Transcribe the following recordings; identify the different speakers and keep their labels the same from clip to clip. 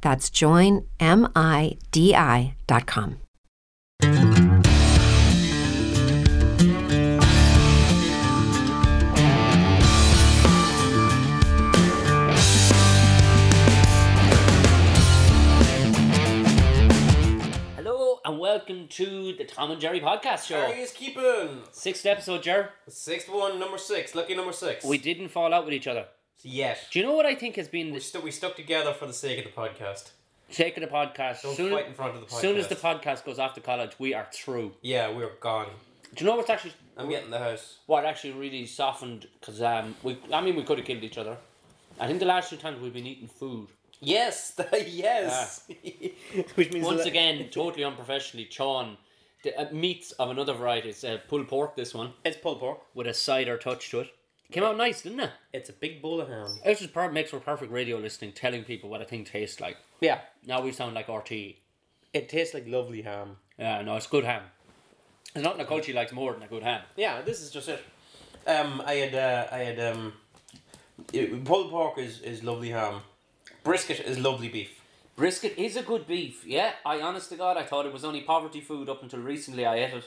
Speaker 1: That's joinmidi.com.
Speaker 2: Hello and welcome to the Tom and Jerry podcast show.
Speaker 3: Harry is keeping.
Speaker 2: Sixth episode, Jer.
Speaker 3: Sixth one, number six. Lucky number six.
Speaker 2: We didn't fall out with each other.
Speaker 3: Yet.
Speaker 2: Do you know what I think has been
Speaker 3: We,
Speaker 2: the
Speaker 3: stu- we stuck together for the sake of the podcast.
Speaker 2: shake of the podcast?
Speaker 3: Don't
Speaker 2: soon,
Speaker 3: fight in front of the podcast.
Speaker 2: soon as the podcast goes off to college, we are through.
Speaker 3: Yeah, we're gone.
Speaker 2: Do you know what's actually
Speaker 3: I'm getting the house.
Speaker 2: what actually really softened? Because um, we I mean we could have killed each other. I think the last two times we've been eating food,
Speaker 3: Yes, yes. Which means
Speaker 2: once again totally unprofessionally, Sean. The, uh, meats of another variety. It's uh, pulled pork. This one
Speaker 3: it's pulled pork.
Speaker 2: with a cider touch to it. Came out nice, didn't it?
Speaker 3: It's a big bowl of ham.
Speaker 2: This is per- makes for perfect radio listening, telling people what a thing tastes like.
Speaker 3: Yeah,
Speaker 2: Now we sound like RT.
Speaker 3: it tastes like lovely ham.
Speaker 2: Yeah, no, it's good ham. There's nothing a culture likes more than a good ham.
Speaker 3: Yeah, this is just it. Um, I had, uh, I had, um, it, pulled pork is is lovely ham. Brisket is lovely beef.
Speaker 2: Brisket is a good beef, yeah. I, honest to God, I thought it was only poverty food up until recently I ate it.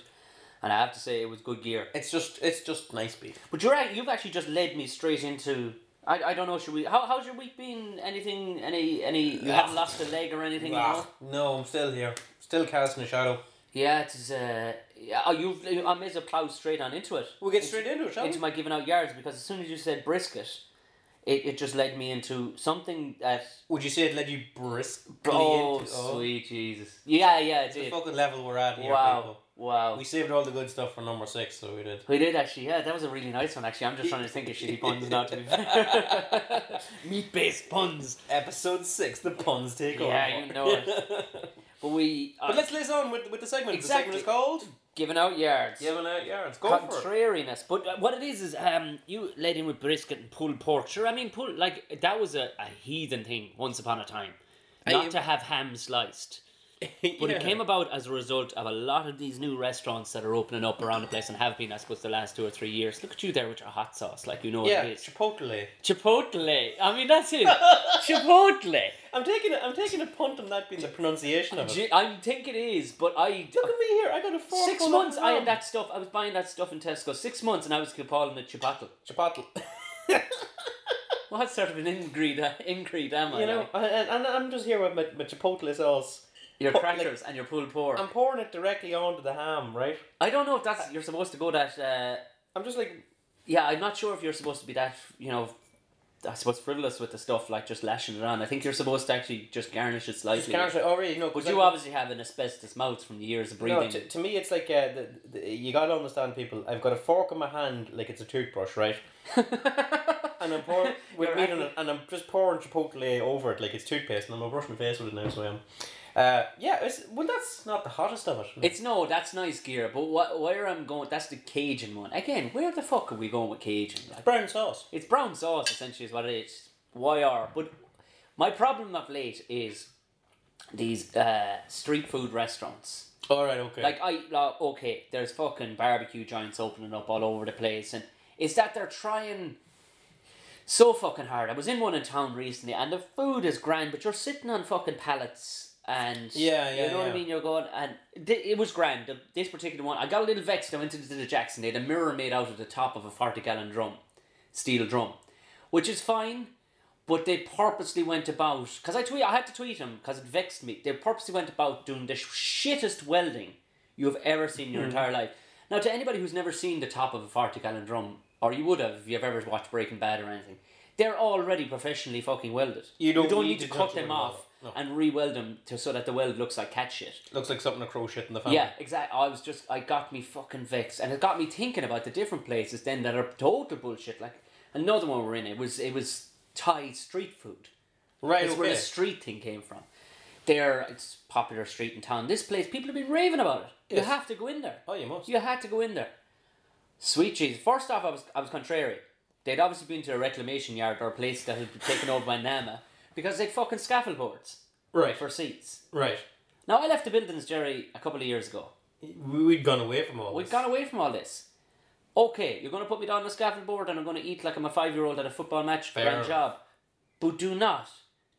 Speaker 2: And I have to say, it was good gear.
Speaker 3: It's just, it's just nice beef.
Speaker 2: But you're right, you've actually just led me straight into. I, I don't know, should we. How, how's your week been? Anything, any, any. You haven't lost a leg or anything, you know?
Speaker 3: Ah, no, I'm still here. Still casting a shadow.
Speaker 2: Yeah, it's. Uh, yeah, oh, you've, I may as well plough straight on into it.
Speaker 3: We'll get straight into it, shall we?
Speaker 2: into my giving out yards because as soon as you said brisket, it, it just led me into something that
Speaker 3: Would you say it led you briskly
Speaker 2: oh,
Speaker 3: into
Speaker 2: sweet Jesus. Yeah, yeah, it
Speaker 3: the
Speaker 2: did.
Speaker 3: fucking level we're at here,
Speaker 2: Wow,
Speaker 3: people?
Speaker 2: wow.
Speaker 3: We
Speaker 2: We,
Speaker 3: saved all the good stuff for number six, so we did.
Speaker 2: did actually. Yeah, that was a really nice one. Actually, I'm just trying to think of shitty puns now. To be fair, meat-based puns.
Speaker 3: Episode six, the puns take over.
Speaker 2: Yeah, you know
Speaker 3: it.
Speaker 2: But we
Speaker 3: but
Speaker 2: are
Speaker 3: let's lace on with, with the segment. The
Speaker 2: Exactly.
Speaker 3: segment is called
Speaker 2: giving out yards.
Speaker 3: Giving Out Yards. Go for it.
Speaker 2: Contrariness, but uh, what it is is um, you led in with brisket and pulled pork. Sure, I mean pulled like that was a, a heathen thing once upon a time, not
Speaker 3: I-
Speaker 2: to have ham sliced. But it came about as a result of a lot of these new restaurants that are opening up around the place and have been, I suppose, the last two or three years. Look at you there with your hot sauce, like you know
Speaker 3: Yeah,
Speaker 2: what it is.
Speaker 3: Chipotle.
Speaker 2: Chipotle. I mean, that's it. Chipotle.
Speaker 3: I'm taking a, I'm taking a punt on that being the pronunciation of it.
Speaker 2: Gee, I think it is, but I. uh,
Speaker 3: Look at me here. I got a four.
Speaker 2: Six months I had that stuff. I was buying that stuff in Tesco. Six months, and I was calling it chipotle.
Speaker 3: Chipotle.
Speaker 2: What sort of an ingreed, ingreed am I?
Speaker 3: you know,
Speaker 2: like?
Speaker 3: and, and I'm just here with my, my chipotle sauce.
Speaker 2: your
Speaker 3: but, like- um,
Speaker 2: crackers and your pulled pork.
Speaker 3: I'm pouring it directly onto the ham, right?
Speaker 2: I don't know if that's you're supposed to go that. Uh,
Speaker 3: I'm just like
Speaker 2: yeah, I'm not sure if you're supposed to be that, you know, I suppose frivolous with the stuff, like just lashing it on. I think you're supposed to actually just garnish it slightly.
Speaker 3: Just can't say, oh, really? No, 'cause
Speaker 2: but
Speaker 3: I-
Speaker 2: you obviously have an asbestos mouth from the years of breathing.
Speaker 3: No, to, to me, it's like uh, the, the, you gotta understand, people. I've got a fork in my hand, like it's a toothbrush, right? And I'm pouring with
Speaker 2: You're
Speaker 3: meat on
Speaker 2: acting-
Speaker 3: it, and I'm just pouring chipotle over it, like it's toothpaste, and I'm gonna brush my face with it now, so I am. Uh, yeah, it's well, that's not the hottest of it.
Speaker 2: It's no, that's nice gear, but what, where I'm going, that's the Cajun one. Again, where the fuck are we going with Cajun? Like,
Speaker 3: brown sauce.
Speaker 2: it's brown sauce essentially is what it is. YR. But my problem of late is these uh, street food restaurants.
Speaker 3: All right, okay.
Speaker 2: Like I like, okay, there's fucking barbecue giants opening up all over the place, and it's that they're trying so fucking hard. I was in one in town recently, and the food is grand, but you're sitting on fucking pallets, and
Speaker 3: Yeah, yeah,
Speaker 2: you know what
Speaker 3: yeah.
Speaker 2: I mean. You're going, and th- it was grand. The, this particular one, I got a little vexed. I went into the Jackson. They had a mirror made out of the top of a forty gallon drum, steel drum, which is fine. But they purposely went about because I tweet I had to tweet him because it vexed me. They purposely went about doing the shittest welding you have ever seen
Speaker 3: Hmm.
Speaker 2: in your entire life. Now, to anybody who's never seen the top of a 40 gallon drum, or you would have if you've ever watched Breaking Bad or anything, they're already professionally fucking welded.
Speaker 3: You don't need
Speaker 2: need, to
Speaker 3: to
Speaker 2: cut
Speaker 3: touch
Speaker 2: them
Speaker 3: them at all.
Speaker 2: off
Speaker 3: No.
Speaker 2: and re weld them to, so that the weld looks like cat shit.
Speaker 3: Looks like something to crochet in the family.
Speaker 2: Yeah, exactly. I was just, I got me fucking vexed, and it got me thinking about the different places then that are total bullshit. Like another one we're in, it was it was Thai street food.
Speaker 3: Right,
Speaker 2: That's where
Speaker 3: okay.
Speaker 2: the street thing came from. There, it's a popular street in town. This place, people have been raving about it.
Speaker 3: Yes.
Speaker 2: You have to go in there.
Speaker 3: Oh, you must.
Speaker 2: You had to go in there. Sweet cheese. First off, I was I was contrary. They'd obviously been to a reclamation yard or a place that had been taken over by Nama because they'd fucking scaffold boards
Speaker 3: Right,
Speaker 2: for seats.
Speaker 3: right.
Speaker 2: Now I left the buildings, Jerry, a couple of years ago.
Speaker 3: We- We'd gone away from all
Speaker 2: We've
Speaker 3: this.
Speaker 2: gone away from all this. Okay, you're going to put me down on a scaffold board and I'm going to eat like I'm a five year old at a football match.
Speaker 3: Fair
Speaker 2: Grand
Speaker 3: enough.
Speaker 2: job. But do not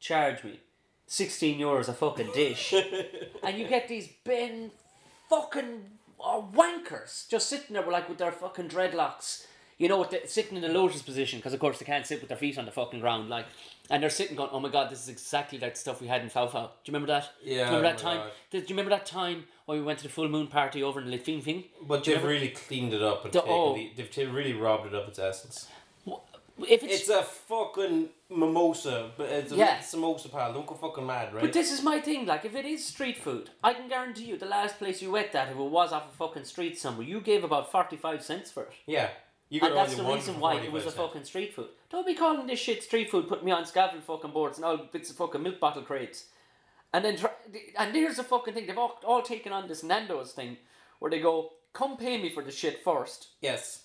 Speaker 2: charge me 16 euros a fucking dish. and you get these bin fucking uh, wankers just sitting there like with their fucking dreadlocks. You know, with the, sitting in the lotus position because of course they can't sit with their feet on the fucking ground. Like, and they're sitting going, "Oh my god, this is exactly like the stuff we had in Fau Fau." Do you remember that? Do you
Speaker 3: Yeah,
Speaker 2: remember that
Speaker 3: I
Speaker 2: time?
Speaker 3: remember
Speaker 2: Do you remember that time when we went to the full moon party over in Litfing Thing?
Speaker 3: But they've really cleaned it up and
Speaker 2: The-
Speaker 3: taken
Speaker 2: oh.
Speaker 3: the, they've ta- really robbed it of its essence.
Speaker 2: If it's,
Speaker 3: It's a fucking mimosa, but it's a
Speaker 2: Yeah.
Speaker 3: samosa pal. Don't go fucking mad, right?
Speaker 2: but this is my thing. Like, if it is street food, I can guarantee you the last place you went that if it was off a fucking street somewhere, you gave about forty five cents for it,
Speaker 3: yeah, you
Speaker 2: and that's
Speaker 3: only
Speaker 2: the
Speaker 3: one
Speaker 2: reason
Speaker 3: for
Speaker 2: why it was a
Speaker 3: 45
Speaker 2: fucking street food. Don't be calling this shit street food. Putting me on scaffold fucking boards and all bits of fucking milk bottle crates, and then try, and here's the fucking thing. They've all, all taken on this Nando's thing, where they go, "Come pay me for the shit first,
Speaker 3: Yes,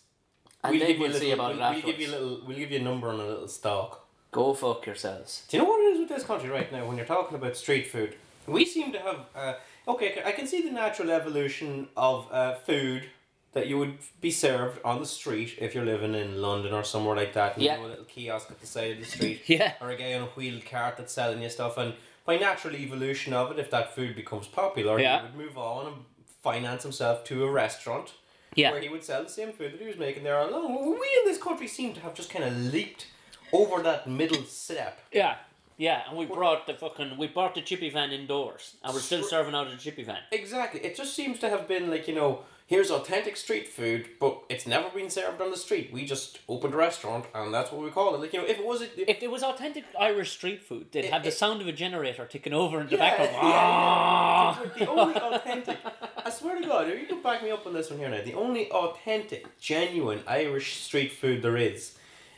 Speaker 2: and
Speaker 3: we'll
Speaker 2: then
Speaker 3: give you
Speaker 2: we'll
Speaker 3: a little,
Speaker 2: see about
Speaker 3: we'll,
Speaker 2: it afterwards."
Speaker 3: we'll give you a little. We'll give you a number on a little stock.
Speaker 2: Go fuck yourselves.
Speaker 3: Do you know what it is with this country right now? When you're talking about street food, we seem to have. Uh, okay, I can see the natural evolution of uh, food that you would be served on the street if you're living in London or somewhere like that. and
Speaker 2: Yeah.
Speaker 3: You know, a little kiosk at the side of the street.
Speaker 2: Yeah.
Speaker 3: Or a guy on a wheeled cart that's selling you stuff. And by natural evolution of it, if that food becomes popular,
Speaker 2: Yeah.
Speaker 3: he would move on and finance himself to a restaurant
Speaker 2: Yeah.
Speaker 3: where he would sell the same food that he was making there alone. We in this country seem to have just kind of leaped over that middle step.
Speaker 2: Yeah. Yeah, and we brought the fucking we brought the chippy van indoors, and we're still
Speaker 3: Sure.
Speaker 2: serving out of the chippy van.
Speaker 3: Exactly. It just seems to have been like, you know, here's authentic street food, but it's never been served on the street. We just opened a restaurant and that's what we call it. Like, you know, if it was a,
Speaker 2: If it was authentic Irish street food, they'd have the
Speaker 3: it-
Speaker 2: sound of a generator ticking over in the
Speaker 3: Yeah,
Speaker 2: background.
Speaker 3: yeah,
Speaker 2: Ah!
Speaker 3: yeah. The only authentic, I swear to God, if you can back me up on this one here now, the only authentic, genuine Irish street food there is,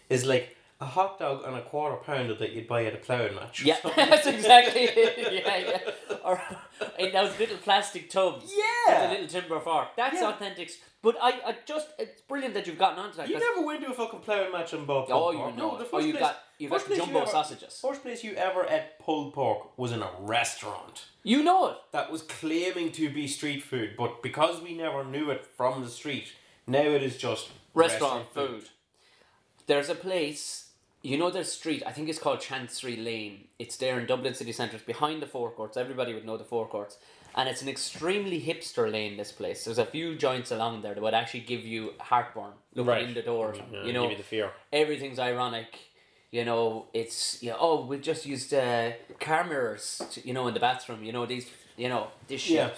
Speaker 3: is like a hot dog and a quarter pounder that you'd buy at a ploughing match. or
Speaker 2: Yeah,
Speaker 3: something.
Speaker 2: that's exactly it. Yeah, yeah. Or in those little plastic tubs.
Speaker 3: Yeah.
Speaker 2: With a little timber fork. That's
Speaker 3: Yeah.
Speaker 2: authentic. s- But I, I just, it's brilliant that you've gotten onto that.
Speaker 3: You
Speaker 2: 'cause-
Speaker 3: never went to a fucking ploughing match and bought
Speaker 2: Oh,
Speaker 3: pulled
Speaker 2: you
Speaker 3: pork.
Speaker 2: know
Speaker 3: No, the
Speaker 2: it.
Speaker 3: first
Speaker 2: Oh, you
Speaker 3: place,
Speaker 2: got- you got
Speaker 3: first place
Speaker 2: jumbo
Speaker 3: ever-
Speaker 2: sausages.
Speaker 3: First place you ever ate pulled pork was in a restaurant
Speaker 2: you know it.
Speaker 3: that was claiming to be street food, but because we never knew it from the street, now it is just
Speaker 2: restaurant food. There's a place, you know, there's street. I think it's called Chancery Lane. It's there in Dublin city centre. It's behind the forecourts. Everybody would know the forecourts, and it's an extremely hipster lane. This place. There's a few joints along there that would actually give you heartburn looking
Speaker 3: Right. Mm,
Speaker 2: in the door. or something,
Speaker 3: Yeah,
Speaker 2: you know,
Speaker 3: give you the fear.
Speaker 2: everything's ironic. You know, it's yeah. Oh, we just used uh, car mirrors. To, you know, in the bathroom. You know these. You know this shit.
Speaker 3: Yeah.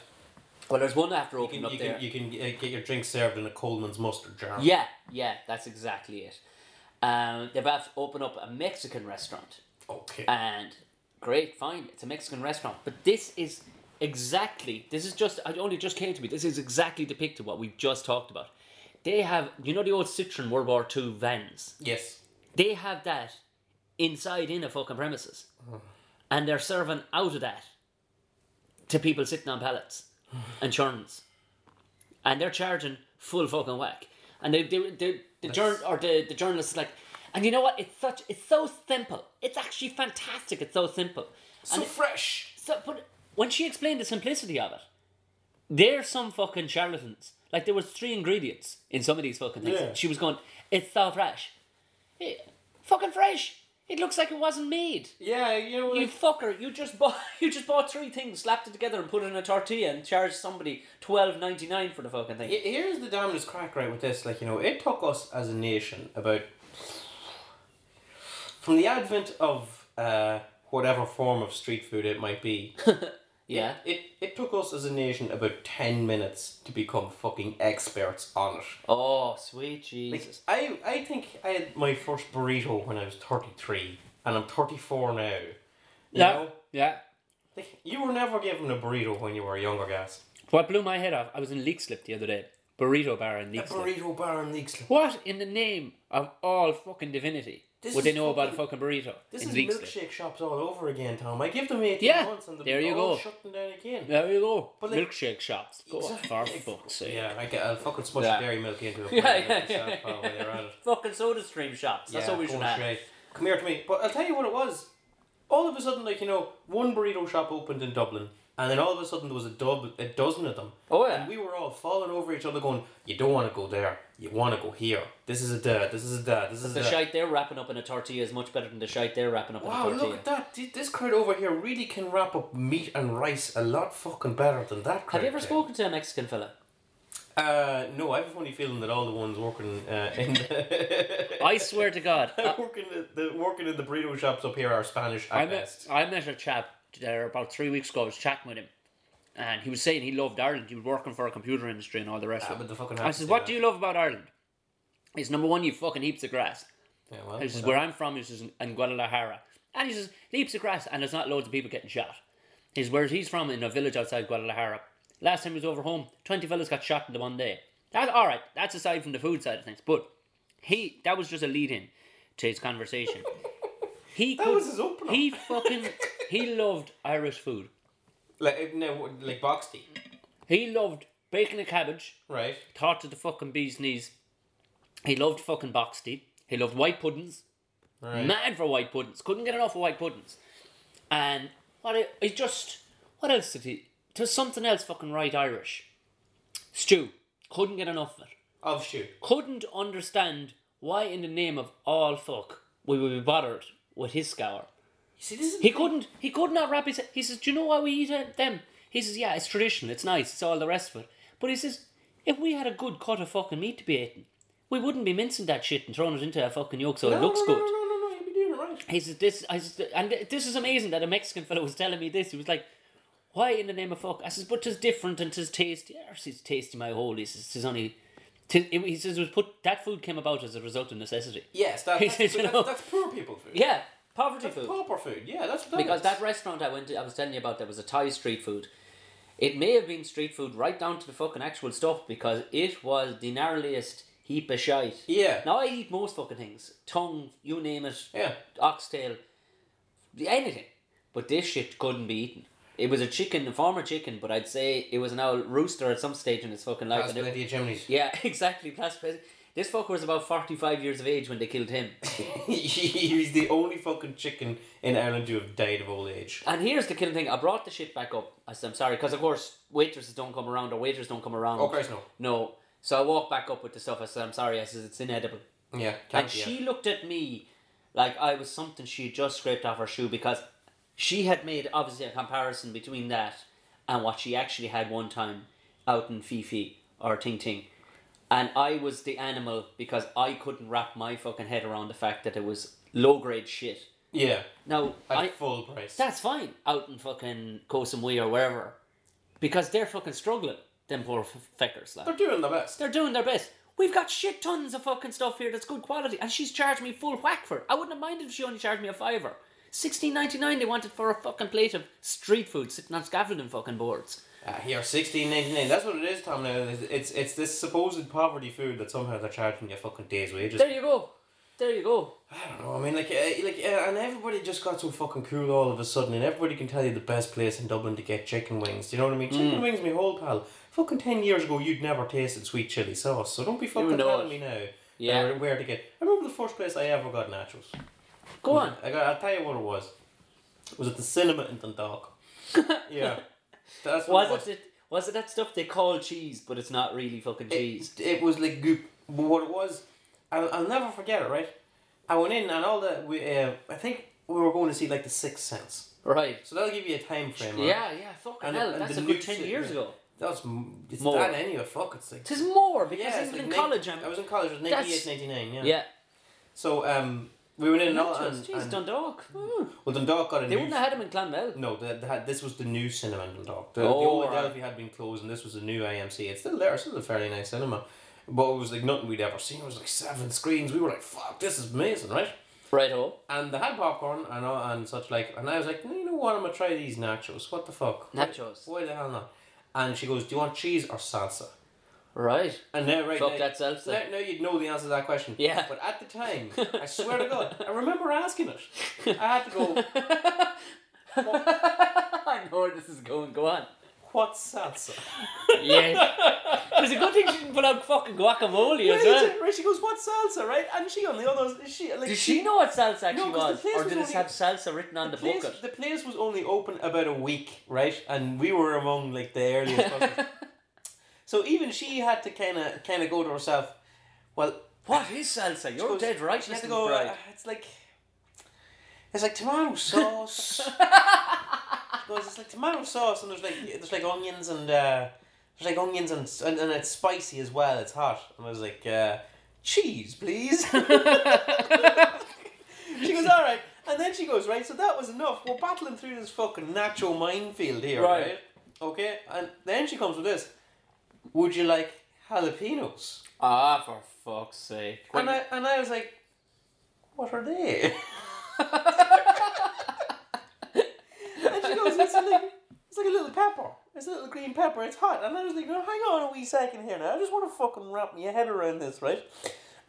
Speaker 2: Well, there's one after opening
Speaker 3: You
Speaker 2: up
Speaker 3: can,
Speaker 2: there.
Speaker 3: you can uh, get your drink served in a Coleman's mustard jar.
Speaker 2: Yeah, yeah, that's exactly it. Um, they're about to open up a Mexican restaurant,
Speaker 3: Okay.
Speaker 2: and great, fine, it's a Mexican restaurant. But this is exactly this is just it only just came to me. This is exactly depicted what we've just talked about. They have you know the old Citroen World War Two vans.
Speaker 3: yes.
Speaker 2: They have that inside in a fucking premises, and they're serving out of that to people sitting on pallets and churns, and they're charging full fucking whack. And they, they, they the jour- or the, the journalist is like, and you know what? It's such it's so simple. It's actually fantastic. It's so simple.
Speaker 3: So fresh.
Speaker 2: So, but when she explained the simplicity of it, they're some fucking charlatans. Like there was three ingredients in some of these fucking things.
Speaker 3: Yeah.
Speaker 2: She was going, "It's so fresh, Eh, fucking fresh. It looks like it wasn't made.
Speaker 3: Yeah, you know.
Speaker 2: You
Speaker 3: Like,
Speaker 2: fucker! You just bought you just bought three things, slapped it together, and put it in a tortilla, and charged somebody twelve ninety nine for the fucking thing.
Speaker 3: he- here's the damnedest crack right with this. Like you know, it took us as a nation about from the advent of uh, whatever form of street food it might be
Speaker 2: Yeah.
Speaker 3: It, it took us as a nation about 10 minutes to become fucking experts on it.
Speaker 2: Oh, sweet
Speaker 3: Like,
Speaker 2: Jesus.
Speaker 3: I, I think I had my first burrito when I was 33, and I'm 34 now. You know?
Speaker 2: Yeah.
Speaker 3: Like, you were never given a burrito when you were younger, guys.
Speaker 2: What blew my head off, I was in Leakslip the other day. Burrito bar in
Speaker 3: A
Speaker 2: Leakslip.
Speaker 3: burrito bar in Leakslip.
Speaker 2: What in the name of all fucking divinity
Speaker 3: This
Speaker 2: would they
Speaker 3: is
Speaker 2: know about a fucking
Speaker 3: fucking-
Speaker 2: burrito
Speaker 3: This
Speaker 2: in
Speaker 3: is
Speaker 2: Leakslip?
Speaker 3: milkshake shops all over again, Tom. I give them 18
Speaker 2: Yeah,
Speaker 3: months and they'll
Speaker 2: there
Speaker 3: be
Speaker 2: you
Speaker 3: all
Speaker 2: go.
Speaker 3: shut them down again.
Speaker 2: There you go.
Speaker 3: But like-
Speaker 2: Milkshake shops. Go on, for fuck's sake.
Speaker 3: Yeah, I get, I'll fucking smush
Speaker 2: Yeah.
Speaker 3: dairy milk into a burrito
Speaker 2: Yeah, yeah, yeah.
Speaker 3: myself while they're at it.
Speaker 2: Fucking soda stream shops. That's what we
Speaker 3: go
Speaker 2: should
Speaker 3: on,
Speaker 2: have.
Speaker 3: Shay. Come here to me. But I'll tell you what it was. All of a sudden, like you know, one burrito shop opened in Dublin, and then all of a sudden there was a dub, a dozen of them.
Speaker 2: Oh, yeah.
Speaker 3: And we were all falling over each other, going, "You don't want to go there. You want to go here. This is a dad. This is a dad. This is
Speaker 2: The
Speaker 3: a dad."
Speaker 2: shite they're wrapping up in a tortilla is much better than the shite they're wrapping up
Speaker 3: Wow,
Speaker 2: in a tortilla.
Speaker 3: look at that. Th- This crowd over here really can wrap up meat and rice a lot fucking better than that crowd.
Speaker 2: Have you ever
Speaker 3: there.
Speaker 2: spoken to a Mexican fella?
Speaker 3: Uh, no, I have a funny feeling that all the ones working uh, in the
Speaker 2: I swear to God, I,
Speaker 3: working at the working in the burrito shops up here are Spanish at
Speaker 2: I met
Speaker 3: best.
Speaker 2: I met a chap there about three weeks ago. I was chatting with him, and he was saying he loved Ireland. He was working for a computer industry and all the rest
Speaker 3: Ah,
Speaker 2: of
Speaker 3: but
Speaker 2: it.
Speaker 3: the fucking
Speaker 2: I
Speaker 3: have
Speaker 2: says,
Speaker 3: to
Speaker 2: "What
Speaker 3: that.
Speaker 2: do you love about Ireland?" He's number one. You fucking heaps of grass.
Speaker 3: Yeah, well,
Speaker 2: He says, "Where I'm from," he says, "in- "in Guadalajara," and he says, "Heaps of grass, and there's not loads of people getting shot." He says, "Where he's from, in a village outside Guadalajara." Last time he was over home, twenty fellas got shot in the one day. That's all right. That's aside from the food side of things, but he that was just a lead-in to his conversation. He
Speaker 3: That
Speaker 2: could-
Speaker 3: was his opener.
Speaker 2: He fucking he loved Irish food.
Speaker 3: like eh, no, like box tea,
Speaker 2: He loved bacon and cabbage,
Speaker 3: right?
Speaker 2: tart to the fucking bee's knees. He loved fucking box tea. He loved white puddings.
Speaker 3: Right.
Speaker 2: mad for white puddings. Couldn't get enough of white puddings. And what it, it just what else did he? There's something else fucking right Irish. Stew. Couldn't get enough of it.
Speaker 3: Of shoe.
Speaker 2: Couldn't understand why in the name of all fuck we would be bothered with his scour.
Speaker 3: See, this is
Speaker 2: He couldn't. He could not wrap his. He says, "Do you know why we eat it, them?" He says, "Yeah, it's traditional. It's nice. It's all the rest of it." But he says, "If we had a good cut of fucking meat to be eating, we wouldn't be mincing that shit and throwing it into a fucking yolk so it looks
Speaker 3: no,
Speaker 2: good."
Speaker 3: No, no, no, no, you'll be doing it right.
Speaker 2: He says this, I says, and th- this is amazing that a Mexican fellow was telling me this. He was like, "Why in the name of fuck?" I says, "But 'tis different and 'tis tasty." Yeah, it's tasty, my holy. He says, "'Tis only." 'tis- it- he says, it "Was put that food came about as a result of necessity."
Speaker 3: Yes, that,
Speaker 2: He
Speaker 3: that's,
Speaker 2: says, you
Speaker 3: that's,
Speaker 2: know-
Speaker 3: that's poor people food.
Speaker 2: Yeah, poverty
Speaker 3: That's
Speaker 2: food.
Speaker 3: pauper food. Yeah, that's that
Speaker 2: Because
Speaker 3: is.
Speaker 2: that restaurant I went to, I was telling you about, that was a Thai street food. It may have been street food right down to the fucking actual stuff because it was the gnarliest heap of shite.
Speaker 3: Yeah.
Speaker 2: Now I eat most fucking things tongue, you name it,
Speaker 3: Yeah.
Speaker 2: oxtail, anything. But this shit couldn't be eaten. It was a chicken, a former chicken, but I'd say it was an owl rooster at some stage in its fucking life.
Speaker 3: That's
Speaker 2: and it-
Speaker 3: plenty of chimneys.
Speaker 2: yeah, exactly. Plus, this fucker was about 45 years of age when they killed him.
Speaker 3: He's the only fucking chicken in Ireland to have died of old age.
Speaker 2: And here's the killing thing. I brought the shit back up. I said, I'm sorry, because of course waitresses don't come around or waiters don't come around.
Speaker 3: Oh Christ, no.
Speaker 2: No. So I walked back up with the stuff. I said, I'm sorry. I said, it's inedible.
Speaker 3: Yeah,
Speaker 2: And
Speaker 3: can't be,
Speaker 2: she looked at me like I was something she had just scraped off her shoe because she had made obviously a comparison between that and what she actually had one time out in Fifi or Ting Ting. And I was the animal because I couldn't wrap my fucking head around the fact that it was low grade shit.
Speaker 3: yeah. Yeah,
Speaker 2: Now,
Speaker 3: at
Speaker 2: I,
Speaker 3: full price.
Speaker 2: that's fine out in fucking Kosamui or wherever, because they're fucking struggling. Them poor f- feckers, like
Speaker 3: They're doing the best.
Speaker 2: they're doing their best. We've got shit tons of fucking stuff here that's good quality, and she's charged me full whack for it. I wouldn't have minded if she only charged me a fiver. Sixteen ninety nine they wanted for a fucking plate of street food sitting on scaffolding fucking boards.
Speaker 3: Ah, here, sixteen ninety nine. That's what it is, Tom. Now it's, it's it's this supposed poverty food that somehow they're charging you fucking days wages.
Speaker 2: There you go. There you go.
Speaker 3: I don't know. I mean, like, uh, like, uh, and everybody just got so fucking cool all of a sudden, and everybody can tell you the best place in Dublin to get chicken wings. Do you know what I mean?
Speaker 2: Hmm.
Speaker 3: Chicken wings, me whole pal. Fucking ten years ago, you'd never tasted sweet chili sauce, so don't be fucking
Speaker 2: know
Speaker 3: telling
Speaker 2: it.
Speaker 3: me now.
Speaker 2: Yeah.
Speaker 3: Yeah. Where to get? I remember the first place I ever got nachos.
Speaker 2: Go on.
Speaker 3: I got. I'll tell you what it was. It was at the cinema in Dundalk. yeah. That's what
Speaker 2: Was it was it that stuff they call cheese, but it's not really fucking cheese?
Speaker 3: It, it was like goop. But what it was, I'll, I'll never forget it. Right, I went in and all that. We, uh, I think we were going to see like the Sixth Sense.
Speaker 2: Right.
Speaker 3: So that'll give you a time frame. Right?
Speaker 2: Yeah, yeah, fucking
Speaker 3: And-
Speaker 2: hell.
Speaker 3: and
Speaker 2: that's
Speaker 3: the
Speaker 2: a
Speaker 3: new
Speaker 2: good ten
Speaker 3: shit,
Speaker 2: years
Speaker 3: yeah.
Speaker 2: ago.
Speaker 3: That's m- it's
Speaker 2: More.
Speaker 3: that anyway. Fuck, it's like.
Speaker 2: Tis more because
Speaker 3: Yeah,
Speaker 2: I was
Speaker 3: it's like
Speaker 2: in
Speaker 3: nin-
Speaker 2: college. I'm,
Speaker 3: I was in college. I was
Speaker 2: That's-
Speaker 3: 98, 99, Yeah.
Speaker 2: yeah.
Speaker 3: So um, We were in
Speaker 2: Not
Speaker 3: all,
Speaker 2: just,
Speaker 3: and,
Speaker 2: jeez,
Speaker 3: and-
Speaker 2: Dundalk. Hmm.
Speaker 3: well, Dundalk got a
Speaker 2: They
Speaker 3: new.
Speaker 2: wouldn't have had him in Clanmel.
Speaker 3: No, they, they had, this was the new cinema in Dundalk. The, the
Speaker 2: Oh,
Speaker 3: old
Speaker 2: right.
Speaker 3: Adelphi had been closed, and this was the new AMC. It's still there. It's still a fairly nice cinema, but it was like nothing we'd ever seen. It was like seven screens. We were like, "Fuck, this is amazing!" Right?
Speaker 2: Right, oh.
Speaker 3: And they had popcorn and all, and such like, and I was like, "You know what? I'm gonna try these nachos. What the fuck?
Speaker 2: Nachos.
Speaker 3: Why the hell not?" And she goes, "Do you want cheese or salsa?"
Speaker 2: Right.
Speaker 3: And now, right
Speaker 2: Fuck
Speaker 3: now,
Speaker 2: that self
Speaker 3: now,
Speaker 2: then.
Speaker 3: now you'd know the answer to that question.
Speaker 2: Yeah.
Speaker 3: But at the time, I swear to God, I remember asking it. I had to go,
Speaker 2: I know where this is going. Go on.
Speaker 3: what's salsa?
Speaker 2: Yes. It's a good thing she didn't put out fucking guacamole
Speaker 3: Yeah,
Speaker 2: as well.
Speaker 3: right, she goes, what's salsa, right? And she on the other, she like
Speaker 2: Did she know what salsa actually
Speaker 3: 'cause the
Speaker 2: was?
Speaker 3: place
Speaker 2: Or
Speaker 3: was
Speaker 2: did it
Speaker 3: only-
Speaker 2: have salsa written on the,
Speaker 3: The place,
Speaker 2: bucket?
Speaker 3: the place was only open about a week, right? And we were among like the earliest. customers. so even she had to kind of kind of go to herself. Well,
Speaker 2: What is salsa? You're
Speaker 3: goes-
Speaker 2: Oh, dead right,
Speaker 3: she had to
Speaker 2: Mrs.
Speaker 3: go.
Speaker 2: McBride.
Speaker 3: uh, it's like it's like tomato sauce. She goes, it's like tomato sauce, and there's like there's like onions and uh, there's like onions and, s- and and it's spicy as well. It's hot, and I was like, uh, cheese, please. she goes, all right, and then she goes, right. So that was enough. We're battling through this fucking nacho minefield here,
Speaker 2: Right.
Speaker 3: right? Okay, and then she comes with this. Would you like jalapenos?
Speaker 2: Ah, for fuck's sake.
Speaker 3: And I and I was like, what are they? and she goes, it's like it's like a little pepper. It's a little green pepper. It's hot. And I was like, no, hang on a wee second here now. I just want to fucking wrap my head around this, right?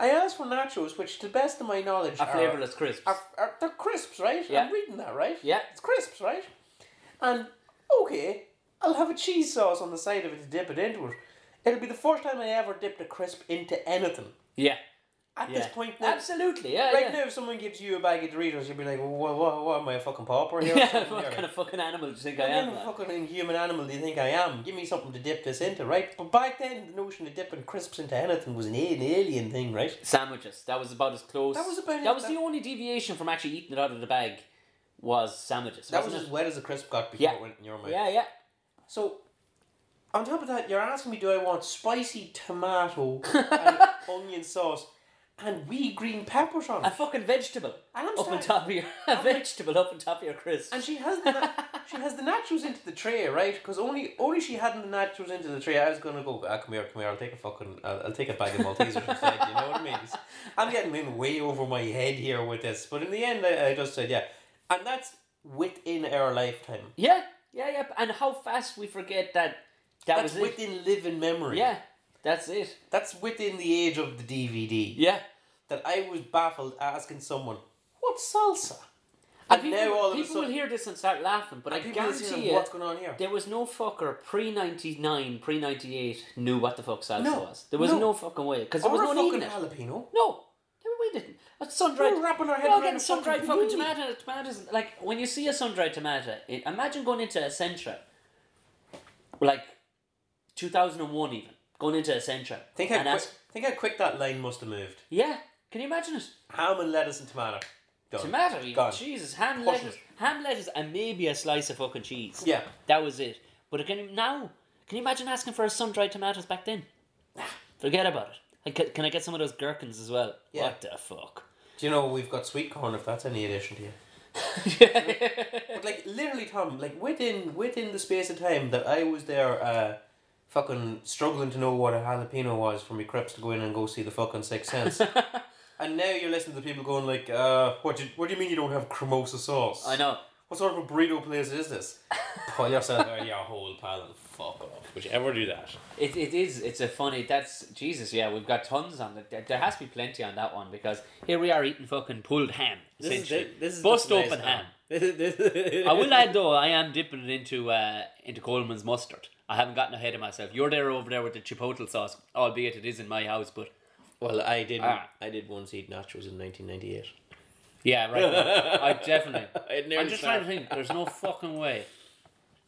Speaker 3: I asked for nachos, which, to the best of my knowledge,
Speaker 2: A
Speaker 3: are-
Speaker 2: flavourless crisps.
Speaker 3: Are, are, they're crisps, right?
Speaker 2: Yeah.
Speaker 3: I'm reading that, right?
Speaker 2: Yeah.
Speaker 3: It's crisps, right? And okay, I'll have a cheese sauce on the side of it to dip it into it. It'll be the first time I ever dipped a crisp into anything.
Speaker 2: Yeah.
Speaker 3: At
Speaker 2: yeah.
Speaker 3: this point, now,
Speaker 2: Absolutely, yeah.
Speaker 3: Right
Speaker 2: yeah.
Speaker 3: now, if someone gives you a bag of Doritos, you'd be like, "What? What? what am I a fucking pauper here?" or
Speaker 2: Yeah,
Speaker 3: something
Speaker 2: what
Speaker 3: here?"
Speaker 2: kind of fucking animal do you think I
Speaker 3: What
Speaker 2: am?
Speaker 3: kind of
Speaker 2: lad?
Speaker 3: fucking inhuman animal do you think I am? Give me something to dip this into, right? But back then, the notion of dipping crisps into anything was an alien, alien thing, right?
Speaker 2: Sandwiches. That was about as close.
Speaker 3: That was about
Speaker 2: That
Speaker 3: it,
Speaker 2: was
Speaker 3: that-
Speaker 2: the only deviation from actually eating it out of the bag, was sandwiches.
Speaker 3: That was
Speaker 2: wasn't
Speaker 3: as
Speaker 2: it?
Speaker 3: wet as a crisp got before
Speaker 2: Yeah.
Speaker 3: it went in your mouth.
Speaker 2: Yeah, yeah.
Speaker 3: So, on top of that, you're asking me, do I want spicy tomato and onion sauce and wee green peppers on
Speaker 2: A
Speaker 3: it?
Speaker 2: fucking vegetable
Speaker 3: And I'm
Speaker 2: up on
Speaker 3: starting-
Speaker 2: top of your a vegetable up on top of your crisps.
Speaker 3: And she has the na- she has the nachos into the tray, right? Because only only she hadn't the nachos into the tray. I was gonna go, ah, come here, come here. I'll take a fucking, I'll, I'll take a bag of Maltesers instead. You know what I mean? It's- I'm getting in way over my head here with this, but in the end, I, I just said yeah, and that's within our lifetime.
Speaker 2: yeah, yeah, yeah. And how fast we forget that that
Speaker 3: That's
Speaker 2: was it.
Speaker 3: within living memory.
Speaker 2: Yeah, that's it.
Speaker 3: That's within the age of the DVD.
Speaker 2: Yeah.
Speaker 3: That I was baffled asking someone, what's salsa?
Speaker 2: And,
Speaker 3: And
Speaker 2: people,
Speaker 3: now all of a
Speaker 2: people will
Speaker 3: sudden-
Speaker 2: hear this and start laughing, but I
Speaker 3: People are
Speaker 2: guarantee
Speaker 3: saying,
Speaker 2: you,
Speaker 3: what's going on here?
Speaker 2: there was no fucker pre ninety nine, pre ninety eight knew what the fuck salsa
Speaker 3: No,
Speaker 2: was. There was no,
Speaker 3: no.
Speaker 2: fucking way because there
Speaker 3: Or
Speaker 2: was
Speaker 3: a
Speaker 2: no one eating
Speaker 3: fucking
Speaker 2: it.
Speaker 3: jalapeno.
Speaker 2: No, we didn't. A sun
Speaker 3: We
Speaker 2: dried.
Speaker 3: were wrapping our head
Speaker 2: We're all
Speaker 3: around
Speaker 2: getting
Speaker 3: a
Speaker 2: sun dried
Speaker 3: fucking
Speaker 2: fucking
Speaker 3: panini.
Speaker 2: tomato. Tomatoes like when you see a sun dried tomato. It, imagine going into Essentra, like two thousand and one even going into Essentra.
Speaker 3: Think how,
Speaker 2: and
Speaker 3: quick,
Speaker 2: ask-
Speaker 3: think how quick that line must have moved.
Speaker 2: yeah. Can you imagine it?
Speaker 3: Ham and lettuce and tomato. Done.
Speaker 2: Tomato. you-
Speaker 3: Oh, Gone.
Speaker 2: Jesus, ham,
Speaker 3: Push
Speaker 2: lettuce,
Speaker 3: it.
Speaker 2: ham, lettuce, and maybe a slice of fucking cheese.
Speaker 3: Yeah.
Speaker 2: That was it. But again, now, can you imagine asking for a sun dried tomatoes back then? Forget about it. I ca- can I get some of those gherkins as well?
Speaker 3: Yeah.
Speaker 2: What the fuck?
Speaker 3: Do you know we've got sweet corn if that's any addition to you? But like literally, Tom, like within within the space of time that I was there, uh, fucking struggling to know what a jalapeno was for me crips to go in and go see the fucking Sixth Sense. and now you're listening to people going like, uh, what do you, what do you mean you don't have cremosa sauce?
Speaker 2: I know.
Speaker 3: What sort of a burrito place is this? Pull yourself out of your whole pile and fuck off. Would you ever do that?
Speaker 2: It, it is. It's a funny. That's Jesus. Yeah, we've got tons on it. There, there has to be plenty on that one because here we are eating fucking pulled ham. essentially. bust open ham. I will add though, I am dipping it into uh, into Coleman's mustard. I haven't gotten ahead of myself. You're there over there with the chipotle sauce, albeit it is in my house. But
Speaker 3: Well, I did.
Speaker 2: Ah.
Speaker 3: I did once eat nachos in 1998.
Speaker 2: yeah, right. now, I definitely.
Speaker 3: It nearly
Speaker 2: I'm just trying to think. There's no fucking way.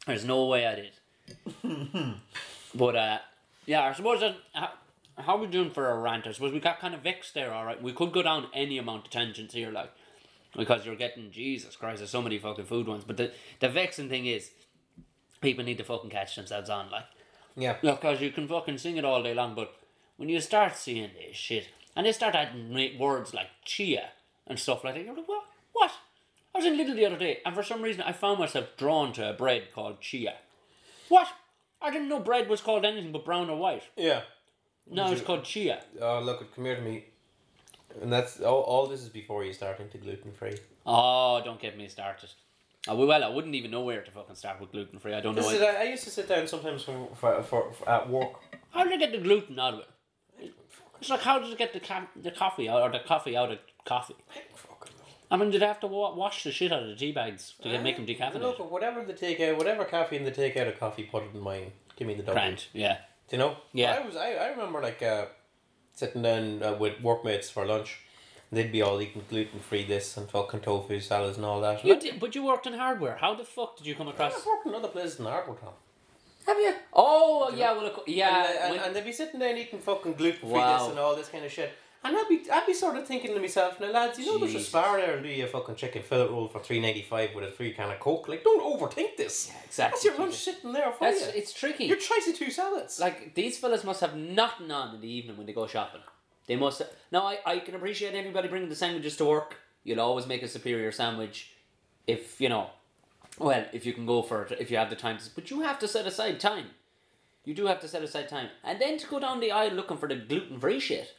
Speaker 2: There's no way I did. but uh, yeah, I suppose that. How, how are we doing for our rant? I suppose we got kind of vexed there. All right, we could go down any amount of tangents here, like because you're getting Jesus Christ, there's so many fucking food ones. But the the vexing thing is, people need to fucking catch themselves on, like.
Speaker 3: Yeah.
Speaker 2: Look, because you can fucking sing it all day long, but when you start seeing this shit, and they start adding ma- words like chia and stuff like that. You're like, what? What? I was in Lidl the other day, and for some reason, I found myself drawn to a bread called chia. What? I didn't know bread was called anything but brown or white.
Speaker 3: Yeah.
Speaker 2: Now it's called chia.
Speaker 3: Oh, look, come here to me. And that's all, all this is before you start into gluten free.
Speaker 2: Oh, don't get me started. Oh, well, I wouldn't even know where to fucking start with gluten free. I don't know.
Speaker 3: This is,
Speaker 2: it.
Speaker 3: I, I used to sit down sometimes for, for, for, for at work.
Speaker 2: How did I get the gluten out of it? It's like how did I get the ca- the coffee out or the coffee out of coffee?
Speaker 3: I don't fucking know.
Speaker 2: I mean, did I have to wa- wash the shit out of the tea bags to get, make them
Speaker 3: Look,
Speaker 2: decaffeinated?
Speaker 3: whatever the takeout, whatever caffeine the takeout of coffee put in mine, give me the double.
Speaker 2: Grand, yeah.
Speaker 3: Do you know?
Speaker 2: Yeah.
Speaker 3: I was. I, I remember like uh, sitting down uh, with workmates for lunch. They'd be all eating gluten free this and fucking tofu salads and all that.
Speaker 2: You did, but you worked in hardware. How the fuck did you come across?
Speaker 3: I've worked in other places in Arbor Town. uh,
Speaker 2: Have you? Oh yeah, well, of cou- yeah.
Speaker 3: and, and,
Speaker 2: when-
Speaker 3: and they'd be sitting there and eating fucking gluten free
Speaker 2: Wow.
Speaker 3: this and all this kind of shit. And I'd be, I'd be sort of thinking to myself, now lads, you know there's a
Speaker 2: Jesus.
Speaker 3: spar there and do you a fucking chicken fillet roll for three ninety five with a free can of coke. Like, don't overthink this.
Speaker 2: exactly,
Speaker 3: That's your lunch
Speaker 2: Jesus.
Speaker 3: sitting there for
Speaker 2: that's
Speaker 3: you.
Speaker 2: it's tricky.
Speaker 3: You're trying two salads.
Speaker 2: like these fellas must have nothing on in the evening when they go shopping. They must. Now I, I can appreciate everybody bringing the sandwiches to work. You'll always make a superior sandwich, if you know. Well, if you can go for it, if you have the time, to, but you have to set aside time. You do have to set aside time, and then to go down the aisle looking for the gluten free shit.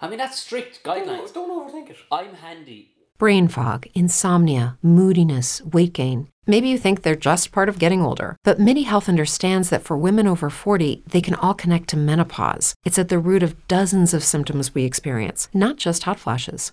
Speaker 2: I mean that's strict guidelines.
Speaker 3: don't, don't overthink it.
Speaker 2: I'm handy.
Speaker 1: Brain fog, insomnia, moodiness, weight gain. Maybe you think they're just part of getting older, but MIDI Health understands that for women over 40, they can all connect to menopause. It's at the root of dozens of symptoms we experience, not just hot flashes.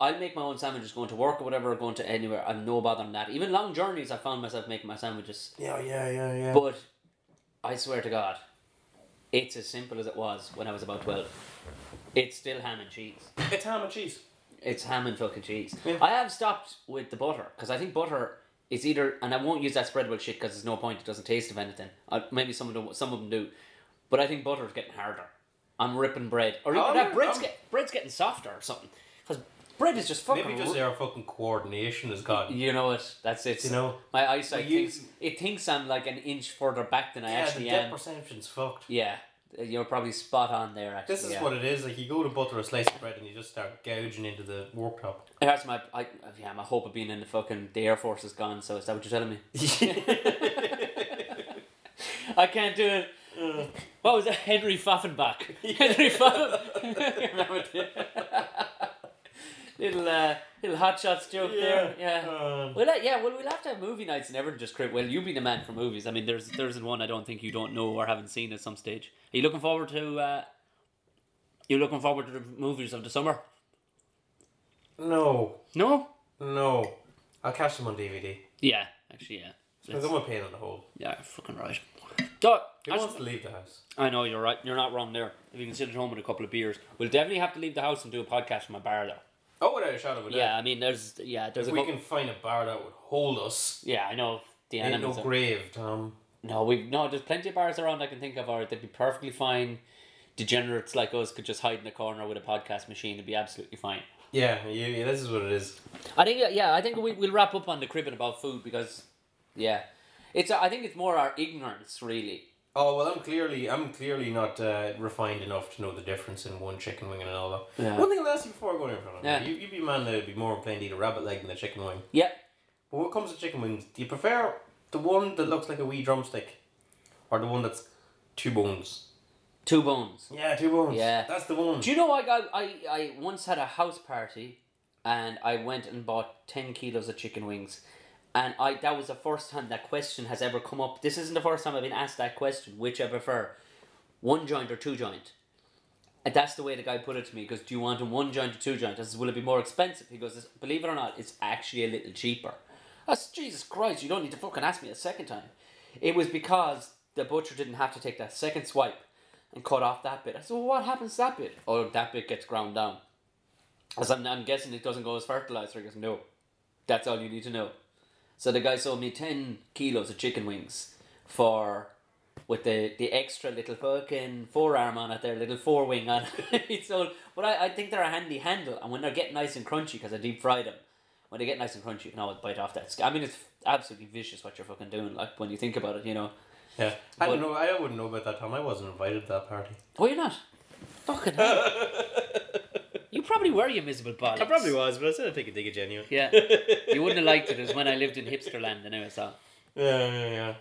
Speaker 2: I'll make my own sandwiches going to work or whatever, going to anywhere. I'm no bother on that. Even long journeys, I found myself making my sandwiches.
Speaker 3: Yeah, yeah, yeah, yeah.
Speaker 2: But I swear to God, it's as simple as it was when I was about 12. It's still ham and cheese.
Speaker 3: it's ham and cheese.
Speaker 2: It's ham and fucking cheese.
Speaker 3: Yeah.
Speaker 2: I have stopped with the butter because I think butter is either, and I won't use that spreadable shit because there's no point, it doesn't taste of anything. Uh, maybe some of, them, some of them do. But I think butter is getting harder. I'm ripping bread. Or even
Speaker 3: Oh,
Speaker 2: that,
Speaker 3: yeah,
Speaker 2: bread's,
Speaker 3: I'm-
Speaker 2: get, bread's getting softer or something. Because bread is just fucking.
Speaker 3: Maybe just
Speaker 2: ri-
Speaker 3: their fucking coordination is gone.
Speaker 2: you know it. That's it.
Speaker 3: You know?
Speaker 2: my eyesight
Speaker 3: We
Speaker 2: thinks
Speaker 3: use-
Speaker 2: it thinks I'm like an inch further back than I
Speaker 3: Yeah, the
Speaker 2: actually
Speaker 3: depth
Speaker 2: am.
Speaker 3: perception's fucked.
Speaker 2: Yeah, you're probably spot on there. Actually,
Speaker 3: This is
Speaker 2: yeah.
Speaker 3: what it is. Like you go to butter a slice of bread and you just start gouging into the worktop.
Speaker 2: That's my, I, yeah, my hope of being in the fucking the air force is gone. So is that what you're telling me? I can't do it. What was that? Henry Faffenbach. Henry Faffenbach. little uh, little hot shots joke there. Yeah.
Speaker 3: Um,
Speaker 2: Well, uh, yeah. Well, we'll have to have movie nights and everything. Just create. Well, you be the man for movies. I mean, there's there's one I don't think you don't know or haven't seen at some stage. Are you looking forward to? Uh, you looking forward to the movies of the summer?
Speaker 3: no,
Speaker 2: No.
Speaker 3: no. I'll catch them on DVD.
Speaker 2: Yeah. Actually, yeah.
Speaker 3: There's no pain on the hole.
Speaker 2: Yeah, you're fucking right. So,
Speaker 3: Who
Speaker 2: I,
Speaker 3: wants
Speaker 2: just-
Speaker 3: to leave the house?
Speaker 2: I know you're right. You're not wrong there. If you can sit at home with a couple of beers, we'll definitely have to leave the house and do a podcast from a bar though.
Speaker 3: Oh, without a shadow of a doubt.
Speaker 2: Yeah, I mean, there's yeah, there's
Speaker 3: If
Speaker 2: a
Speaker 3: we
Speaker 2: couple-
Speaker 3: can find a bar that would hold us.
Speaker 2: yeah, I know the
Speaker 3: Ain't no
Speaker 2: animals. are-
Speaker 3: grave, Tom.
Speaker 2: no, we have no. There's plenty of bars around I can think of, or they'd be perfectly fine. Degenerates like us could just hide in the corner with a podcast machine and be absolutely fine.
Speaker 3: Yeah, yeah, yeah, this is what it is.
Speaker 2: I think yeah, I think we we'll wrap up on the cribbing about food because yeah, it's I think it's more our ignorance really
Speaker 3: Oh well, I'm clearly I'm clearly not uh, refined enough to know the difference in one chicken wing and another.
Speaker 2: Yeah.
Speaker 3: One thing I'll ask you before I go in front of
Speaker 2: Yeah.
Speaker 3: you, you'd be a man that'd be more inclined to eat a rabbit leg than a chicken wing.
Speaker 2: Yeah.
Speaker 3: But when it comes to chicken wings, do you prefer the one that looks like a wee drumstick, or the one that's two bones?
Speaker 2: Two bones.
Speaker 3: Yeah, two bones.
Speaker 2: Yeah.
Speaker 3: that's the one.
Speaker 2: Do you know I got I, I once had a house party and I went and bought ten kilos of chicken wings and I that was the first time that question has ever come up. This isn't the first time I've been asked that question, which I prefer. One joint or two joint. And that's the way the guy put it to me, because do you want a one joint or two joint? I says, Will it be more expensive? He goes, "It's- believe it or not, it's actually a little cheaper. I says, Jesus Christ, you don't need to fucking ask me a second time. It was because the butcher didn't have to take that second swipe and cut off that bit. I said, well, what happens to that bit? Oh, that bit gets ground down. As I'm, I'm guessing it doesn't go as fertilizer. He goes, no, that's all you need to know. So the guy sold me 10 kilos of chicken wings for, with the, the extra little fucking forearm on it, their little forewing on it. so, but I, I think they're a handy handle. And when they're getting nice and crunchy, because I deep fried them, when they get nice and crunchy, you can always bite off that skin. I mean, it's absolutely vicious what you're fucking doing, like, when you think about it, you know.
Speaker 3: Yeah,
Speaker 2: But-
Speaker 3: I don't know. I wouldn't know about that Tom. I wasn't invited to that party.
Speaker 2: Oh, you're not. Fucking hell. you probably were, you miserable bollocks.
Speaker 3: was, but I said I'd take a dig at genuine.
Speaker 2: Yeah. You wouldn't have liked it. It was when I lived in hipster land anyway, so.
Speaker 3: Yeah, yeah, yeah.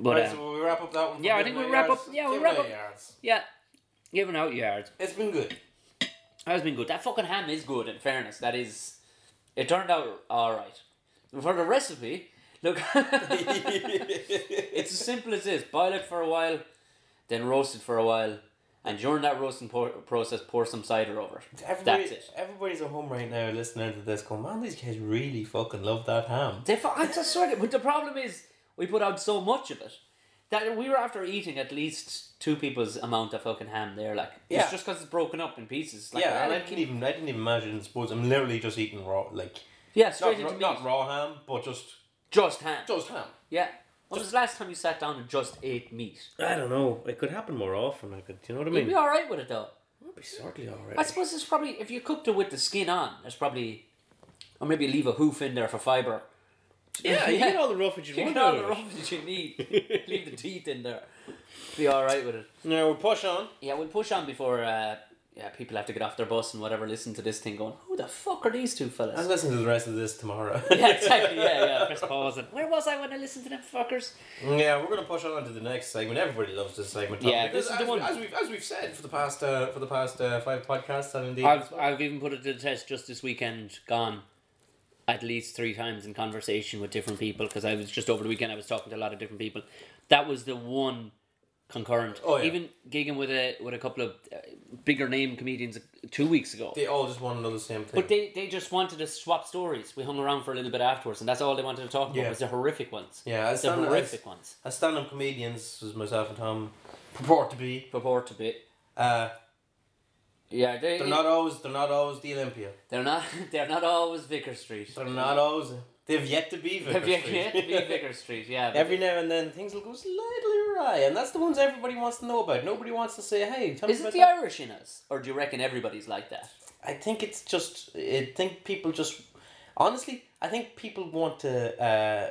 Speaker 2: But,
Speaker 3: right,
Speaker 2: um,
Speaker 3: so will we wrap up that one. for
Speaker 2: yeah, I think we'll
Speaker 3: midnight
Speaker 2: wrap
Speaker 3: yards?
Speaker 2: up- yeah, we'll
Speaker 3: Give
Speaker 2: wrap
Speaker 3: it
Speaker 2: up.
Speaker 3: yards.
Speaker 2: yeah. Giving out yards.
Speaker 3: It's been good.
Speaker 2: That has been good. That fucking ham is good, in fairness. That is. It turned out alright. For the recipe, look. it's as simple as this boil it for a while, then roast it for a while, and during that roasting por- process, pour some cider over it.
Speaker 3: Everybody,
Speaker 2: That's it.
Speaker 3: Everybody's at home right now listening to this going, man, these guys really fucking love that ham.
Speaker 2: They fu- I just swear to But the problem is, we put out so much of it that we were after eating at least two people's amount of fucking ham there. Like,
Speaker 3: Yeah.
Speaker 2: it's just because it's broken up in pieces. Like,
Speaker 3: yeah, and I
Speaker 2: like,
Speaker 3: didn't even I didn't even imagine sports. I'm literally just eating raw like
Speaker 2: yeah, straight
Speaker 3: not,
Speaker 2: into
Speaker 3: ra-
Speaker 2: meat.
Speaker 3: not raw ham, but just
Speaker 2: just ham.
Speaker 3: just ham.
Speaker 2: yeah. When was the last time you sat down and just ate meat?
Speaker 3: I don't know. It could happen more often. I could, you know what I
Speaker 2: You'd be alright with it though.
Speaker 3: It'd be certainly alright.
Speaker 2: I suppose it's probably, if you cooked it with the skin on, there's probably, or maybe leave a hoof in there for fibre.
Speaker 3: yeah, you
Speaker 2: Yeah.
Speaker 3: get all the roughage you
Speaker 2: You
Speaker 3: want
Speaker 2: know
Speaker 3: out
Speaker 2: the
Speaker 3: of it.
Speaker 2: rubbish you need. leave the teeth in there. Be alright with it.
Speaker 3: Now we'll push on.
Speaker 2: Yeah, we'll push on before uh, yeah, people have to get off their bus and whatever, listen to this thing going, who the fuck are these two
Speaker 3: And
Speaker 2: fellas?
Speaker 3: listen to the rest of this tomorrow.
Speaker 2: yeah, exactly, yeah, yeah. Press pause and, where was I when I listened to them fuckers?
Speaker 3: Yeah, we're gonna push on to the next segment. Everybody loves this segment. Tom,
Speaker 2: Yeah, this
Speaker 3: because
Speaker 2: is
Speaker 3: as,
Speaker 2: the one-
Speaker 3: as we've as we've said for the past uh, for the past uh, five podcasts and indeed.
Speaker 2: I've, I've even put it to the test just this weekend, gone at least three times in conversation with different people because I was just over the weekend, I was talking to a lot of different people. That was the one concurrent.
Speaker 3: Oh, yeah.
Speaker 2: Even gigging with a, with a couple of uh, bigger name comedians uh, two weeks ago.
Speaker 3: they all just want to know the same thing.
Speaker 2: But they, they just wanted to swap stories. We hung around for a little bit afterwards, and that's all they wanted to talk about
Speaker 3: Yeah.
Speaker 2: was the horrific ones.
Speaker 3: yeah, as
Speaker 2: the
Speaker 3: stand-
Speaker 2: horrific
Speaker 3: as,
Speaker 2: ones.
Speaker 3: as stand-up comedians, as myself and Tom purport to be,
Speaker 2: Purport to be.
Speaker 3: uh,
Speaker 2: Yeah, they,
Speaker 3: they're not always they're not always the Olympia.
Speaker 2: They're not. They're not always Vicar Street.
Speaker 3: They're not always. They've yet to be. Vicar
Speaker 2: Have you
Speaker 3: Street.
Speaker 2: yet to be Vicar Street? Yeah. but-
Speaker 3: Every now and then things will go slightly awry, and that's the ones everybody wants to know about. Nobody wants to say, "Hey, tell
Speaker 2: is
Speaker 3: me
Speaker 2: it
Speaker 3: about
Speaker 2: the
Speaker 3: that."
Speaker 2: Irish in us, or do you reckon everybody's like that?
Speaker 3: I think it's just. I think people just. Honestly, I think people want to uh,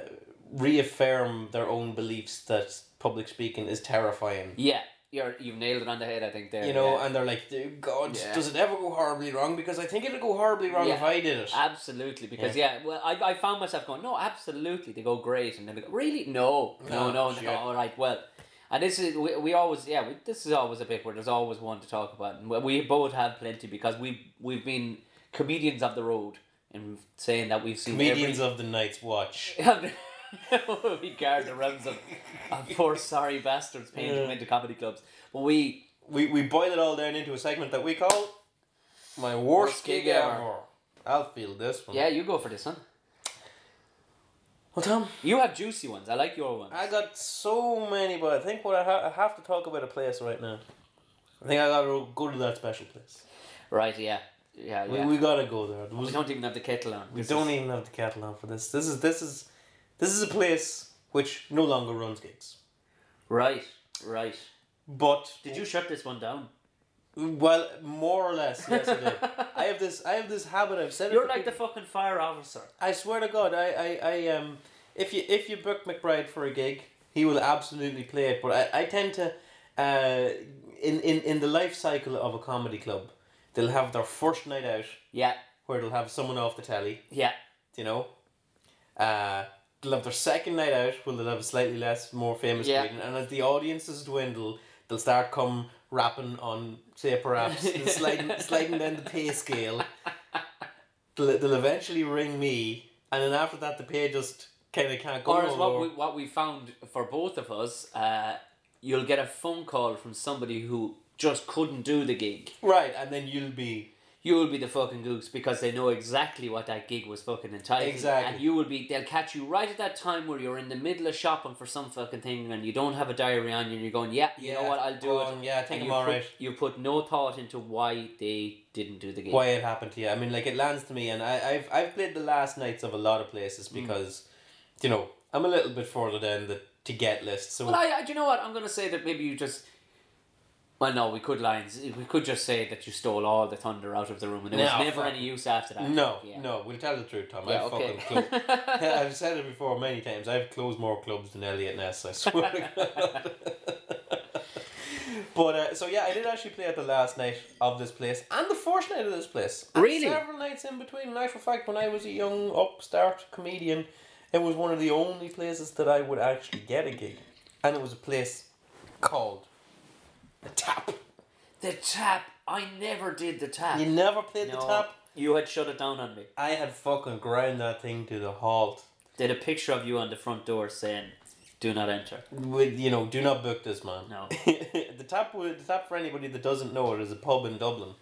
Speaker 3: reaffirm their own beliefs that public speaking is terrifying.
Speaker 2: Yeah, you're you've nailed it on the head. I think there.
Speaker 3: You know,
Speaker 2: yeah.
Speaker 3: and they're like, "Dude, God,
Speaker 2: Yeah.
Speaker 3: does it ever go horribly wrong? Because I think it'll go horribly wrong
Speaker 2: Yeah.
Speaker 3: if I did it.
Speaker 2: absolutely because yeah. well, I, I found myself going no, absolutely they go great, and then they go really no, no,
Speaker 3: Oh,
Speaker 2: no, no,
Speaker 3: shit.
Speaker 2: all right, well. And this is we, we always yeah we, this is always a bit where there's always one to talk about and we- we both have plenty because we we've been comedians of the road and saying that we've seen every-
Speaker 3: Comedians of the Night's Watch.
Speaker 2: we guard the realms of, of poor sorry bastards paying to
Speaker 3: Yeah.
Speaker 2: come into comedy clubs. But we
Speaker 3: We, we boil it all down into a segment that we call My Worst,
Speaker 2: Worst Gig
Speaker 3: Gig
Speaker 2: Ever.
Speaker 3: Ever. I'll feel this one.
Speaker 2: yeah, you go for this one.
Speaker 3: Well, Tom,
Speaker 2: You have juicy ones. I like your ones.
Speaker 3: I got so many, but I think what I, ha- I have to talk about a place right now. I think I gotta go to that special place.
Speaker 2: Right? Yeah, yeah,
Speaker 3: We,
Speaker 2: yeah.
Speaker 3: we gotta go there.
Speaker 2: We don't even have the kettle on.
Speaker 3: we don't even have the catalog for this. This is this is this is a place which no longer runs gigs.
Speaker 2: Right, right.
Speaker 3: But
Speaker 2: Did you shut this one down?
Speaker 3: well, more or less, yes, I did. I have this. I have this habit. I've said it.
Speaker 2: You're
Speaker 3: to
Speaker 2: like the
Speaker 3: people-
Speaker 2: fucking fire officer.
Speaker 3: I swear to God, I, I, I um, if you if you book McBride for a gig, He will absolutely play it, but I, I tend to, uh, in, in, in the life cycle of a comedy club, they'll have their first night out
Speaker 2: Yeah,
Speaker 3: where they'll have someone off the telly,
Speaker 2: yeah,
Speaker 3: you know. Uh, they'll have their second night out where they'll have a slightly less, more famous
Speaker 2: Yeah.
Speaker 3: comedian, and as the audiences dwindle, they'll start come rapping on, say, perhaps, and sliding, sliding down the pay scale. They'll, they'll eventually ring me, and then after that, the pay just kind of can't go
Speaker 2: Or
Speaker 3: no
Speaker 2: as what
Speaker 3: more.
Speaker 2: we, what we found for both of us, uh, you'll get a phone call from somebody who just couldn't do the gig.
Speaker 3: Right, and then you'll be
Speaker 2: You will be the fucking goose because they know exactly what that gig was fucking entitled.
Speaker 3: Exactly.
Speaker 2: And you will be, they'll catch you right at that time where you're in the middle of shopping for some fucking thing and you don't have a diary on you and you're going, yeah, you know
Speaker 3: Yeah,
Speaker 2: what, I'll do
Speaker 3: go
Speaker 2: it.
Speaker 3: on, yeah, I think
Speaker 2: And you
Speaker 3: I'm all
Speaker 2: put-
Speaker 3: right.
Speaker 2: You put no thought into why they didn't do the gig.
Speaker 3: why it happened to you. I mean, like it lands to me, and I, I've I've played the last nights of a lot of
Speaker 2: Mm.
Speaker 3: places because, you know, I'm a little bit further down the to get list. So
Speaker 2: Well, I, I, do you know what? I'm going to say that maybe you just. Well, no, we could lines. We could just say that you stole all the thunder out of the room, and there
Speaker 3: No,
Speaker 2: was never
Speaker 3: fuck.
Speaker 2: any use after that.
Speaker 3: no,
Speaker 2: Yeah.
Speaker 3: no, we'll tell the truth, Tom.
Speaker 2: Yeah,
Speaker 3: I've
Speaker 2: okay.
Speaker 3: fucking closed. I've said it before many times. I've closed more clubs than Elliot Ness. I swear. to God. But uh, so yeah, I did actually play at the last night of this place and the first night of this place. and
Speaker 2: Really?
Speaker 3: several nights in between. In actual fact, when I was a young upstart comedian, it was one of the only places that I would actually get a gig, and it was a place called the Tap.
Speaker 2: The tap. I never did the tap.
Speaker 3: You never played the
Speaker 2: Uh, No,
Speaker 3: Tap.
Speaker 2: You had shut it down on me.
Speaker 3: I had fucking ground that thing to the halt.
Speaker 2: They had a picture of you on the front door saying, "Do not enter."
Speaker 3: With you know, do not book this man.
Speaker 2: No.
Speaker 3: the tap would the tap for anybody that doesn't know it is a pub in Dublin.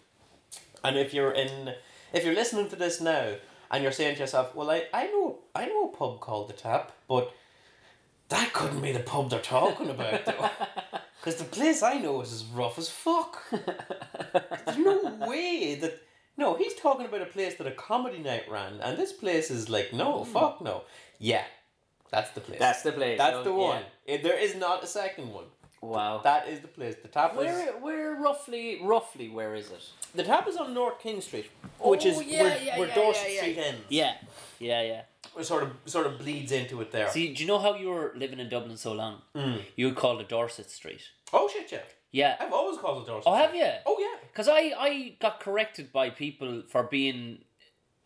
Speaker 3: And if you're in if you're listening to this now and you're saying to yourself, Well I, I know I know a pub called the tap, but that couldn't be the pub they're talking about though. Because the place I know is as rough as fuck. There's no way that no, he's talking about a place that a comedy night ran, and this place is like, no, fuck no. Yeah, that's the place.
Speaker 2: That's the place.
Speaker 3: That's
Speaker 2: Oh,
Speaker 3: the
Speaker 2: yeah.
Speaker 3: one. It- there is not a second one.
Speaker 2: Wow.
Speaker 3: That is the place. The tap is
Speaker 2: where, where roughly, roughly, where is it?
Speaker 3: the tap is on North King Street, which is
Speaker 2: Oh, yeah,
Speaker 3: where,
Speaker 2: yeah,
Speaker 3: where
Speaker 2: yeah,
Speaker 3: Dorset
Speaker 2: yeah, yeah.
Speaker 3: Street ends.
Speaker 2: Yeah, yeah, yeah.
Speaker 3: It sort of sort of bleeds into it there.
Speaker 2: See, do you know how you were living in Dublin so long?
Speaker 3: Mm.
Speaker 2: You would call it Dorset Street.
Speaker 3: oh shit, yeah.
Speaker 2: Yeah.
Speaker 3: I've always called it Dorset.
Speaker 2: Oh, have
Speaker 3: Street.
Speaker 2: you?
Speaker 3: Oh yeah.
Speaker 2: Because I, I got corrected by people for being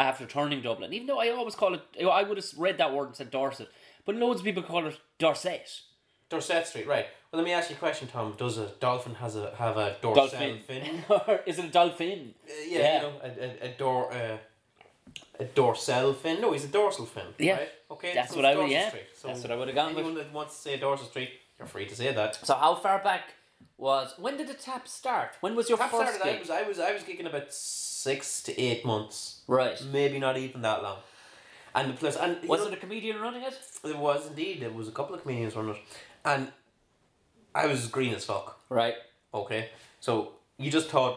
Speaker 2: after turning Dublin, even though I always call it, I would have read that word and said Dorset, but loads of people call it Dorset.
Speaker 3: Dorset Street, right. Well, let me ask you a question, Tom. Does a dolphin has a have a dorsal
Speaker 2: Dolphin.
Speaker 3: fin?
Speaker 2: Or is it a dolphin?
Speaker 3: Uh, yeah,
Speaker 2: Yeah.
Speaker 3: you know, a, a, a dor uh, a dorsal fin. No, he's a dorsal fin.
Speaker 2: Yeah.
Speaker 3: Right? Okay.
Speaker 2: That's
Speaker 3: so
Speaker 2: what
Speaker 3: it's
Speaker 2: I would-
Speaker 3: Dorset
Speaker 2: yeah.
Speaker 3: Street.
Speaker 2: That's what I would've gone with.
Speaker 3: Anyone that wants to say Dorset Street, you're free to say that.
Speaker 2: So how far back was, when did the tap start? When was your
Speaker 3: Tap
Speaker 2: first
Speaker 3: started. I
Speaker 2: gig?
Speaker 3: was I was I was gigging about six to eight months,
Speaker 2: Right.
Speaker 3: maybe not even that long. And the place and Mm, you
Speaker 2: Was
Speaker 3: know,
Speaker 2: it a comedian running it?
Speaker 3: there was indeed there was a couple of comedians on it, and I was green as fuck.
Speaker 2: Right.
Speaker 3: Okay, so you just thought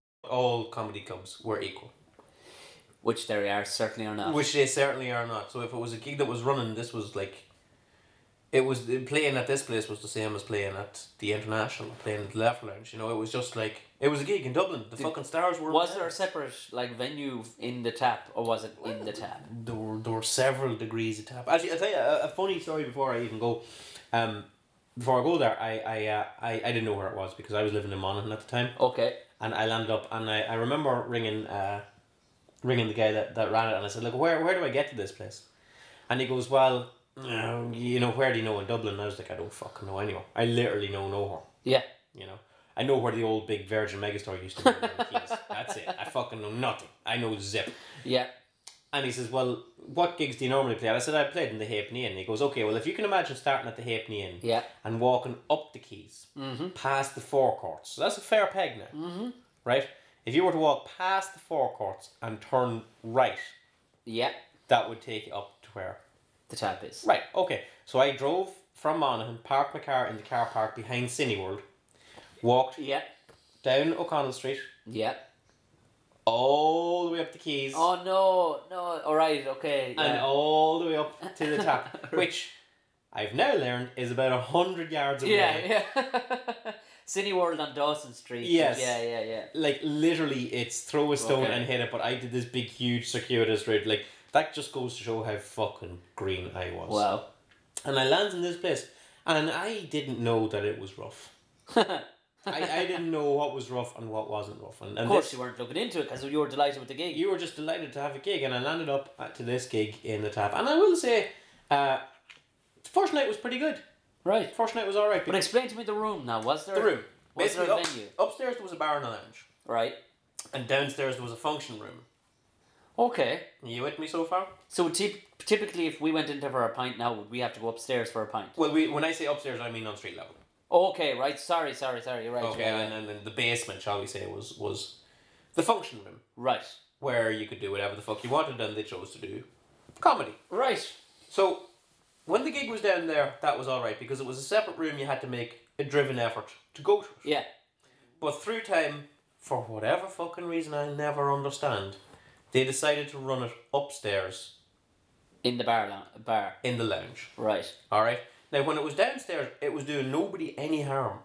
Speaker 3: all comedy clubs were equal,
Speaker 2: Which there are certainly are not.
Speaker 3: which they certainly are not. So if it was a gig that was running, this was like. It was playing at this place was the same as playing at the international, playing at the Laugh Lounge. You know, it was just like it was a gig in Dublin. The fucking stars were.
Speaker 2: was
Speaker 3: there.
Speaker 2: there a separate like venue in the tap, or was it in the tap?
Speaker 3: there were, there were several degrees of tap. Actually, I'll tell you a, a funny story before I even go. Um, before I go there, I I, uh, I I didn't know where it was because I was living in Monaghan at the time,
Speaker 2: Okay.
Speaker 3: and I landed up and I, I remember ringing uh, ringing the guy that, that ran it, and I said, look, where where do I get to this place? And he goes, well, mm, Um, you know, where do you know in Dublin? I was like, I don't fucking know anyone. I literally know nowhere.
Speaker 2: Yeah.
Speaker 3: You know, I know where the old big Virgin megastore used to be. in the Keys. That's it. I fucking know nothing. I know zip.
Speaker 2: Yeah.
Speaker 3: And he says, Well, what gigs do you normally play? And I said, I played in the Halfpenny Inn. And he goes, Okay, well, if you can imagine starting at the Halfpenny Inn
Speaker 2: Yeah.
Speaker 3: and walking up the Keys past the forecourts. So that's a fair peg now, mm-hmm. right? If you were to walk past the forecourts and turn right,
Speaker 2: Yeah.
Speaker 3: that would take you up to where?
Speaker 2: The tap is.
Speaker 3: Right, okay. So I drove from Monaghan, parked my car in the car park behind Cineworld, walked
Speaker 2: Yeah.
Speaker 3: down O'Connell Street,
Speaker 2: Yeah.
Speaker 3: all the way up the Keys.
Speaker 2: Oh no, no. All right. Okay.
Speaker 3: and
Speaker 2: yeah.
Speaker 3: all the way up to the top, which I've now learned is about a hundred yards away.
Speaker 2: Yeah, yeah. City World on Dawson Street.
Speaker 3: Yes.
Speaker 2: Yeah, yeah, yeah.
Speaker 3: Like literally, it's throw a stone
Speaker 2: Okay.
Speaker 3: and hit it. But I did this big, huge circuitous route. Like that just goes to show how fucking green I was.
Speaker 2: Wow.
Speaker 3: And I landed in this place, and I didn't know that it was rough. I, I didn't know what was rough and what wasn't rough. And, and
Speaker 2: Of course,
Speaker 3: this-
Speaker 2: you weren't looking into it because you were delighted with the gig.
Speaker 3: you were just delighted to have a gig, and I landed up at- to this gig in the tap. And I will say, uh, the first night was pretty good.
Speaker 2: right.
Speaker 3: First night was all right.
Speaker 2: But explain to me the room now. Was there
Speaker 3: the room.
Speaker 2: Was there
Speaker 3: Basically,
Speaker 2: a
Speaker 3: up-
Speaker 2: venue?
Speaker 3: upstairs there was a bar and a lounge,
Speaker 2: Right.
Speaker 3: and downstairs there was a function room.
Speaker 2: Okay.
Speaker 3: Are you with me so far?
Speaker 2: So typ typically, if we went into for a pint now, would we have to go upstairs for a pint?
Speaker 3: Well, we, when I say upstairs, I mean on street level.
Speaker 2: Okay. Right. Sorry. Sorry. Sorry. You're right.
Speaker 3: Okay,
Speaker 2: yeah, yeah.
Speaker 3: and, and then the basement, shall we say, was was the function room
Speaker 2: Right.
Speaker 3: where you could do whatever the fuck you wanted, and they chose to do comedy.
Speaker 2: Right.
Speaker 3: So when the gig was down there, that was all right because it was a separate room. You had to make a driven effort to go to it.
Speaker 2: Yeah.
Speaker 3: But through time, for whatever fucking reason I never understand, they decided to run it upstairs
Speaker 2: In the bar. lo- Bar.
Speaker 3: in the lounge.
Speaker 2: Right.
Speaker 3: All right. Now, when it was downstairs, it was doing nobody any harm,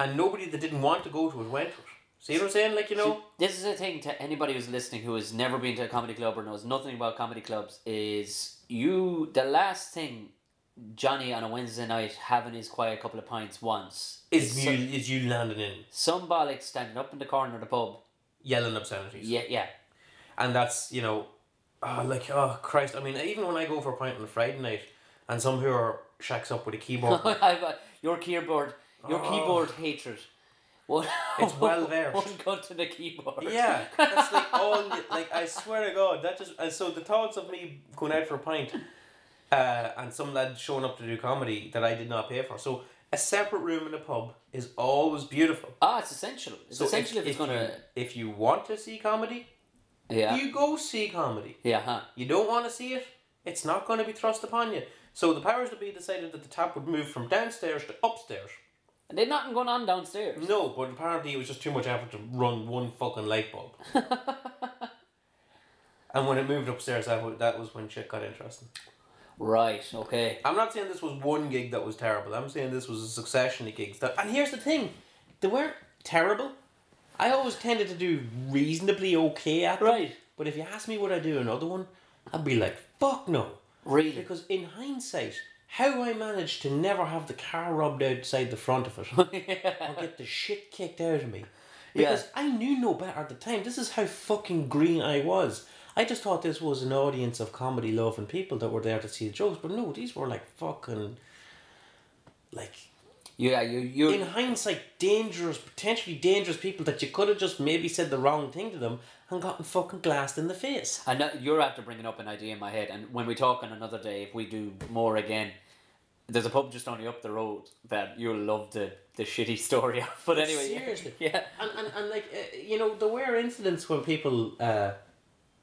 Speaker 3: and nobody that didn't want to go to it went to it. See what I'm saying? Like you know,
Speaker 2: This is a thing to anybody who's listening who has never been to a comedy club or knows nothing about comedy clubs is you the last thing Johnny on a Wednesday night having his quiet couple of pints once
Speaker 3: is
Speaker 2: so-
Speaker 3: you is you landing in
Speaker 2: some bollock standing up in the corner of the pub.
Speaker 3: yelling obscenities,
Speaker 2: Yeah, yeah.
Speaker 3: and that's you know, oh, like oh Christ! I mean, even when I go for a pint on a Friday night, and some who are shacks up with a keyboard,
Speaker 2: I've, uh, your keyboard, your keyboard hatred. One,
Speaker 3: Oh. It's well versed.
Speaker 2: One gun to the keyboard.
Speaker 3: Yeah, that's like all. Like I swear to God, that just and so the thoughts of me going out for a pint, uh, and some lad showing up to do comedy that I did not pay for. So a separate room in a pub is always beautiful.
Speaker 2: Ah, it's essential. It's
Speaker 3: So
Speaker 2: essential if, it's gonna.
Speaker 3: you, if you want to see comedy,
Speaker 2: yeah.
Speaker 3: you go see comedy.
Speaker 2: yeah. Huh.
Speaker 3: You don't want to see it, it's not going to be thrust upon you. So the powers that be decided that the tap would move from downstairs to upstairs.
Speaker 2: And they're nothing going on downstairs.
Speaker 3: No, but apparently it was just too much effort to run one fucking light bulb. and when it moved upstairs, that was, that was when shit got interesting.
Speaker 2: Right. Okay.
Speaker 3: I'm not saying this was one gig that was terrible. I'm saying this was a succession of gigs that. And here's the thing, they weren't terrible. I always tended to do reasonably okay at them.
Speaker 2: Right.
Speaker 3: But if you ask me would I do another one, I'd be like, fuck no.
Speaker 2: Really.
Speaker 3: Because in hindsight, how I managed to never have the car rubbed outside the front of it or get the shit kicked out of me. Because I knew no better at the time. This is how fucking green I was. I just thought this was an audience of comedy loving people that were there to see the jokes, but no, these were like fucking like
Speaker 2: Yeah. You. You.
Speaker 3: in hindsight dangerous potentially dangerous people that you could have just maybe said the wrong thing to them and gotten fucking glassed in the face.
Speaker 2: I know you're after bringing up an idea in my head, and when we talk on another day, if we do more again, there's a pub just only up the road that you'll love the, the shitty story of. But anyway, yeah.
Speaker 3: Seriously.
Speaker 2: yeah.
Speaker 3: And, and, and like, uh, you know, there were incidents when people. Uh,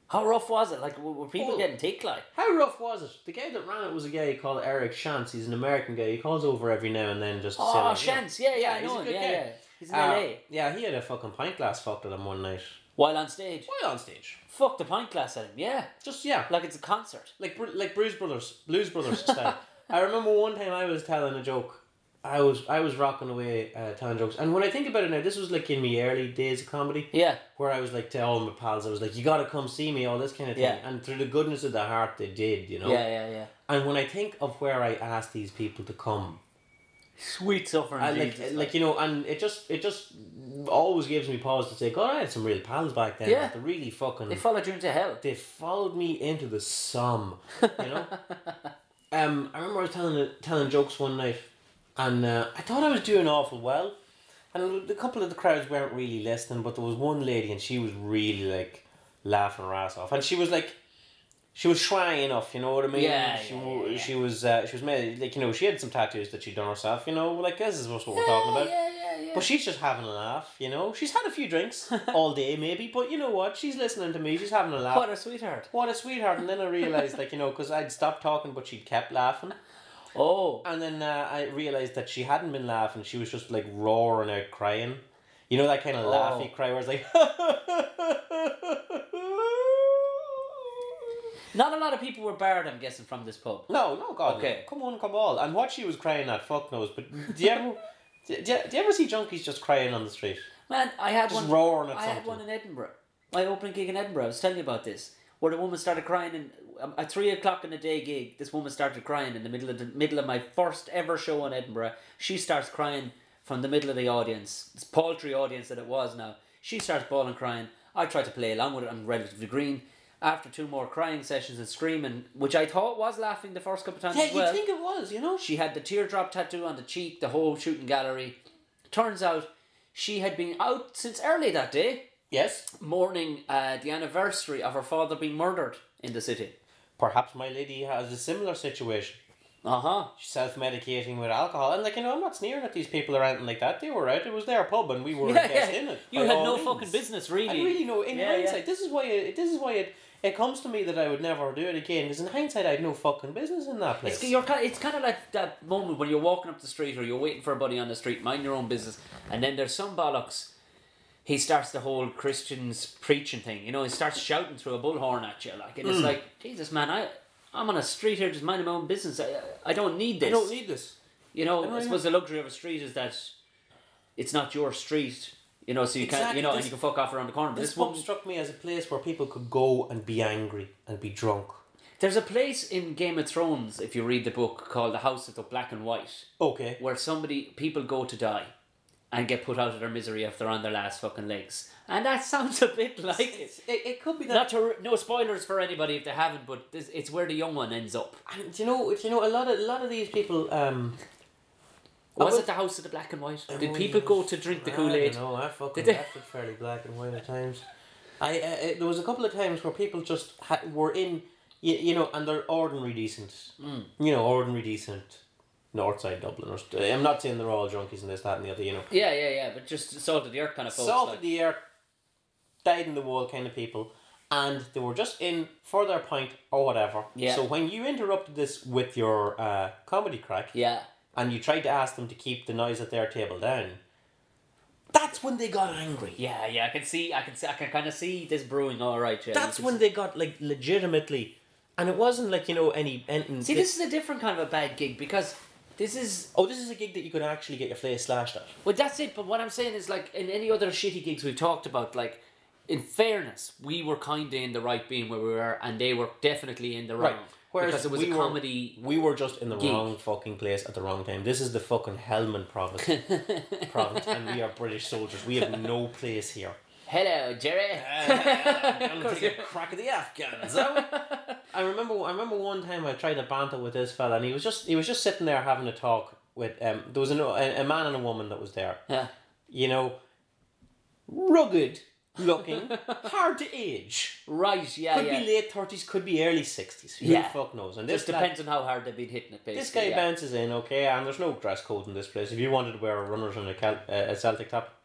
Speaker 2: How rough was it? Like, were were people
Speaker 3: Oh.
Speaker 2: getting tick like?
Speaker 3: how rough was it? The guy that ran it was a guy called Eric Shantz. He's an American guy. He calls over every now and then just to say.
Speaker 2: Oh,
Speaker 3: like, you know,
Speaker 2: Shans, yeah, yeah, I
Speaker 3: he's
Speaker 2: know
Speaker 3: a
Speaker 2: him,
Speaker 3: good
Speaker 2: yeah,
Speaker 3: guy.
Speaker 2: yeah. He's in
Speaker 3: uh,
Speaker 2: LA.
Speaker 3: Yeah, he had a fucking pint glass fucked at him one night.
Speaker 2: While on stage.
Speaker 3: Why on stage?
Speaker 2: Fuck the pint glass at him, yeah.
Speaker 3: Just, yeah.
Speaker 2: Like it's a concert.
Speaker 3: like Bru- like Blues Brothers, Blues Brothers style. I remember one time I was telling a joke. I was I was rocking away uh, telling jokes, and when I think about it now, this was like in my early days of comedy,
Speaker 2: Yeah.
Speaker 3: where I was like to all my pals, I was like, "You gotta come see me," all this kind of thing.
Speaker 2: Yeah.
Speaker 3: And through the goodness of the heart, they did, you know.
Speaker 2: Yeah, yeah, yeah.
Speaker 3: And when I think of where I asked these people to come,
Speaker 2: Sweet suffering.
Speaker 3: I like
Speaker 2: Jesus.
Speaker 3: like you know, and it just it just always gives me pause to say, "God, I had some real pals back then.
Speaker 2: Yeah.
Speaker 3: that they really fucking
Speaker 2: They followed you into hell.
Speaker 3: they followed me into the sum, you know. Um, I remember I was telling telling jokes one night, and uh, I thought I was doing awful well, and a couple of the crowds weren't really listening. But there was one lady, and she was really like laughing her ass off, and she was like, she was shy enough, you know what I mean?
Speaker 2: Yeah,
Speaker 3: she
Speaker 2: yeah,
Speaker 3: wa-
Speaker 2: yeah, yeah.
Speaker 3: she was uh, she was made like you know she had some tattoos that she'd done herself, you know, like this is what we're talking about.
Speaker 2: Yeah, yeah, yeah.
Speaker 3: But she's just having a laugh, you know. She's had a few drinks all day, maybe, but you know what? She's listening to me. She's having a laugh.
Speaker 2: What a sweetheart.
Speaker 3: What a sweetheart. And then I realised, like, you know, because I'd stopped talking, but she'd kept laughing.
Speaker 2: Oh.
Speaker 3: And then uh, I realised that she hadn't been laughing. She was just, like, roaring out crying. You know, that kind of
Speaker 2: Oh.
Speaker 3: laughy cry where it's like.
Speaker 2: Not a lot of people were barred, I'm guessing, from this pub.
Speaker 3: no, no, God. Okay.
Speaker 2: Okay.
Speaker 3: Come on, come all. And what she was crying at, fuck knows. But do you ever. Do you, do you ever see junkies just crying on the street?
Speaker 2: Man, I had
Speaker 3: Just
Speaker 2: one.
Speaker 3: roaring at
Speaker 2: I had
Speaker 3: something.
Speaker 2: one in Edinburgh. My opening gig in Edinburgh. I was telling you about this, where the woman started crying. In, um, at three o'clock in the day gig, this woman started crying in the middle of the middle of my first ever show in Edinburgh. She starts crying from the middle of the audience. This paltry audience that it was now. She starts bawling, crying. I tried to play along with it. I'm relatively green. After two more crying sessions and screaming, which I thought was laughing the first couple of times
Speaker 3: Yeah,
Speaker 2: as well.
Speaker 3: you think it was, you know?
Speaker 2: She had the teardrop tattoo on the cheek, the whole shooting gallery. Turns out she had been out since early that day,
Speaker 3: Yes.
Speaker 2: mourning uh, the anniversary of her father being murdered in the city.
Speaker 3: Perhaps my lady has a similar situation.
Speaker 2: Uh huh.
Speaker 3: self medicating with alcohol. And like you know, I'm not sneering at these people or anything like that. They were out. It was their pub, and we were
Speaker 2: Yeah,
Speaker 3: guests
Speaker 2: yeah.
Speaker 3: in it.
Speaker 2: You
Speaker 3: by
Speaker 2: had
Speaker 3: all
Speaker 2: no
Speaker 3: means.
Speaker 2: fucking business, really.
Speaker 3: I really know. In
Speaker 2: Yeah, yeah.
Speaker 3: hindsight, this is why. It, this is why it. It comes to me that I would never do it again because in hindsight, I had no fucking business in that place.
Speaker 2: It's, you're kind it's kind of like that moment when you're walking up the street or you're waiting for a buddy on the street, mind your own business, and then there's some bollocks. He starts the whole Christians preaching thing, you know. He starts shouting through a bullhorn at you, like, and
Speaker 3: Mm.
Speaker 2: it's like, Jesus, man, I, I'm on a street here, just minding my own business. I, I don't need this.
Speaker 3: I don't need this.
Speaker 2: You know,
Speaker 3: don't
Speaker 2: I
Speaker 3: know.
Speaker 2: suppose the luxury of a street is that it's not your street. You know, so you can't.
Speaker 3: Exactly,
Speaker 2: You know, and
Speaker 3: this-
Speaker 2: you can fuck off around the corner. But
Speaker 3: This
Speaker 2: this
Speaker 3: pub
Speaker 2: one,
Speaker 3: struck me as a place where people could go and be angry and be drunk.
Speaker 2: there's a place in Game of Thrones, if you read the book, called the House of the Black and White,
Speaker 3: Okay.
Speaker 2: where somebody people go to die, and get put out of their misery if they're on their last fucking legs. And that sounds a bit like it.
Speaker 3: It, it could be that
Speaker 2: Not to r- no spoilers for anybody if they haven't, but this, it's where the young one ends up.
Speaker 3: And do you know, do you know, a lot of a lot of these people. Um,
Speaker 2: Was
Speaker 3: would-
Speaker 2: it the House of the Black and White? Did people go to drink the Kool Aid?
Speaker 3: No, I fucking
Speaker 2: Did they-
Speaker 3: left it fairly black and white at times. I uh, uh, there was a couple of times where people just ha- were in, you, you know, and they're ordinary decent. Mm. You know, ordinary decent. Northside Dubliners. Uh, I'm not saying they're all junkies and this, that, and the other. You know,
Speaker 2: Yeah, yeah, yeah. But just salt of the earth kind of folks.
Speaker 3: salt
Speaker 2: like.
Speaker 3: of the air, died in the wall kind of people, and they were just in for their pint or whatever.
Speaker 2: Yeah.
Speaker 3: So when you interrupted this with your uh, comedy crack,
Speaker 2: yeah.
Speaker 3: and you tried to ask them to keep the noise at their table down, that's when they got angry.
Speaker 2: Yeah, yeah, I can see, I can see, I can kind of see this brewing. All right, yeah.
Speaker 3: That's
Speaker 2: you can
Speaker 3: when
Speaker 2: See,
Speaker 3: they got like legitimately, and it wasn't like you know any. any
Speaker 2: See, this is a different kind of a bad gig because this is
Speaker 3: Oh, this is a gig that you could actually get your face slashed at.
Speaker 2: well, that's it. But what I'm saying is, like in any other shitty gigs we've talked about, like in fairness, we were kind of in the right being where we were, and they were definitely in the wrong because it was
Speaker 3: we
Speaker 2: a
Speaker 3: were-
Speaker 2: comedy.
Speaker 3: we were just in the
Speaker 2: gig.
Speaker 3: wrong fucking place at the wrong time. This is the fucking Hellman province, province, and we are British soldiers. We have no place here.
Speaker 2: Hello, Jerry.
Speaker 3: Uh, I'm gonna take a crack at the Afghans. are we? I remember. I remember one time I tried to banter with this fella, and he was just he was just sitting there having a talk with um. There was an, a, a man and a woman that was there.
Speaker 2: Yeah.
Speaker 3: You know, rugged looking, hard to age.
Speaker 2: Right. Yeah.
Speaker 3: Could
Speaker 2: yeah.
Speaker 3: be late thirties, could be early sixties. Who
Speaker 2: Yeah.
Speaker 3: the fuck knows? And this
Speaker 2: Just
Speaker 3: guy-
Speaker 2: depends on how hard they've been hitting it. Basically.
Speaker 3: This guy
Speaker 2: yeah.
Speaker 3: bounces in, okay, and there's no dress code in this place. If you wanted to wear a runners and a, cal- uh, a Celtic top,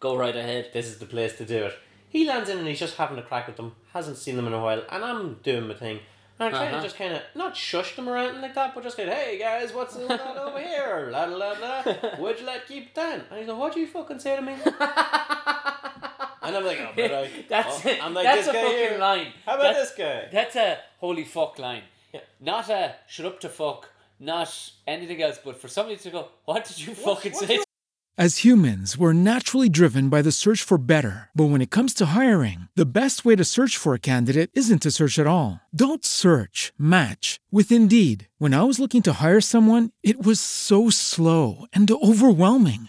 Speaker 2: Go right ahead.
Speaker 3: this is the place to do it. He lands in and he's just having a crack with them, hasn't seen them in a while, and I'm doing my thing. And I try
Speaker 2: Uh-huh.
Speaker 3: to just kind of not shush them or anything like that, but just kind of, hey guys, what's going on over here? La la la la. Would you like to keep it down? And he's like, what do you fucking say to me? and I'm like, oh, but I,
Speaker 2: That's
Speaker 3: oh,
Speaker 2: it.
Speaker 3: I'm like,
Speaker 2: that's
Speaker 3: this
Speaker 2: a
Speaker 3: guy
Speaker 2: fucking
Speaker 3: here.
Speaker 2: line.
Speaker 3: How about
Speaker 2: That's-
Speaker 3: this guy?
Speaker 2: That's a holy fuck line.
Speaker 3: Yeah.
Speaker 2: Not a shut up to fuck, not anything else, but for somebody to go, what did you fucking
Speaker 3: what
Speaker 2: say?
Speaker 3: you-
Speaker 4: As humans, we're naturally driven by the search for better. But when it comes to hiring, the best way to search for a candidate isn't to search at all. Don't search, match with Indeed. When I was looking to hire someone, it was so slow and overwhelming.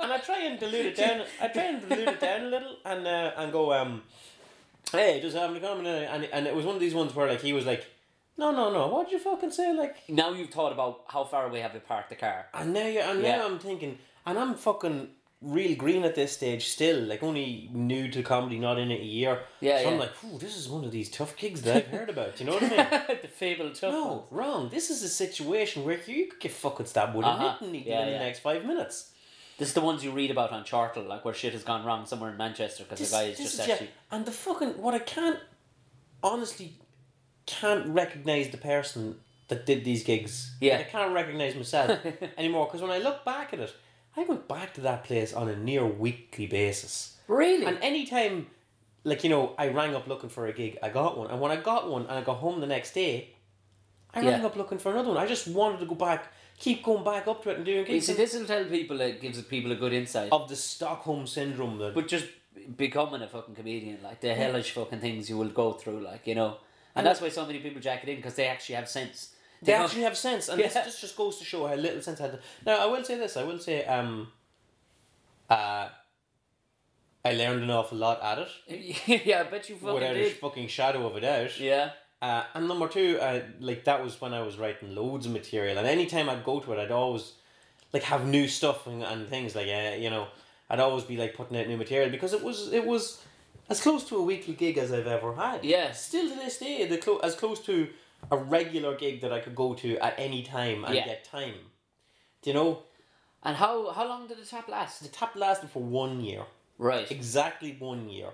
Speaker 3: And I try and dilute it down. I try and dilute it down a little, and uh, and go um, hey, just having a comment, and and it was one of these ones where like he was like, no, no, no, what'd you fucking say, like?
Speaker 2: Now you've thought about how far away have we parked the car.
Speaker 3: And now you, and
Speaker 2: Yeah.
Speaker 3: now I'm thinking, and I'm fucking real green at this stage still, like only new to comedy, not in it a year.
Speaker 2: Yeah,
Speaker 3: so I'm
Speaker 2: yeah.
Speaker 3: like, Ooh, this is one of these tough gigs that I've heard about. You know what I mean?
Speaker 2: the fable tough.
Speaker 3: No, wrong. This is a situation where you could get fucking stabbed with a
Speaker 2: Uh-huh.
Speaker 3: knitting needle
Speaker 2: Yeah,
Speaker 3: in
Speaker 2: yeah.
Speaker 3: the next five minutes.
Speaker 2: This is the ones you read about on Chartle, like where shit has gone wrong somewhere in Manchester because
Speaker 3: This-
Speaker 2: the guy is
Speaker 3: this
Speaker 2: just
Speaker 3: is- yeah,
Speaker 2: actually.
Speaker 3: and the fucking what I can't honestly can't recognize the person that did these gigs.
Speaker 2: Yeah.
Speaker 3: Like, I can't recognize myself anymore because when I look back at it, I went back to that place on a near weekly basis.
Speaker 2: Really?
Speaker 3: And anytime, like you know, I rang up looking for a gig, I got one, and when I got one, and I got home the next day, I
Speaker 2: Yeah.
Speaker 3: rang up looking for another one. I just wanted to go back, keep going back up to it and doing
Speaker 2: you
Speaker 3: gigs.
Speaker 2: see,
Speaker 3: and-
Speaker 2: this will tell people, it gives people a good insight.
Speaker 3: of the Stockholm syndrome that
Speaker 2: But just becoming a fucking comedian, like the hellish fucking things you will go through, like, you know. And that's why so many people jack it in because they actually have sense.
Speaker 3: They
Speaker 2: know-
Speaker 3: actually have sense, and this,
Speaker 2: Yeah.
Speaker 3: this just goes to show how little sense I had. Now, I will say this. I will say, um, uh, I learned an awful lot at it
Speaker 2: yeah, I bet you fucking
Speaker 3: without a
Speaker 2: did.
Speaker 3: fucking shadow of a doubt.
Speaker 2: Yeah.
Speaker 3: Uh, and number two, uh, like that was when I was writing loads of material, and anytime I'd go to it, I'd always like have new stuff and, and things like uh, you know, I'd always be like putting out new material because it was it was as close to a weekly gig as I've ever had.
Speaker 2: Yeah.
Speaker 3: Still to this day, the clo- as close to a regular gig that I could go to at any time and
Speaker 2: Yeah.
Speaker 3: get time. Do you know?
Speaker 2: And how how long did the tap
Speaker 3: The
Speaker 2: last?
Speaker 3: tap lasted for one year
Speaker 2: Right.
Speaker 3: exactly one year.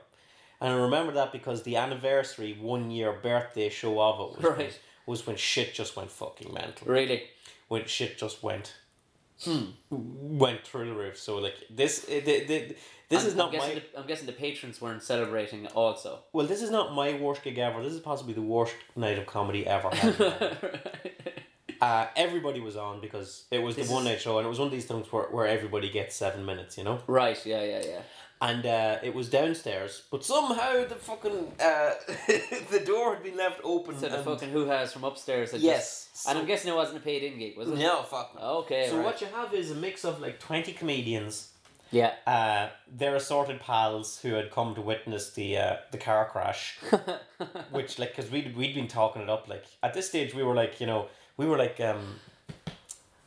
Speaker 3: And I remember that because the anniversary one year birthday show of it was, when,
Speaker 2: Right.
Speaker 3: was when shit just went fucking mental.
Speaker 2: Really.
Speaker 3: When shit just went
Speaker 2: Hmm.
Speaker 3: went through the roof. So like this eh, the, the, this
Speaker 2: I'm-
Speaker 3: is not
Speaker 2: I'm guessing
Speaker 3: my
Speaker 2: The, I'm guessing the patrons weren't celebrating also.
Speaker 3: well this is not my worst gig ever. This is possibly the worst night of comedy ever. had. uh, everybody was on because it was the one night show and it was one of these things where, where everybody gets seven minutes, you know?
Speaker 2: Right. Yeah. Yeah. Yeah.
Speaker 3: and uh, it was downstairs. But somehow the fucking uh, the door had been left open.
Speaker 2: So the
Speaker 3: and-
Speaker 2: fucking who has from upstairs. That
Speaker 3: Um, Yes.
Speaker 2: Just, and I'm guessing it wasn't a paid in gig, was it?
Speaker 3: no fuck. no.
Speaker 2: Okay.
Speaker 3: So
Speaker 2: right.
Speaker 3: what you have is a mix of like twenty comedians,
Speaker 2: Yeah.
Speaker 3: uh, their assorted pals who had come to witness the uh, the car crash, which like because we we'd been talking it up like at this stage we were like you know we were like um.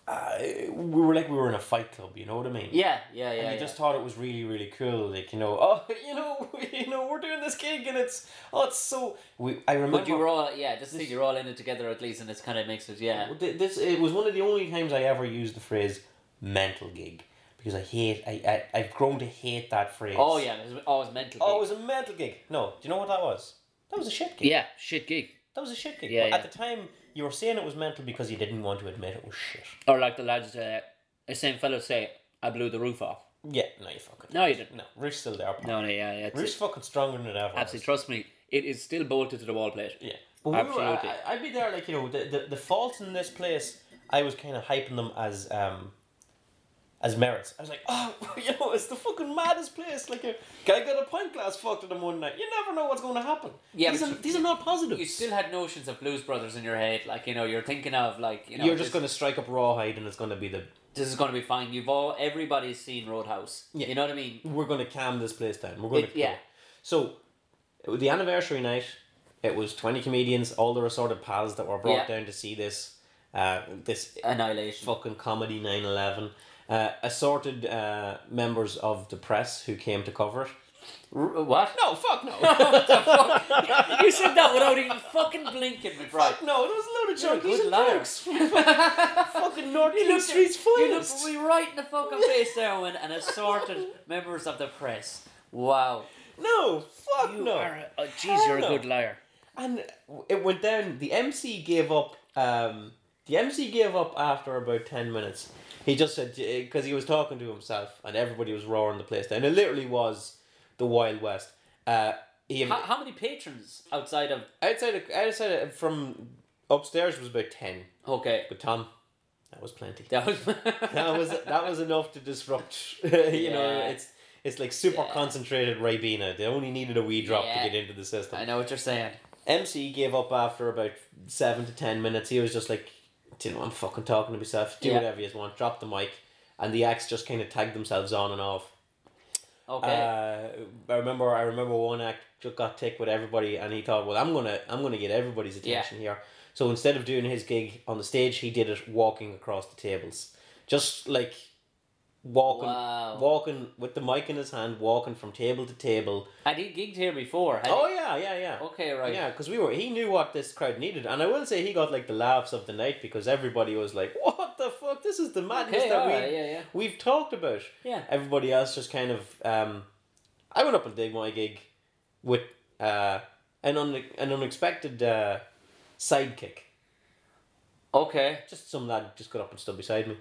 Speaker 3: Uh, we were like we were in a fight club, you know what I mean?
Speaker 2: Yeah. Yeah. Yeah.
Speaker 3: and they
Speaker 2: yeah.
Speaker 3: just thought it was really really cool like you know oh you know you know we're doing this gig and it's oh it's so we I remember
Speaker 2: But you were all yeah. Just think you're all in it together at least, and it's kind of makes it yeah.
Speaker 3: Th- this it was one of the only times I ever used the phrase mental gig because I hate I, I I've grown to hate that phrase
Speaker 2: Oh yeah. It was always mental.
Speaker 3: oh it
Speaker 2: gig.
Speaker 3: was a mental gig no do you know what that was that was a shit gig
Speaker 2: Yeah. Shit gig.
Speaker 3: that was a shit gig
Speaker 2: Yeah,
Speaker 3: but
Speaker 2: yeah.
Speaker 3: at the time you were saying it was mental because you didn't want to admit it was shit
Speaker 2: Or like the lads, uh, the same fellow say, I blew the roof off.
Speaker 3: yeah no you fucking
Speaker 2: No, you didn't.
Speaker 3: no roof's still there pal.
Speaker 2: No, no, yeah, yeah.
Speaker 3: roof's
Speaker 2: It's,
Speaker 3: fucking stronger than ever
Speaker 2: absolutely, trust me, it is still bolted to the wall plate.
Speaker 3: Yeah. But we
Speaker 2: Absolutely.
Speaker 3: Were, I, I'd be there, like, you know, the, the, the faults in this place, I was kind of hyping them as um, as merits. I was like, oh, you know, it's the fucking maddest place. Like a guy got a pint glass fucked at him one night. You never know what's going to happen.
Speaker 2: Yeah,
Speaker 3: these
Speaker 2: but
Speaker 3: are,
Speaker 2: you-
Speaker 3: these are not positives.
Speaker 2: You still had notions of Blues Brothers in your head, like you know, you're thinking of like you know,
Speaker 3: You're just
Speaker 2: this-
Speaker 3: going to strike up rawhide, and it's going to be the
Speaker 2: this is going to be fine. You've all everybody's seen Roadhouse.
Speaker 3: Yeah.
Speaker 2: You know what I mean?
Speaker 3: we're going to calm this place down. We're going
Speaker 2: It-
Speaker 3: to
Speaker 2: yeah.
Speaker 3: So it was the anniversary night. It was twenty comedians, all their assorted pals that were brought
Speaker 2: Yeah.
Speaker 3: down to see this. Uh, this
Speaker 2: Annihilation.
Speaker 3: fucking comedy 9-11 uh, assorted uh, members of the press who came to cover it
Speaker 2: R- what?
Speaker 3: no fuck no
Speaker 2: you said that without even fucking blinking, McBride.
Speaker 3: no it was a load of
Speaker 2: You're a
Speaker 3: junkies
Speaker 2: good
Speaker 3: and
Speaker 2: liar.
Speaker 3: jokes from fucking- fucking North King Street's
Speaker 2: you looked
Speaker 3: finest
Speaker 2: me right in the fucking face there, Owen, and assorted members of the press. Wow.
Speaker 3: no fuck
Speaker 2: You
Speaker 3: no
Speaker 2: are a, oh, jeez,
Speaker 3: Hell
Speaker 2: you're a
Speaker 3: no.
Speaker 2: good liar.
Speaker 3: and it went down the MC gave up um, the MC gave up after about 10 minutes he just said because he was talking to himself and everybody was roaring the place down it literally was the Wild West uh, he,
Speaker 2: How, how many patrons outside of
Speaker 3: Outside, of, outside of, from upstairs was about ten,
Speaker 2: okay?
Speaker 3: but Tom, that was plenty.
Speaker 2: That was
Speaker 3: That was that was enough to disrupt. you know,
Speaker 2: Yeah.
Speaker 3: it's it's like super concentrated Ribena. They only needed a wee drop
Speaker 2: Yeah.
Speaker 3: to get into the system.
Speaker 2: I know what you're saying.
Speaker 3: MC gave up after about seven to ten minutes. He was just like, "Do you know, I'm fucking talking to myself. Do
Speaker 2: Yeah.
Speaker 3: whatever you want. Drop the mic." And the acts just kind of tagged themselves on and off.
Speaker 2: Okay.
Speaker 3: Uh, I remember I remember one act just got tick with everybody and he thought, Well I'm gonna I'm gonna get everybody's attention here. So instead of doing his gig on the stage, he did it walking across the tables. Just like walking
Speaker 2: Wow.
Speaker 3: walking with the mic in his hand, walking from table to table.
Speaker 2: and he gigged here before. had
Speaker 3: Oh yeah, yeah, yeah.
Speaker 2: Okay, right.
Speaker 3: Yeah, because we were he knew what this crowd needed, and I will say he got like the laughs of the night because everybody was like, "What the fuck? This is the madness
Speaker 2: Okay,
Speaker 3: that we
Speaker 2: alright, yeah, yeah.
Speaker 3: we've talked about."
Speaker 2: Yeah.
Speaker 3: Everybody else just kind of. Um, I went up and did my gig with uh, an un- an unexpected uh, sidekick.
Speaker 2: he? Okay.
Speaker 3: Just some lad just got up and stood beside me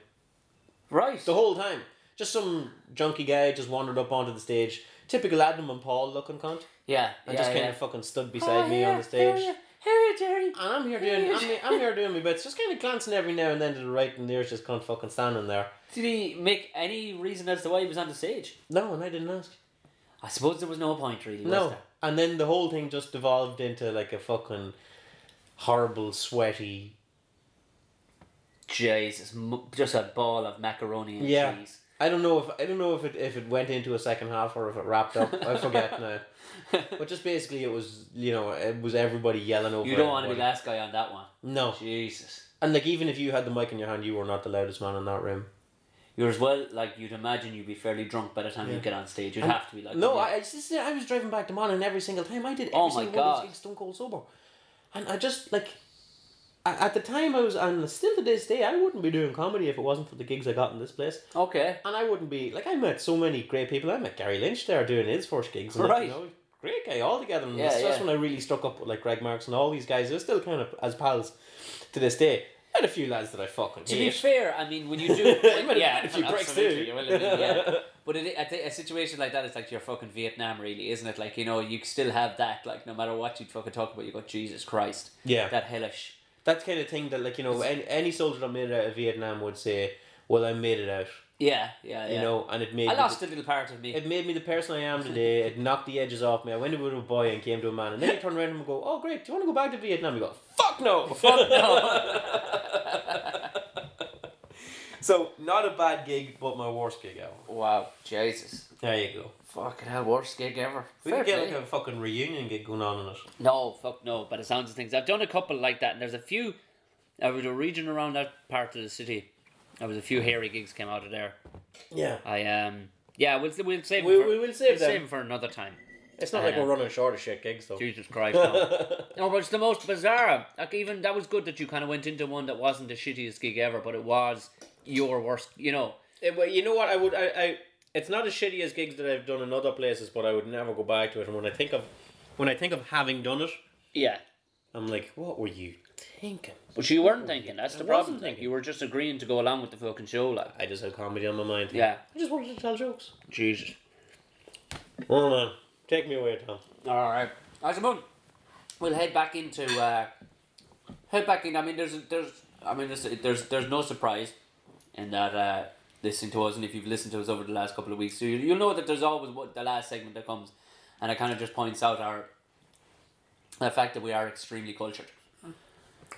Speaker 2: Right.
Speaker 3: the whole time. Just some junky guy just wandered up onto the stage. Typical Adam and Paul looking cunt,
Speaker 2: yeah.
Speaker 3: and
Speaker 2: yeah,
Speaker 3: just kind
Speaker 2: yeah. Oh,
Speaker 3: of fucking stood beside me on the stage.
Speaker 2: Hey, Jerry.
Speaker 3: And I'm here doing, I'm, here- I'm here doing my bits, just kind of glancing every now and then to the right, and there's just cunt fucking standing there.
Speaker 2: Did he make any reason as to why he was on the stage?
Speaker 3: No, and I didn't ask.
Speaker 2: I suppose there was no point really. Was
Speaker 3: No,
Speaker 2: there?
Speaker 3: and then the whole thing just devolved into like a fucking horrible, sweaty.
Speaker 2: Jesus, m- just a ball of macaroni and
Speaker 3: Yeah,
Speaker 2: cheese.
Speaker 3: I don't know if I don't know if it if it went into a second half or if it wrapped up. I forget now. But just basically, it was you know it was everybody yelling over.
Speaker 2: You don't want to be
Speaker 3: everybody.
Speaker 2: last guy on that one.
Speaker 3: No,
Speaker 2: Jesus.
Speaker 3: and like even if you had the mic in your hand, you were not the loudest man in that room.
Speaker 2: You're as well, like, you'd imagine you'd be fairly drunk by the time you get on stage. You'd have to be like,
Speaker 3: No,
Speaker 2: yeah.
Speaker 3: I, I, just, I was driving back to Monaghan every single time. I did every
Speaker 2: Oh my
Speaker 3: single one of
Speaker 2: God.
Speaker 3: these gigs stone cold sober. And I just, like, I, at the time I was, and still to this day, I wouldn't be doing comedy if it wasn't for the gigs I got in this place.
Speaker 2: Okay.
Speaker 3: And I wouldn't be, like, I met so many great people. I met Gary Lynch there doing his first gigs. And, like,
Speaker 2: Right.
Speaker 3: you know, great guy altogether. And
Speaker 2: Yeah,
Speaker 3: that's, that's
Speaker 2: yeah.
Speaker 3: when I really struck up with, like, Greg Marks and all these guys. They're still kind of as pals to this day. I had a few lads that I fucking
Speaker 2: To be
Speaker 3: hate.
Speaker 2: fair, I mean, when you do, when,
Speaker 3: But
Speaker 2: yeah,
Speaker 3: if you break
Speaker 2: absolutely,
Speaker 3: through.
Speaker 2: you will have been, yeah. But it, at a situation like that, it's like you're fucking Vietnam, really, isn't it? Like you know, you still have that. Like no matter what you fucking talk about, you go Jesus Christ.
Speaker 3: Yeah.
Speaker 2: That hellish.
Speaker 3: That kind of thing that, like, you know, any, any soldier that made it out of Vietnam would say, well, I made it out.
Speaker 2: Yeah, yeah, yeah.
Speaker 3: you know, and it made
Speaker 2: I
Speaker 3: me
Speaker 2: lost
Speaker 3: the,
Speaker 2: a little part of me.
Speaker 3: it made me the person I am today. It knocked the edges off me. I went to a boy and came to a man, and then he turned around and go, "Oh, great, do you want to go back to Vietnam?" You go, "Fuck no, fuck no." so not a bad gig, but my worst gig ever.
Speaker 2: wow, Jesus,
Speaker 3: There you go.
Speaker 2: fucking hell, worst gig ever.
Speaker 3: We
Speaker 2: Fair
Speaker 3: could get
Speaker 2: play.
Speaker 3: like a fucking reunion gig going on in it.
Speaker 2: No, fuck no. By the sounds of things, I've done a couple like that, and there's a few. I was a region around that part of the city. There was a few hairy gigs came out of there.
Speaker 3: Yeah,
Speaker 2: I um, yeah, we'll we'll save. 'em
Speaker 3: We-
Speaker 2: for,
Speaker 3: we will
Speaker 2: we'll
Speaker 3: save them.
Speaker 2: save 'em for another time.
Speaker 3: it's not like we're running short of shit gigs though.
Speaker 2: Jesus Christ, no. no, but it's the most bizarre. Like even that was good that you kind of went into one that wasn't the shittiest gig ever, but it was your worst. You know,
Speaker 3: Eh, well, you know what? I would. I, I. It's not as shitty as gigs that I've done in other places, but I would never go back to it. And when I think of, when I think of having done it,
Speaker 2: yeah.
Speaker 3: I'm like, what were you thinking?
Speaker 2: But you weren't thinking. That's the
Speaker 3: I
Speaker 2: problem.
Speaker 3: wasn't
Speaker 2: Like
Speaker 3: thinking.
Speaker 2: you were just agreeing to go along with the fucking show, like
Speaker 3: I just had comedy on my mind.
Speaker 2: yeah.
Speaker 3: I just wanted to tell jokes.
Speaker 2: Jesus.
Speaker 3: Oh man, take me away, Tom.
Speaker 2: All right. As a moon, we'll head back into uh, head back in. I mean, there's there's I mean, there's there's, there's no surprise in that uh, listening to us and if you've listened to us over the last couple of weeks, so you, you'll know that there's always what the last segment that comes, and it kind of just points out our the fact that we are extremely cultured.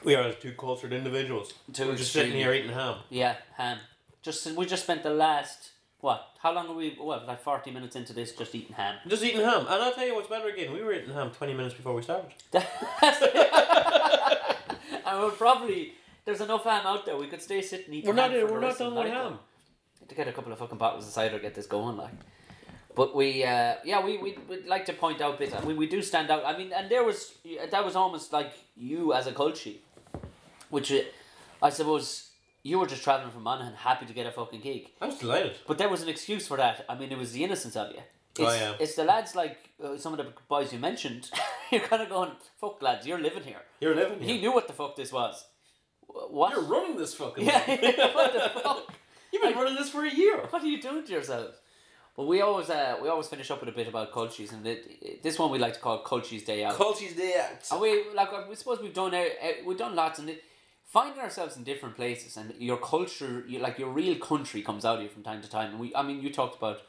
Speaker 3: We are two cultured individuals.
Speaker 2: Two
Speaker 3: We're just sitting
Speaker 2: extremely-
Speaker 3: here eating ham.
Speaker 2: Yeah, ham. Um, Just we just spent the last what? How long are we? What like forty minutes into this just eating ham?
Speaker 3: Just eating ham. And I'll tell you what's better again. We were eating ham 20 minutes before we started.
Speaker 2: And we'll probably there's enough ham out there. We could stay sitting eating.
Speaker 3: We're not,
Speaker 2: ham for the
Speaker 3: we're not
Speaker 2: rest of
Speaker 3: done
Speaker 2: the
Speaker 3: with
Speaker 2: night,
Speaker 3: ham.
Speaker 2: though. Need To get a couple of fucking bottles of cider, get this going, like. But we, uh, yeah, we we would like to point out bits. We we do stand out. I mean, and there was that was almost like you as a culture, which uh, I suppose you were just traveling from Monaghan, happy to get a fucking gig.
Speaker 3: I was delighted.
Speaker 2: But there was an excuse for that. I mean, it was the innocence of you. It's,
Speaker 3: Oh, yeah.
Speaker 2: it's the lads like uh, some of the boys you mentioned. you're kind of going, fuck lads, you're living here.
Speaker 3: You're living
Speaker 2: He
Speaker 3: here.
Speaker 2: knew what the fuck this was. Wh- What?
Speaker 3: You're running this fucking
Speaker 2: Yeah,
Speaker 3: thing.
Speaker 2: what the fuck?
Speaker 3: You've been running this for a year.
Speaker 2: What are you doing to yourselves? But we always uh, we always finish up with a bit about cultures, and it, this one we like to call Cultures Day Out.
Speaker 3: Culture's day out.
Speaker 2: and we like uh, we suppose we've done uh, uh, we've done lots and it, finding ourselves in different places and your culture, you, like your real country, comes out of you from time to time. And we, I mean, you talked about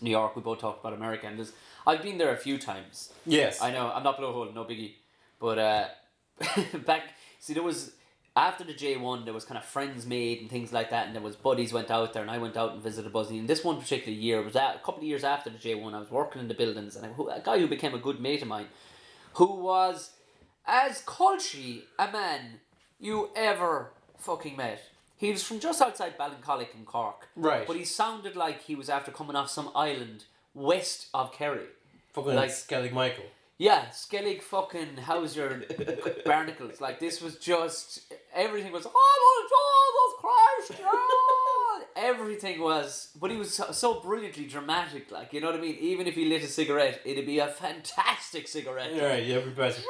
Speaker 2: New York. We both talked about America, and there's, I've been there a few times.
Speaker 3: Yes.
Speaker 2: I know I'm not blowhole, no biggie. But uh, back, see, there was after the J one, there was kind of friends made and things like that, and there was buddies went out there, and I went out and visited Bosnia. And this one particular year was that a couple of years after the J one, I was working in the buildings, and I, who- a guy who became a good mate of mine, who was as culty a man you ever fucking met. He was from just outside Ballincollig in Cork.
Speaker 3: Right.
Speaker 2: But he sounded like he was after coming off some island west of Kerry.
Speaker 3: Fucking
Speaker 2: Like-
Speaker 3: like Skellig Michael.
Speaker 2: Yeah, Skellig fucking how's your barnacles? Like this was just everything was oh my God, Christ, God!" Everything was, but he was so, so brilliantly dramatic. Like you know what I mean? Even if he lit a cigarette, it'd be a fantastic cigarette.
Speaker 3: Alright, yeah, we're better.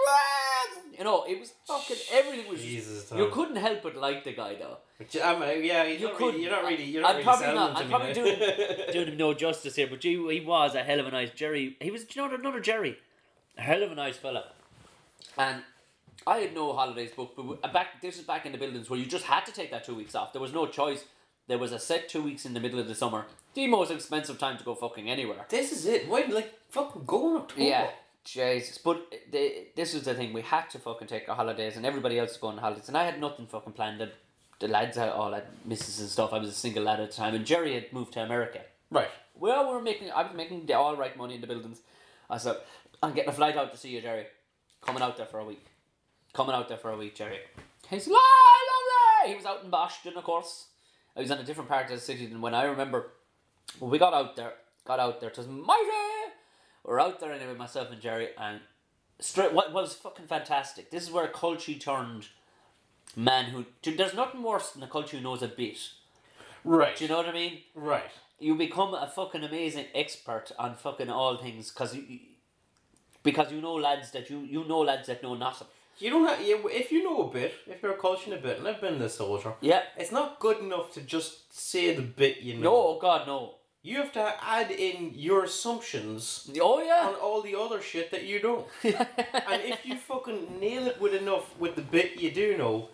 Speaker 2: You know, it was fucking everything was.
Speaker 3: Jesus,
Speaker 2: you
Speaker 3: Tom.
Speaker 2: couldn't help but like the guy though.
Speaker 3: Which, um, uh, yeah, you're,
Speaker 2: You
Speaker 3: not
Speaker 2: could.
Speaker 3: really, you're not really. You're
Speaker 2: I'm
Speaker 3: not really
Speaker 2: probably
Speaker 3: selling
Speaker 2: not.
Speaker 3: them
Speaker 2: I'm
Speaker 3: to
Speaker 2: probably
Speaker 3: me
Speaker 2: doing,
Speaker 3: now.
Speaker 2: doing him no justice here, but gee, he was a hell of a nice Jerry. He was, do you know, another Jerry, a hell of a nice fella. And I had no holidays booked, but we- back this is back in the buildings where you just had to take that two weeks off. There was no choice. There was a set two weeks in the middle of the summer, the most expensive time to go fucking anywhere.
Speaker 3: This is it. Why, like, fucking go in October?
Speaker 2: Yeah, Jesus. But the, this was the thing. We had to fucking take our holidays, and everybody else was going on holidays, and I had nothing fucking planned. The, the lads had all had misses and stuff. I was a single lad at the time, and Jerry had moved to America.
Speaker 3: Right.
Speaker 2: Well, we were making. I was making the all right money in the buildings. I said, "I'm getting a flight out to see you, Jerry. Coming out there for a week. Coming out there for a week, Jerry." He's like, "Ah, lovely. He was out in Boston, of course. He was in a different part of the city than when I remember. When we got out there, got out there, 'twas mighty. We're out there anyway, myself and Jerry, and straight. What what was fucking fantastic. This is where Colchi turned man who. dude, There's nothing worse than a Colchi who knows a bit.
Speaker 3: Right.
Speaker 2: Do you know what I mean?
Speaker 3: Right.
Speaker 2: you become a fucking amazing expert on fucking all things because you because you know lads that you you know lads that know nothing.
Speaker 3: You don't have. Yeah, if you know a bit, if you're coaching a bit, and I've been this soldier.
Speaker 2: Yeah.
Speaker 3: It's not good enough to just say the bit you know.
Speaker 2: No, oh God, no.
Speaker 3: You have to add in your assumptions
Speaker 2: Oh yeah.
Speaker 3: on all the other shit that you don't. and if you fucking nail it with enough with the bit you do know,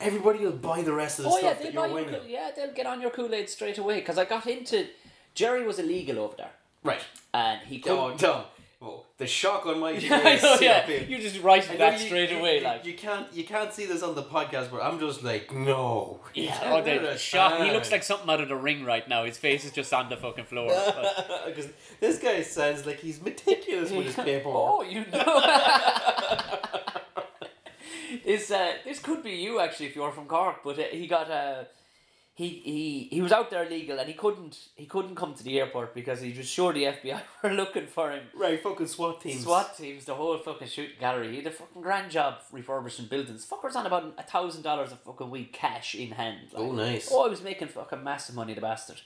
Speaker 3: everybody will buy the rest of the
Speaker 2: Oh yeah,
Speaker 3: stuff
Speaker 2: they
Speaker 3: that
Speaker 2: buy
Speaker 3: you're
Speaker 2: your
Speaker 3: winning.
Speaker 2: Kool- yeah, they'll get on your Kool Aid straight away. Because I got into Jerry was illegal over there,
Speaker 3: Right.
Speaker 2: and he couldn't.
Speaker 3: Oh, Tom. Well, the shock on my face.
Speaker 2: I know, yeah,
Speaker 3: up in.
Speaker 2: you just write
Speaker 3: I know
Speaker 2: that
Speaker 3: you-
Speaker 2: straight
Speaker 3: you-
Speaker 2: away,
Speaker 3: you-
Speaker 2: like
Speaker 3: you can't you can't see this on the podcast, but I'm just like, no.
Speaker 2: yeah.
Speaker 3: Tell
Speaker 2: Oh,
Speaker 3: me
Speaker 2: the
Speaker 3: the
Speaker 2: shock. He looks
Speaker 3: time.
Speaker 2: like something out of the ring right now. His face is just on the fucking floor. But-
Speaker 3: Because this guy sounds like he's meticulous with his paperwork.
Speaker 2: Oh, you know. Is uh, this could be you actually if you're from Cork, but uh, he got uh, he he he was out there legal and he couldn't he couldn't come to the airport because he was sure the FBI were looking for him.
Speaker 3: Right, fucking SWAT teams.
Speaker 2: SWAT teams, the whole fucking shooting gallery. He had a fucking grand job refurbishing buildings. Fuckers on about a thousand dollars a fucking week cash in hand. like.
Speaker 3: Oh, nice.
Speaker 2: Oh, I was making fucking massive money, the bastard.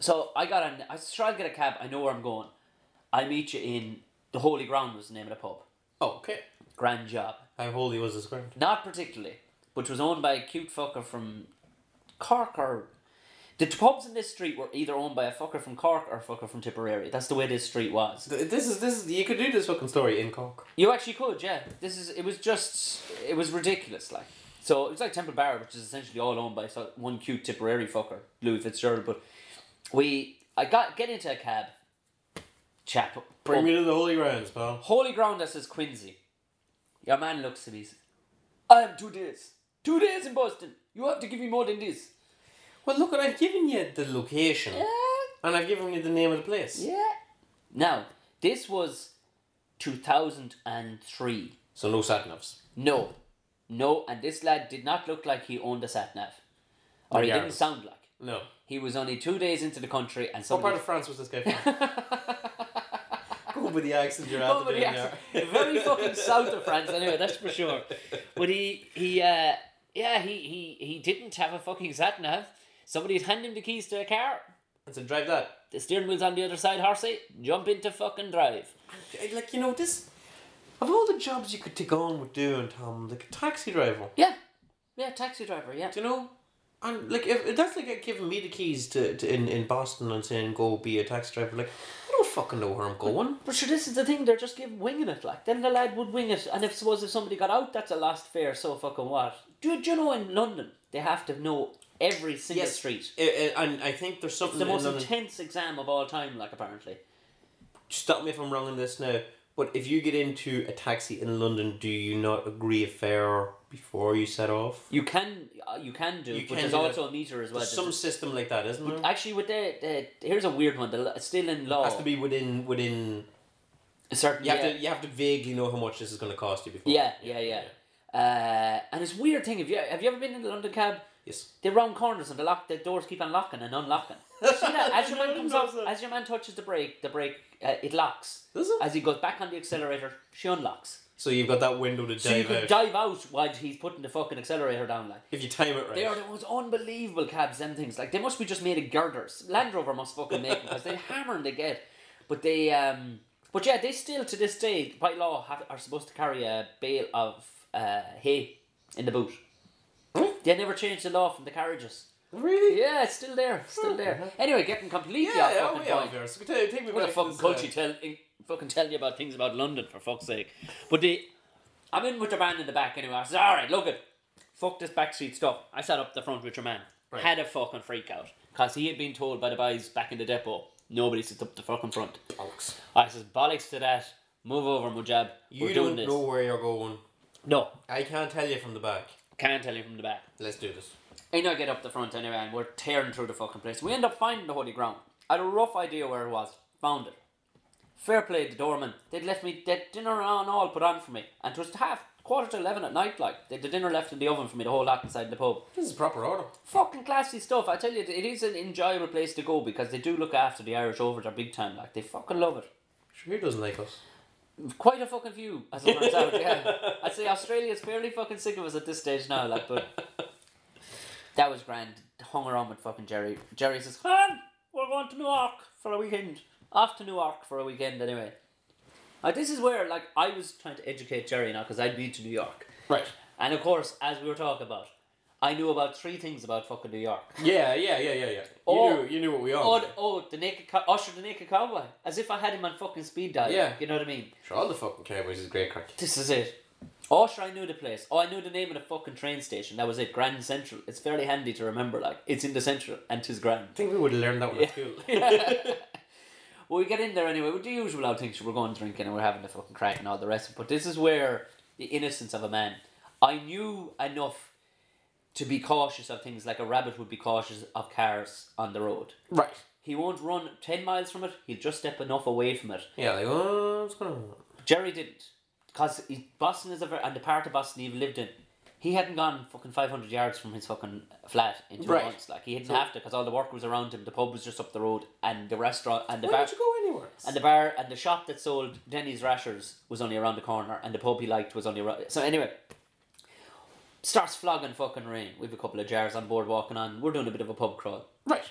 Speaker 2: So I got an. I was trying to get a cab. I know where I'm going. I meet you in the Holy Ground was the name of the pub.
Speaker 3: Oh, okay.
Speaker 2: Grand job,
Speaker 3: How holy was this ground?
Speaker 2: not particularly, which was owned by a cute fucker from Cork or. The pubs in this street were either owned by a fucker from Cork or a fucker from Tipperary. That's the way this street was.
Speaker 3: Th- This is this is you could do this fucking story in Cork.
Speaker 2: You actually could, yeah. This is it was just it was ridiculous, like. So it was like Temple Bar, which is essentially all owned by so- one cute Tipperary fucker, Louis Fitzgerald. But we, I got get into a cab. Chap,
Speaker 3: Bring
Speaker 2: up-
Speaker 3: me to the holy grounds, pal.
Speaker 2: Holy ground, that says Quincy. Your man looks at me. says, I am two days. Two days in Boston. You have to give me more than this.
Speaker 3: Well, look, I've given you the location. And I've given you the name of the place.
Speaker 2: Yeah. Now, this was 2003.
Speaker 3: So no satnavs.
Speaker 2: No. No, and this lad did not look like he owned a sat nav. Or he didn't
Speaker 3: Regardless.
Speaker 2: sound like.
Speaker 3: No.
Speaker 2: He was only two days into the country and
Speaker 3: What
Speaker 2: somebody...
Speaker 3: part of France was this guy from? Go with the accent you're out
Speaker 2: Oh, but he actually- very fucking south of France anyway, that's for sure. But he he uh yeah, he he he didn't have a fucking sat nav. Somebody had handed him the keys to a car.
Speaker 3: And so drive that.
Speaker 2: The steering wheel's on the other side, horsey. Jump into fucking drive.
Speaker 3: I- Like, you know, this... Of all the jobs you could take on with doing, Tom, like a taxi driver.
Speaker 2: Yeah. Yeah, taxi driver, yeah.
Speaker 3: Do you know? And like if if that's like giving me the keys to, to in, in Boston and saying go be a taxi driver, like I don't fucking know where I'm going.
Speaker 2: But sure, this is the thing, they're just giving winging it, like. Then the lad would wing it, and if suppose if somebody got out, that's a lost fare, so fucking what? Do, do you know in London, they have to know every single street?
Speaker 3: I- I- and I think there's
Speaker 2: It's
Speaker 3: something
Speaker 2: the
Speaker 3: in
Speaker 2: most
Speaker 3: London-
Speaker 2: intense exam of all time, like, apparently.
Speaker 3: Stop me if I'm wrong on this now, but if you get into a taxi in London, do you not agree a fare before you set off?
Speaker 2: You can uh, you can do,
Speaker 3: You
Speaker 2: but
Speaker 3: can
Speaker 2: there's
Speaker 3: do
Speaker 2: also
Speaker 3: that.
Speaker 2: a meter as well.
Speaker 3: There's some
Speaker 2: There's-
Speaker 3: system like that, isn't there?
Speaker 2: Actually, with the, the here's a weird one. The, l- it's still in law,
Speaker 3: Has to be within within.
Speaker 2: a certain
Speaker 3: You have
Speaker 2: yeah.
Speaker 3: to you have to vaguely know how much this is going to cost you before.
Speaker 2: Yeah, yeah, yeah. Uh, and it's a weird thing. Have you have you ever been in the London cab?
Speaker 3: Yes.
Speaker 2: They round corners and the lock the doors keep unlocking and unlocking. You See that? As your man comes up,
Speaker 3: Awesome.
Speaker 2: as your man touches the brake, the brake uh, it locks.
Speaker 3: Does it?
Speaker 2: As he goes back on the accelerator, she unlocks.
Speaker 3: So you've got that window to dive
Speaker 2: So you could
Speaker 3: out.
Speaker 2: dive out while he's putting the fucking accelerator down. Like
Speaker 3: if you time it right.
Speaker 2: they are the most unbelievable cabs. Them things like they must be just made of girders. Land Rover must fucking make them because they hammer and they get. But they um. But yeah, they still to this day by law have, are supposed to carry a bale of uh, hay in the boot. They never changed the law from the carriages.
Speaker 3: really?
Speaker 2: Yeah, it's still there, it's still there. Anyway, getting completely off
Speaker 3: Uh-huh. yeah, oh,
Speaker 2: fucking
Speaker 3: yeah,
Speaker 2: point.
Speaker 3: yeah. So take, take me
Speaker 2: What
Speaker 3: back
Speaker 2: the
Speaker 3: to
Speaker 2: fucking
Speaker 3: this,
Speaker 2: culture
Speaker 3: uh,
Speaker 2: tell in- fucking tell you about things about London for fuck's sake? But they, I'm in with the band in the back anyway. I said, all right, look it, fuck this backseat stuff. I sat up the front with your man. Had a fucking freak out because he had been told by the boys back in the depot nobody sits up the fucking front.
Speaker 3: bollocks.
Speaker 2: I says bollocks to that. Move over, Mujab.
Speaker 3: You
Speaker 2: We're
Speaker 3: don't
Speaker 2: doing this.
Speaker 3: know where you're going.
Speaker 2: No,
Speaker 3: I can't tell you from the back.
Speaker 2: can't tell you from the back.
Speaker 3: Let's do this.
Speaker 2: And I get up the front anyway, and we're tearing through the fucking place. We end up finding the holy ground. I had a rough idea where it was. Found it. Fair play to the doorman. They'd left me that dinner and all put on for me, and 'twas half quarter to eleven at night. Like they'd the dinner left in the oven for me, the whole lot inside the pub.
Speaker 3: This is proper order.
Speaker 2: Fucking classy stuff. I tell you, it is an enjoyable place to go because they do look after the Irish over there big time. Like they fucking love it.
Speaker 3: Sure, he doesn't like us.
Speaker 2: Quite a fucking view, as it turns out. Yeah, I'd say Australia's fairly fucking sick of us at this stage now. Like, but that was grand. Hung around with fucking Jerry. Jerry says, "Come, we're going to Newark for a weekend. Off to Newark for a weekend, anyway." Now this is where, like, I was trying to educate Jerry now because I'd been to New York,
Speaker 3: Right.
Speaker 2: and of course, as we were talking about, I knew about three things about fucking New York.
Speaker 3: Yeah, yeah, yeah, yeah, yeah. You,
Speaker 2: Oh.
Speaker 3: knew, you knew what we
Speaker 2: Oh,
Speaker 3: are.
Speaker 2: the- oh, the naked cow- Usher, the naked cowboy, as if I had him on fucking speed dial.
Speaker 3: Yeah.
Speaker 2: you know what I mean.
Speaker 3: Sure, all the fucking Cowboys is great crack.
Speaker 2: This is it. Oh, sure, I knew the place. Oh, I knew the name of the fucking train station. That was it, Grand Central. It's fairly handy to remember, like, it's in the central and tis grand.
Speaker 3: I think we would have learned that one at school.
Speaker 2: Well, we get in there anyway, with the usual old things. We're going drinking and we're having a fucking crack and all the rest. But this is where the innocence of a man. I knew enough to be cautious of things like a rabbit would be cautious of cars on the road.
Speaker 3: right.
Speaker 2: He won't run 10 miles from it, he'll just step enough away from it.
Speaker 3: Yeah, like, oh, what's going on?
Speaker 2: Jerry didn't. Because Boston is a very, and the part of Boston he lived in, he hadn't gone fucking 500 yards from his fucking flat in two
Speaker 3: Right.
Speaker 2: months. Like, he didn't have to because all the work was around him. The pub was just up the road, and the restaurant, and the
Speaker 3: Why
Speaker 2: bar,
Speaker 3: don't you go anywhere?
Speaker 2: and the bar, and the shop that sold Denny's rashers was only around the corner, and the pub he liked was only around. So, anyway, starts flogging fucking rain. We've a couple of jars on board walking on. We're doing a bit of a pub crawl
Speaker 3: right.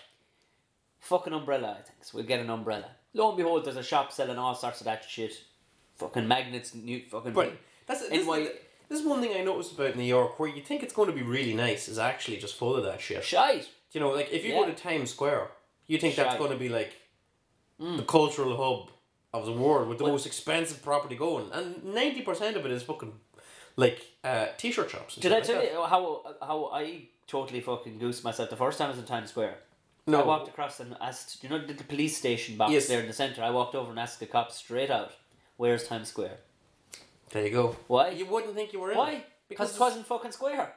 Speaker 2: fucking umbrella, I think. So we'll get an umbrella. Lo and behold, there's a shop selling all sorts of that shit. Fucking magnets, new fucking.
Speaker 3: But that's this,
Speaker 2: NY
Speaker 3: this is one thing I noticed about New York, where you think it's going to be really nice, is actually just full of that shit.
Speaker 2: shite.
Speaker 3: You know, like if you go
Speaker 2: Yeah.
Speaker 3: to Times Square, you think that's
Speaker 2: Shite.
Speaker 3: going to be like
Speaker 2: Mm.
Speaker 3: the cultural hub of the world with the most expensive property going, and ninety percent of it is fucking like uh, t-shirt shops. and
Speaker 2: Did I
Speaker 3: shit
Speaker 2: tell
Speaker 3: like
Speaker 2: you how how I totally fucking goosed myself the first time I was in Times Square?
Speaker 3: No.
Speaker 2: I walked across and asked, you know, the little police station box
Speaker 3: Yes.
Speaker 2: there in the centre. I walked over and asked the cop straight out, "Where's Times Square?"
Speaker 3: that? There you go.
Speaker 2: Why?
Speaker 3: You wouldn't think you were in.
Speaker 2: Why?
Speaker 3: it.
Speaker 2: Because it wasn't fucking square.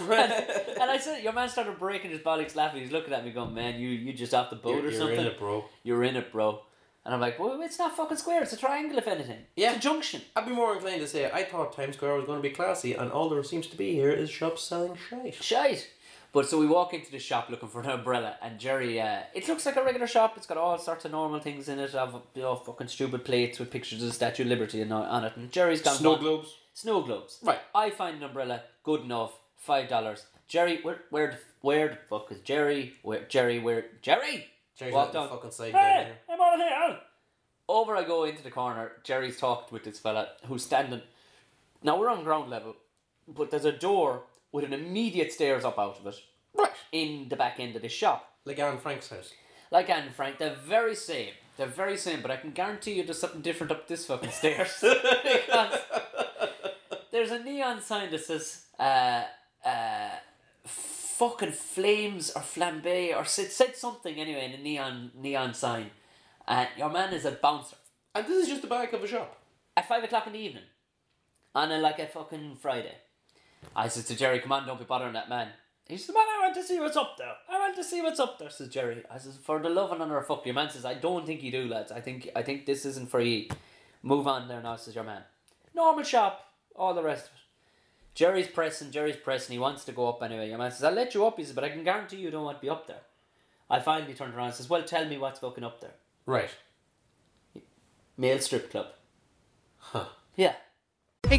Speaker 2: and, and I said, your man started breaking his bollocks laughing. He's looking at me going, man, you you just off the boat
Speaker 3: You're-
Speaker 2: or
Speaker 3: you're
Speaker 2: something.
Speaker 3: in it, bro.
Speaker 2: You're in it, bro. And I'm like, well, it's not fucking square. It's a triangle, if anything.
Speaker 3: Yeah.
Speaker 2: It's a junction.
Speaker 3: I'd be more inclined to say I thought Times Square was going to be classy, and all there seems to be here is shops selling shite.
Speaker 2: Shite. But so we walk into the shop looking for an umbrella, and Jerry, uh, it looks like a regular shop. It's got all sorts of normal things in it, of you know, fucking stupid plates with pictures of the Statue of Liberty and all, on it. And Jerry's gone.
Speaker 3: Snow
Speaker 2: "What?"
Speaker 3: globes.
Speaker 2: Snow globes.
Speaker 3: Right.
Speaker 2: I find an umbrella good enough. Five dollars. Jerry, where, where, the, where the fuck is Jerry? Where Jerry? Where Jerry?
Speaker 3: Jerry's
Speaker 2: Walked
Speaker 3: out
Speaker 2: on.
Speaker 3: the fucking side down
Speaker 2: Hey,
Speaker 3: here.
Speaker 2: I'm out here. Over I go into the corner. Jerry's talked with this fella who's standing. Now we're on ground level, but there's a door with an immediate stairs up out of it
Speaker 3: Right.
Speaker 2: in the back end of the shop.
Speaker 3: Like Anne Frank's house.
Speaker 2: Like Anne and Frank, they're very same. They're very same, but I can guarantee you there's something different up this fucking stairs. because there's a neon sign that says, uh, uh, fucking flames or flambe or said, said something anyway in a neon neon sign. And your man is a bouncer
Speaker 3: And this is just the back of a shop.
Speaker 2: at five o'clock in the evening, on a, like a fucking Friday. I says to Jerry, "Come on, don't be bothering that man." He says, "Man, I want to see what's up there. I want to see what's up there." Says Jerry. I says, "For the love and honor of fuck, your man says I don't think you do, lads. I think I think this isn't for ye. Move on there now," says your man. Normal shop, all the rest of it. Jerry's pressing, Jerry's pressing. He wants to go up anyway. Your man says, "I'll let you up," he says, "but I can guarantee you don't want to be up there." I finally turned around and says, "Well, tell me what's fucking up there."
Speaker 3: Right.
Speaker 2: Male strip club. Yeah.
Speaker 5: Hey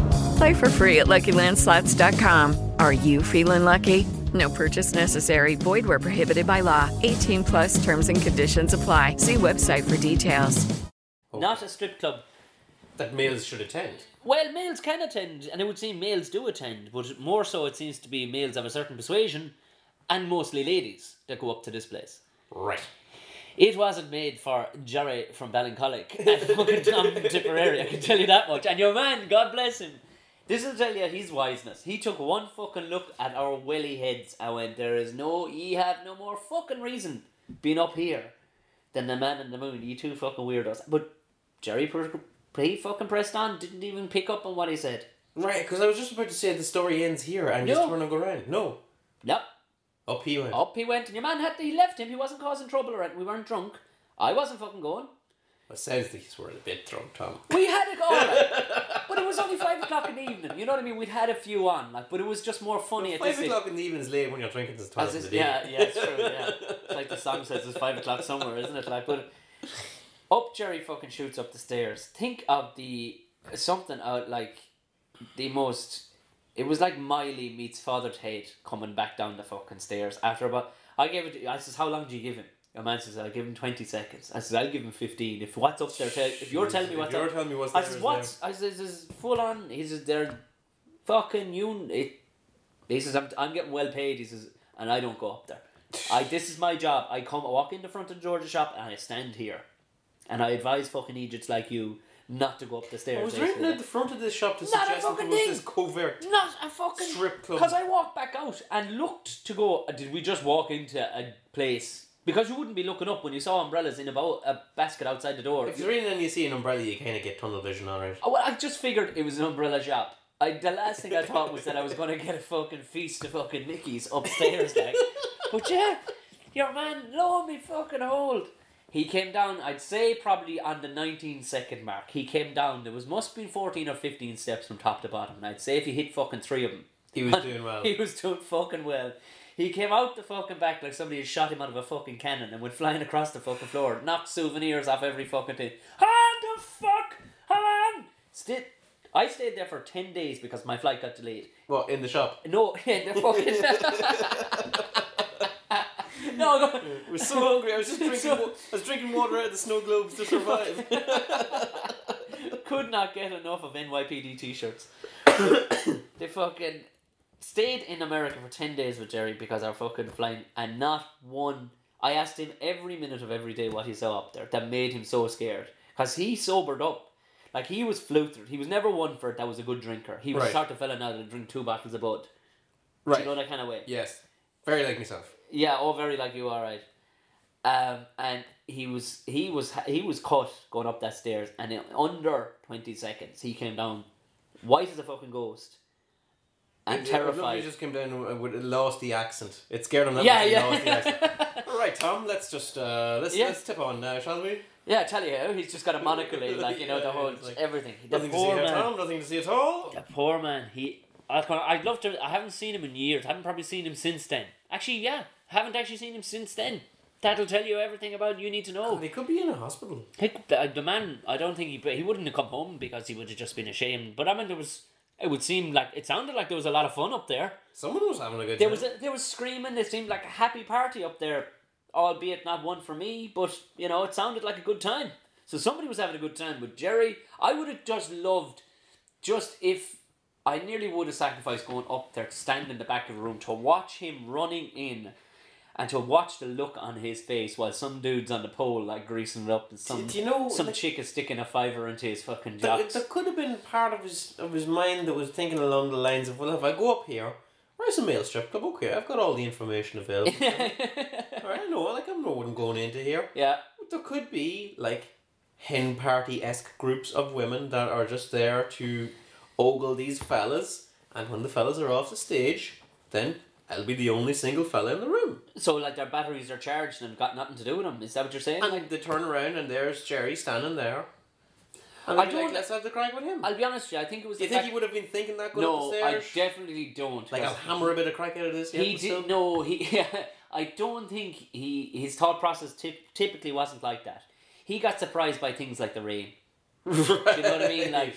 Speaker 6: Play for free at LuckyLandSlots.com. Are you feeling lucky? No purchase necessary. Void where prohibited by law. 18 plus terms and conditions apply. See website for details.
Speaker 2: Not a strip club.
Speaker 3: That males should attend.
Speaker 2: Well, males can attend, and it would seem males do attend, but more so it seems to be males of a certain persuasion, and mostly ladies that go up to this place.
Speaker 3: Right.
Speaker 2: It wasn't made for Jerry from Ballincollig and fucking Tom from Tipperary, I can tell you that much. And your man, God bless him. This will tell you his wiseness. He took one fucking look at our welly heads and went, There is no, ye have no more fucking reason being up here than the man in the moon, you two fucking weirdos. But Jerry, per- he fucking pressed on, didn't even pick up on what he said.
Speaker 3: Right, because I was just about to say the story ends here and
Speaker 2: No.
Speaker 3: just want to go around. No.
Speaker 2: Nope.
Speaker 3: Up he went.
Speaker 2: Up he went, and your man had he left him. He wasn't causing trouble or anything. We weren't drunk. I wasn't fucking going.
Speaker 3: It sounds like he's wearing a bit drunk, Tom.
Speaker 2: We had a go, but it was only five o'clock in the evening. You know what I mean? We'd had a few on, like, but it was just more funny at
Speaker 3: Five
Speaker 2: this stage.
Speaker 3: o'clock in the evening is late when you're drinking this time
Speaker 2: As
Speaker 3: of
Speaker 2: is-
Speaker 3: the day.
Speaker 2: yeah, yeah, it's true. Yeah, it's like the song says, it's five o'clock somewhere, isn't it? Like, but up Jerry fucking shoots up the stairs. Think of the something out like the most. It was like Miley meets Father Tate coming back down the fucking stairs after about. I gave it. I says, "How long do you give him?" A man says, "I'll give him twenty seconds." I says, "I'll give him 15. If what's up there, tell, if you're telling me
Speaker 3: If
Speaker 2: what's
Speaker 3: you're
Speaker 2: up,
Speaker 3: telling me what's
Speaker 2: I
Speaker 3: there
Speaker 2: says,
Speaker 3: is
Speaker 2: "What's?" I says, "Is full on?" He says, "They're fucking you." It he says, I'm, I'm getting well paid. He says, and I don't go up there. I This is my job. I come, I walk in the front of the Georgia shop and I stand here. And I advise fucking idiots like you not to go up the stairs.
Speaker 3: I was
Speaker 2: basically.
Speaker 3: written at the front of this shop to
Speaker 2: Not a
Speaker 3: suggest that there
Speaker 2: fucking
Speaker 3: was
Speaker 2: thing.
Speaker 3: this covert.
Speaker 2: Not a fucking
Speaker 3: Strip club.
Speaker 2: Because I walked back out and looked to go. uh, Did we just walk into a place? Because you wouldn't be looking up when you saw umbrellas in about a basket outside the door.
Speaker 3: If you're reading and you see an umbrella, you kind of get tunnel vision on it.
Speaker 2: Oh, well, I just figured it was an umbrella shop. I, the last thing I thought was that I was going to get a fucking feast of fucking Mickey's upstairs, like. But yeah, your man, lo me fucking hold. He came down, I'd say probably on the 19 second mark. He came down, there was must have been 14 or 15 steps from top to bottom, and I'd say if he hit fucking three of them,
Speaker 3: He was doing well.
Speaker 2: he was doing fucking well. He came out the fucking back like somebody had shot him out of a fucking cannon and went flying across the fucking floor, knocked souvenirs off every fucking thing. How the fuck? How on? Sti- I stayed there for 10 days because my flight got delayed.
Speaker 3: Well, in the shop.
Speaker 2: No, in the fucking. no, no.
Speaker 3: I was so hungry. I was just drinking.
Speaker 2: So-
Speaker 3: wa- I was drinking water out of the snow globes to survive.
Speaker 2: could not get enough of NYPD t-shirts. they fucking stayed in America for 10 days with Jerry because our fucking flying and not one I asked him every minute of every day what he saw up there that made him so scared cuz he sobered up. Like he was fluted. He was never one for it that was a good drinker. He was
Speaker 3: Right.
Speaker 2: the sort of fella now that drink two bottles of bud.
Speaker 3: right.
Speaker 2: You know that kind of way.
Speaker 3: Yes. Very like myself.
Speaker 2: Yeah, all very like you are right. Um, and he was he was he was caught going up that stairs, and in under twenty seconds he came down, white as a fucking ghost, and
Speaker 3: He
Speaker 2: terrified.
Speaker 3: just came down and would- lost the accent. It scared him. That
Speaker 2: Yeah,
Speaker 3: much, he
Speaker 2: yeah.
Speaker 3: Lost the accent. All right, Tom. Let's just uh, let's
Speaker 2: Yeah.
Speaker 3: let's tip on now, shall we?
Speaker 2: Yeah, I tell you how he's just got a monocle like you know
Speaker 3: Yeah,
Speaker 2: the whole
Speaker 3: it's like-
Speaker 2: everything. The
Speaker 3: Nothing to see
Speaker 2: poor
Speaker 3: here,
Speaker 2: man.
Speaker 3: Tom. Nothing to see at all.
Speaker 2: The poor man. He. I can't- I'd love to. I haven't seen him in years. I haven't probably seen him since then. Actually, yeah, haven't actually seen him since then. That'll tell you everything about you need to know.
Speaker 3: They could be in a hospital.
Speaker 2: Pick the, uh, the man. I don't think he but he wouldn't have come home because he would have just been ashamed. But I mean, there was. It would seem like it sounded like there was a lot of fun up there.
Speaker 3: Someone was having a good
Speaker 2: There
Speaker 3: time.
Speaker 2: was a, there was screaming. It seemed like a happy party up there, albeit not one for me. But you know, it sounded like a good time. So somebody was having a good time with Jerry. I would have just loved, just if I nearly would have sacrificed going up there to stand in the back of the room to watch him running in. And to watch the look on his face while some dude's on the pole like greasing it up and some
Speaker 3: do you know,
Speaker 2: some
Speaker 3: like-
Speaker 2: chick is sticking a fiver into his fucking
Speaker 3: Th-
Speaker 2: jocks.
Speaker 3: there could have been part of his of his mind that was thinking along the lines of, well, if I go up here, where's the mail strip club? Okay, I've got all the information available. all right, I know, like I'm no one going into here.
Speaker 2: yeah.
Speaker 3: But there could be like hen party esque groups of women that are just there to ogle these fellas, and when the fellas are off the stage, then I'll be the only single fella in the room.
Speaker 2: So like their batteries are charged and got nothing to do with them. Is that what you're saying?
Speaker 3: And they turn around, and there's Jerry standing there. And
Speaker 2: I
Speaker 3: I don't.
Speaker 2: don't-
Speaker 3: Like, Let's have the crack with him.
Speaker 2: I'll be honest with you. I think it was.
Speaker 3: Do you
Speaker 2: the
Speaker 3: think
Speaker 2: fact-
Speaker 3: he would have been thinking that going
Speaker 2: No,
Speaker 3: up the
Speaker 2: I
Speaker 3: stairs?
Speaker 2: definitely don't.
Speaker 3: like I'll
Speaker 2: 'cause
Speaker 3: hammer a bit of crack out of this.
Speaker 2: he
Speaker 3: hip
Speaker 2: did
Speaker 3: and
Speaker 2: no. He. I don't think he his thought process typ- typically wasn't like that. He got surprised by things like the rain.
Speaker 3: stuff.
Speaker 2: You know what I mean? Like,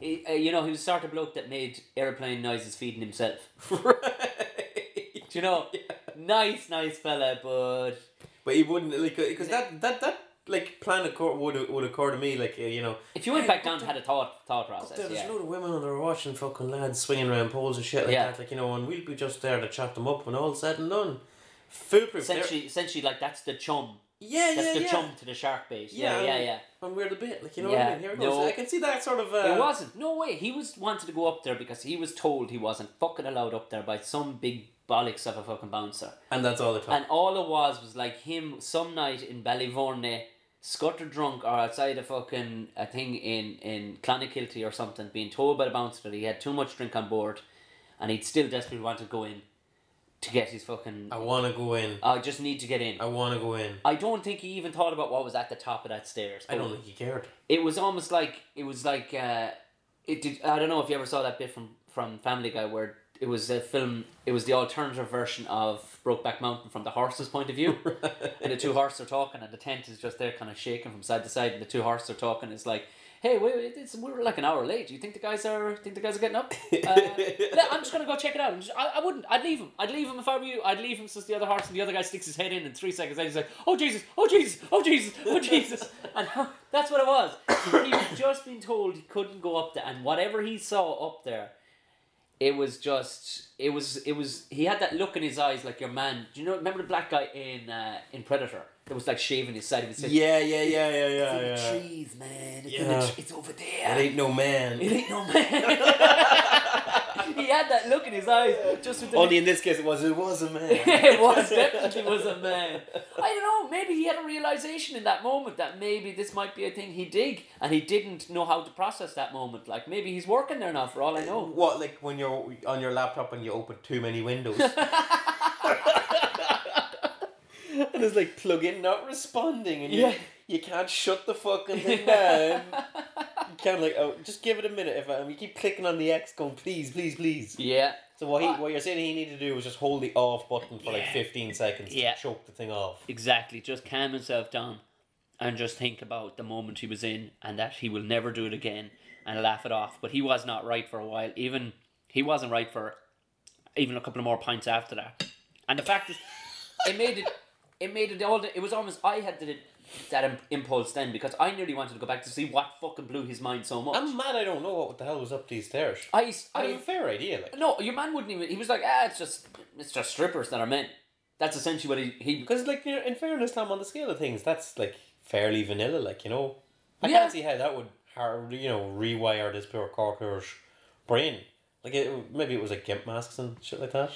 Speaker 2: he, uh, you know, he was the sort of bloke that made airplane noises feeding himself.
Speaker 3: Right.
Speaker 2: Do you know? Nice, nice fella, but
Speaker 3: but he wouldn't like because that that that like plan occur, would would occur to me like uh, you know.
Speaker 2: if you went back down and had a thought thought process,
Speaker 3: There's
Speaker 2: yeah.
Speaker 3: a load of women on there watching fucking lads swinging around poles and shit like
Speaker 2: Yeah.
Speaker 3: that, like you know, and we'll be just there to chop them up when all's said and done. Foolproof. They're-
Speaker 2: essentially, essentially, like that's the chum.
Speaker 3: Yeah,
Speaker 2: That's
Speaker 3: yeah,
Speaker 2: the
Speaker 3: yeah.
Speaker 2: chum to the shark bait.
Speaker 3: Yeah,
Speaker 2: Yeah, yeah, yeah.
Speaker 3: And we're the bit, like you know
Speaker 2: Yeah,
Speaker 3: what I mean. Here it goes.
Speaker 2: no.
Speaker 3: I can see that sort of. Uh,
Speaker 2: It wasn't. No way. He was wanted to go up there because he was told he wasn't fucking allowed up there by some big bollocks of a fucking bouncer.
Speaker 3: And that's all the time.
Speaker 2: And all it was was like him some night in Ballyvorne, scutter drunk or outside a fucking a thing in in Clonakilty or something, being told by the bouncer that he had too much drink on board, and he'd still desperately want to go in to get his fucking.
Speaker 3: I want to go in.
Speaker 2: I just need to get in.
Speaker 3: I want to go in.
Speaker 2: I don't think he even thought about what was at the top of that stairs.
Speaker 3: I
Speaker 2: but
Speaker 3: don't think he cared.
Speaker 2: it was almost like it was like uh, it did. I don't know if you ever saw that bit from from Family Guy where it was a film. It was the alternative version of Brokeback Mountain from the horse's point of view, and the two horses are talking, and the tent is just there, kind of shaking from side to side, and the two horses are talking. It's like. Hey, wait, wait, it's, we're like an hour late. Do you think the guys are? Think the guys are getting up? Uh, no, I'm just gonna go check it out. I'm just- I, I wouldn't. I'd leave him. I'd leave him if I were you. I'd leave him since the other horse and the other guy sticks his head in, and three seconds later he's like, "Oh Jesus! Oh Jesus! Oh Jesus! Oh Jesus!" And that's what it was. He was just been told he couldn't go up there, and whatever he saw up there, it was just. It was. It was. He had that look in his eyes, like your man. Do you know? Remember the black guy in uh, in Predator that was like shaving his side of his head.
Speaker 3: Yeah, yeah, yeah, yeah, yeah.
Speaker 2: It's in
Speaker 3: yeah.
Speaker 2: the trees, man. It's, in
Speaker 3: Yeah.
Speaker 2: the tr- it's over there.
Speaker 3: It ain't no man.
Speaker 2: It ain't no man. he had that look in his eyes, just with the.
Speaker 3: Only in this case, it was it was a man.
Speaker 2: it was definitely was a man. I don't know. Maybe he had a realization in that moment that maybe this might be a thing he dig, and he didn't know how to process that moment. Like maybe he's working there now, for all I know.
Speaker 3: what like when you're on your laptop and you open too many windows? And it's like plug in not responding, and you,
Speaker 2: Yeah.
Speaker 3: you can't shut the fucking thing down. you can't like oh, just give it a minute. If I, you keep clicking on the X, going please, please, please.
Speaker 2: Yeah.
Speaker 3: So what he, what you're saying he needed to do was just hold the off button for like
Speaker 2: Yeah.
Speaker 3: 15 seconds
Speaker 2: Yeah.
Speaker 3: to choke the thing off.
Speaker 2: Exactly. Just calm himself down and just think about the moment he was in and that he will never do it again and laugh it off. But he was not right for a while. Even he wasn't right for even a couple of more pints after that. And the fact is, it made it. It made it all. the- It was almost I had the, that im- impulse then because I nearly wanted to go back to see what fucking blew his mind so much.
Speaker 3: I'm mad. I don't know what the hell was up these stairs.
Speaker 2: I s-
Speaker 3: I
Speaker 2: I-
Speaker 3: have a fair idea. Like
Speaker 2: no, your man wouldn't even. He was like, ah, it's just it's just strippers that are men. That's essentially what he he
Speaker 3: Because, like, you know, in fairness, Tom, on the scale of things, that's like fairly vanilla. Like, you know, I
Speaker 2: Yeah.
Speaker 3: can't see how that would, har- you know, rewire this poor Corker's brain. Like, it, maybe it was like gimp masks and shit like that.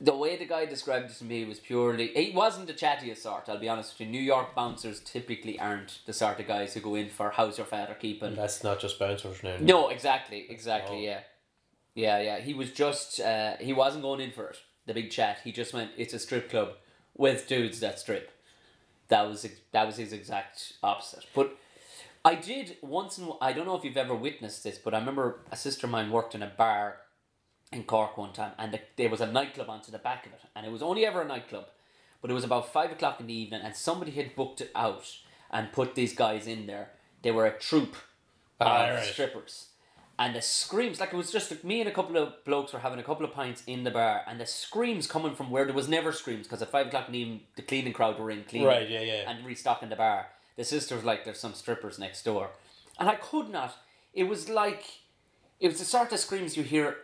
Speaker 2: the way the guy described it to me was purely he wasn't the chattiest sort i'll be honest with you new york bouncers typically aren't the sort of guys who go in for how's your father keeping
Speaker 3: That's not just bouncers now.
Speaker 2: no exactly exactly
Speaker 3: Oh.
Speaker 2: yeah yeah yeah he was just uh, he wasn't going in for it the big chat he just went it's a strip club with dudes that strip that was ex- that was his exact opposite but i did once in, a wh- i don't know if you've ever witnessed this but i remember a sister of mine worked in a bar in Cork one time, and the, there was a nightclub onto the back of it, and it was only ever a nightclub, but it was about five o'clock in the evening, and somebody had booked it out and put these guys in there. They were a troupe
Speaker 3: Ah,
Speaker 2: of
Speaker 3: right.
Speaker 2: strippers, and the screams like it was just me and a couple of blokes were having a couple of pints in the bar, and the screams coming from where there was never screams because at five o'clock in the evening the cleaning crowd were in cleaning
Speaker 3: Right, yeah, yeah.
Speaker 2: and restocking the bar. The sister was like, "There's some strippers next door," and I could not. It was like it was the sort of screams you hear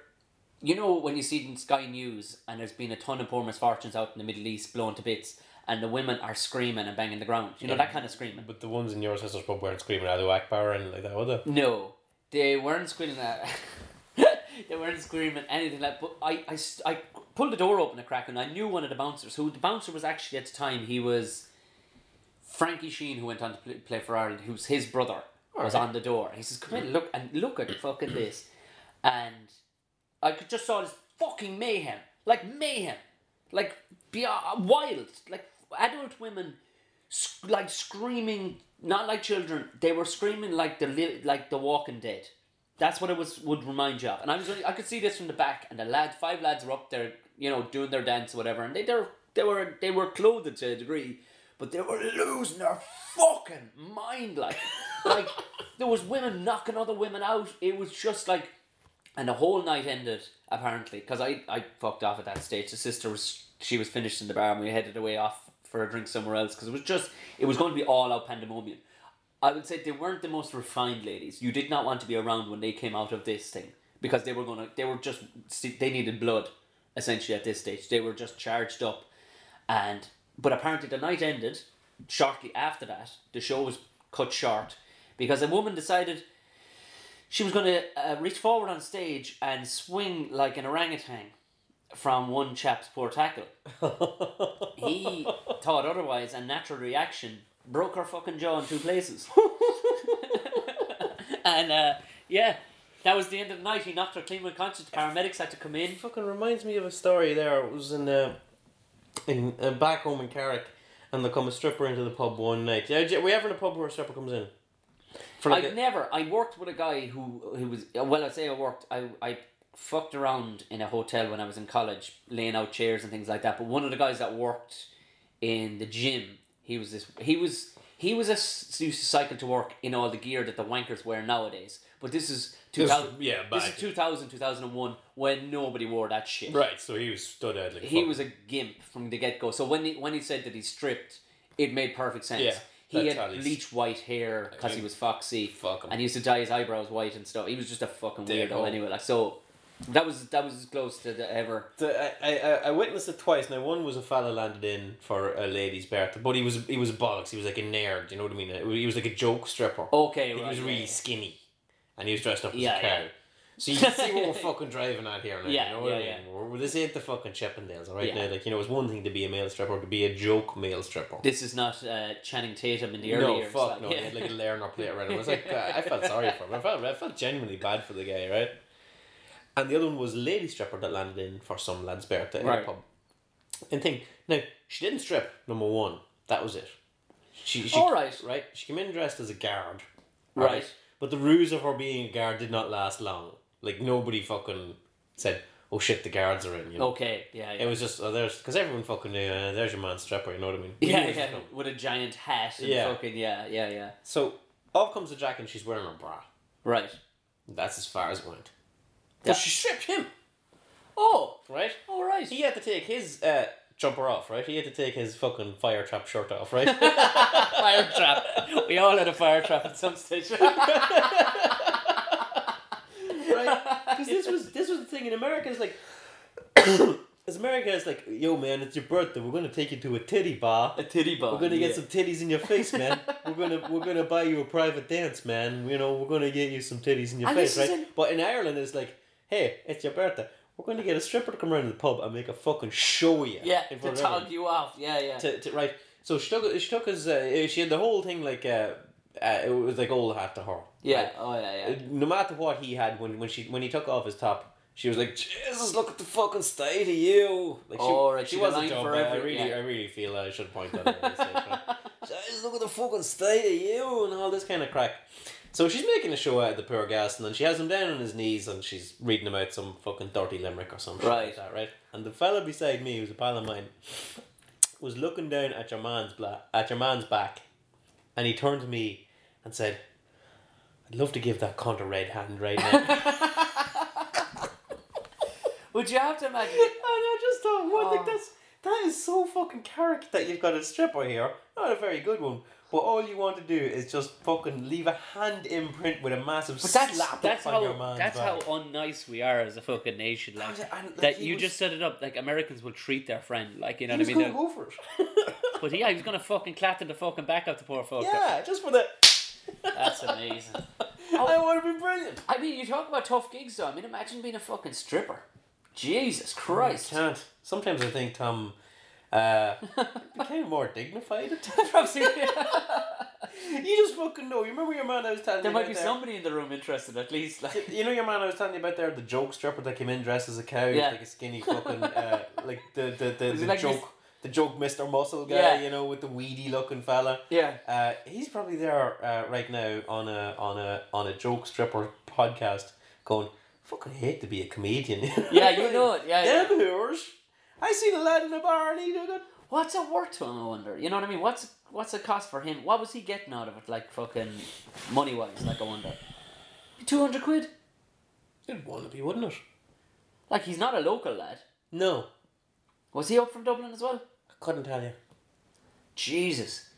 Speaker 2: you know when you see it in Sky News and there's been a ton of poor misfortunes out in the Middle East blown to bits and the women are screaming and banging the ground. You know that kind of screaming.
Speaker 3: But the ones in your sister's pub weren't screaming out of the whack bar or anything like that, were they?
Speaker 2: No, they weren't screaming that. they weren't screaming anything like. But I, I, s- I pulled the door open a crack, and I knew one of the bouncers. Who the bouncer was actually at the time. He was Frankie Sheen, who went on to pl- play for Ireland. Who's his brother was on the door. And he says, "Come in, look and look at fucking this," and I could just saw this fucking mayhem, like mayhem, like beyond, wild, like adult women sc- like screaming, not like children. They were screaming like the li- like the Walking Dead. That's what it was would remind you of. And I was only, I could see this from the back, and the lad, five lads were up there, you know, doing their dance or whatever, and they they were they were they were clothed to a degree, but they were losing their fucking mind. Like like there was women knocking other women out. It was just like. And the whole night ended apparently because I, I fucked off at that stage. The sister was she was finished in the bar and we headed away off for a drink somewhere else because it was just it was going to be all out pandemonium. I would say they weren't the most refined ladies. You did not want to be around when they came out of this thing because they were gonna they were just they needed blood essentially at this stage. They were just charged up and but apparently the night ended shortly after that. The show was cut short because a woman decided she was going to uh, reach forward on stage and swing like an orangutan from one chap's poor tackle. he thought otherwise, and natural reaction broke her fucking jaw in two places. and uh, yeah, that was the end of the night. He knocked her clean with conscience. Paramedics had to come in.
Speaker 3: fucking reminds me of a story there. It was in uh, in uh, back home in Carrick, and they come a stripper into the pub one night. Yeah, j- were you ever in a pub where a stripper comes in? For like
Speaker 2: I've
Speaker 3: a-
Speaker 2: never. I worked with a guy who who was well. I say I worked. I I fucked around in a hotel when I was in college, laying out chairs and things like that. But one of the guys that worked in the gym, he was this. He was he was a s- used to cycle to work in all the gear that the wankers wear nowadays. But this is two thousand.
Speaker 3: yeah,
Speaker 2: this
Speaker 3: back-
Speaker 2: is 2000, 2001, when nobody wore that shit
Speaker 3: right, so he was stood out like
Speaker 2: he
Speaker 3: fuck.
Speaker 2: was a gimp from the get go. So when he, when he said that he stripped, it made perfect sense.
Speaker 3: Yeah,
Speaker 2: he
Speaker 3: that's how
Speaker 2: had
Speaker 3: he's-
Speaker 2: bleach white hair because he was foxy,
Speaker 3: Fuck him.
Speaker 2: and he used to dye his eyebrows white and stuff. He was just a fucking
Speaker 3: Dick
Speaker 2: weirdo
Speaker 3: hole.
Speaker 2: anyway. Like so, that was that was as close to the ever.
Speaker 3: The, I, I, I witnessed it twice. Now one was a fella landed in for a lady's birthday, but he was he was a bollocks. He was like a nerd. You know what I mean? He was like a joke stripper.
Speaker 2: Okay,
Speaker 3: he
Speaker 2: right,
Speaker 3: was
Speaker 2: yeah,
Speaker 3: really
Speaker 2: yeah.
Speaker 3: skinny, and he was dressed up as
Speaker 2: Yeah,
Speaker 3: a cow.
Speaker 2: yeah.
Speaker 3: So you can see what we're fucking driving at here now.
Speaker 2: Yeah,
Speaker 3: you know what
Speaker 2: yeah,
Speaker 3: I mean? We're, this ain't the fucking Chippendales, all right?
Speaker 2: Yeah.
Speaker 3: Now, like you know, it's one thing to be a male stripper, to be a joke male stripper.
Speaker 2: This is not uh, Channing Tatum in the early
Speaker 3: no,
Speaker 2: years.
Speaker 3: fuck
Speaker 2: like,
Speaker 3: no. He
Speaker 2: yeah.
Speaker 3: had like a layer on our plate around him. I was like, uh, I felt sorry for him. I felt, I felt genuinely bad for the guy, right? And the other one was a lady stripper that landed in for some lad's birthday in
Speaker 2: Right.
Speaker 3: a pub. And thing now, She didn't strip, number one. That was it. She, she
Speaker 2: All right.
Speaker 3: right? She came in dressed as a guard.
Speaker 2: Right.
Speaker 3: But the ruse of her being a guard did not last long. Like nobody fucking said, "Oh shit, the guards are in." You know.
Speaker 2: Okay, yeah, yeah.
Speaker 3: It was just oh, there's because everyone fucking knew. Uh, there's your man stripper. You know what I mean?
Speaker 2: yeah,
Speaker 3: He was
Speaker 2: yeah,
Speaker 3: just like-
Speaker 2: with a giant hat and
Speaker 3: Yeah.
Speaker 2: fucking yeah, yeah, yeah.
Speaker 3: So off comes the jacket, and she's wearing her bra.
Speaker 2: Right.
Speaker 3: That's as far as it went.
Speaker 2: Yeah.
Speaker 3: But she stripped him,
Speaker 2: Oh,
Speaker 3: right?
Speaker 2: all right.
Speaker 3: He had to take his uh, jumper off, right? He had to take his fucking fire trap shirt off, right?
Speaker 2: fire trap. We all had a fire trap at some stage.
Speaker 3: right? Because this was this was the thing in America. It's like, as America is like, yo man, it's your birthday. We're gonna take you to a titty bar.
Speaker 2: a titty bar.
Speaker 3: We're gonna
Speaker 2: yeah.
Speaker 3: get some titties in your face, man. we're gonna we're gonna buy you a private dance, man. You know, we're gonna get you some titties in your
Speaker 2: And
Speaker 3: face,
Speaker 2: this
Speaker 3: right?
Speaker 2: is in-
Speaker 3: But in Ireland, it's like, hey, it's your birthday. We're gonna get a stripper to come around to the pub and make a fucking show of you.
Speaker 2: Yeah,
Speaker 3: in
Speaker 2: to
Speaker 3: front of
Speaker 2: tog
Speaker 3: everyone."
Speaker 2: you off. Yeah, yeah.
Speaker 3: to, to right. So she took she took his uh, she had the whole thing like uh, uh it was like old hat to her.
Speaker 2: yeah.
Speaker 3: right?
Speaker 2: Oh yeah, yeah.
Speaker 3: Uh, no matter what he had when when she when he took off his top, she was like, Jesus, look at the fucking state of you. Like she,
Speaker 2: Oh, right,
Speaker 3: she
Speaker 2: she aligned
Speaker 3: wasn't dumb,
Speaker 2: for
Speaker 3: but I
Speaker 2: every-
Speaker 3: really
Speaker 2: yeah.
Speaker 3: I really feel I should point that out. at this stage, right? Jesus, look at the fucking state of you and all this kind of crack. So she's making a show out of the poor gas, and then she has him down on his knees, and she's reading him out some fucking dirty limerick or something
Speaker 2: Right.
Speaker 3: like that, right? And the fella beside me, who's a pal of mine, was looking down at your man's bla- at your man's back, and he turned to me and said, "I'd love to give that cunt a red hand right now."
Speaker 2: Would you have to imagine?
Speaker 3: And I just thought, what?
Speaker 2: Oh.
Speaker 3: Like that's that is so fucking character that you've got a stripper here. Not a very good one, but all you want to do is just fucking leave a hand imprint with a massive
Speaker 2: But that's
Speaker 3: slap
Speaker 2: that's
Speaker 3: on your
Speaker 2: how
Speaker 3: man's
Speaker 2: that's
Speaker 3: back.
Speaker 2: how unnice we are as a fucking nation. Oh, Like,
Speaker 3: And- and, like,
Speaker 2: that
Speaker 3: he
Speaker 2: you
Speaker 3: was-
Speaker 2: just set it up. Like Americans will treat their friend. Like you know
Speaker 3: he
Speaker 2: what I
Speaker 3: was
Speaker 2: mean.
Speaker 3: gonna
Speaker 2: They'll-
Speaker 3: go for it.
Speaker 2: But yeah, he was gonna fucking clatter the fucking back out the poor fucker.
Speaker 3: yeah, just for the.
Speaker 2: That's amazing. Oh.
Speaker 3: That would have been brilliant.
Speaker 2: I mean, you talk about tough gigs though. I mean, imagine being a fucking stripper. Jesus Christ.
Speaker 3: Can't. Sometimes I think Tom. Uh, became more dignified. at times.
Speaker 2: Probably-
Speaker 3: you just fucking know. You remember your man I was telling
Speaker 2: there
Speaker 3: you
Speaker 2: might
Speaker 3: about
Speaker 2: be
Speaker 3: there?
Speaker 2: somebody in the room interested at least. Like
Speaker 3: You know your man I was telling you about there, the joke stripper that came in dressed as a cow,
Speaker 2: Yeah.
Speaker 3: like a skinny fucking, uh, like the the the,
Speaker 2: Was
Speaker 3: the
Speaker 2: it like
Speaker 3: joke,
Speaker 2: Mis-
Speaker 3: the joke Mister Muscle guy,
Speaker 2: Yeah.
Speaker 3: you know, with the weedy looking fella.
Speaker 2: Yeah.
Speaker 3: Uh, he's probably there uh, right now on a on a on a joke stripper podcast, going, "Fucking hate to be a comedian."
Speaker 2: Yeah, you know it. Yeah, yeah.
Speaker 3: Them whores. I seen a lad in a bar and he did it.
Speaker 2: What's it worth to him? I wonder. You know what I mean? What's what's it cost for him? What was he getting out of it? Like fucking money wise. Like I wonder. Two hundred quid.
Speaker 3: It'd want to be, wouldn't it?
Speaker 2: Like he's not a local lad.
Speaker 3: No,
Speaker 2: Was he up from Dublin as well?
Speaker 3: I couldn't tell you.
Speaker 2: Jesus.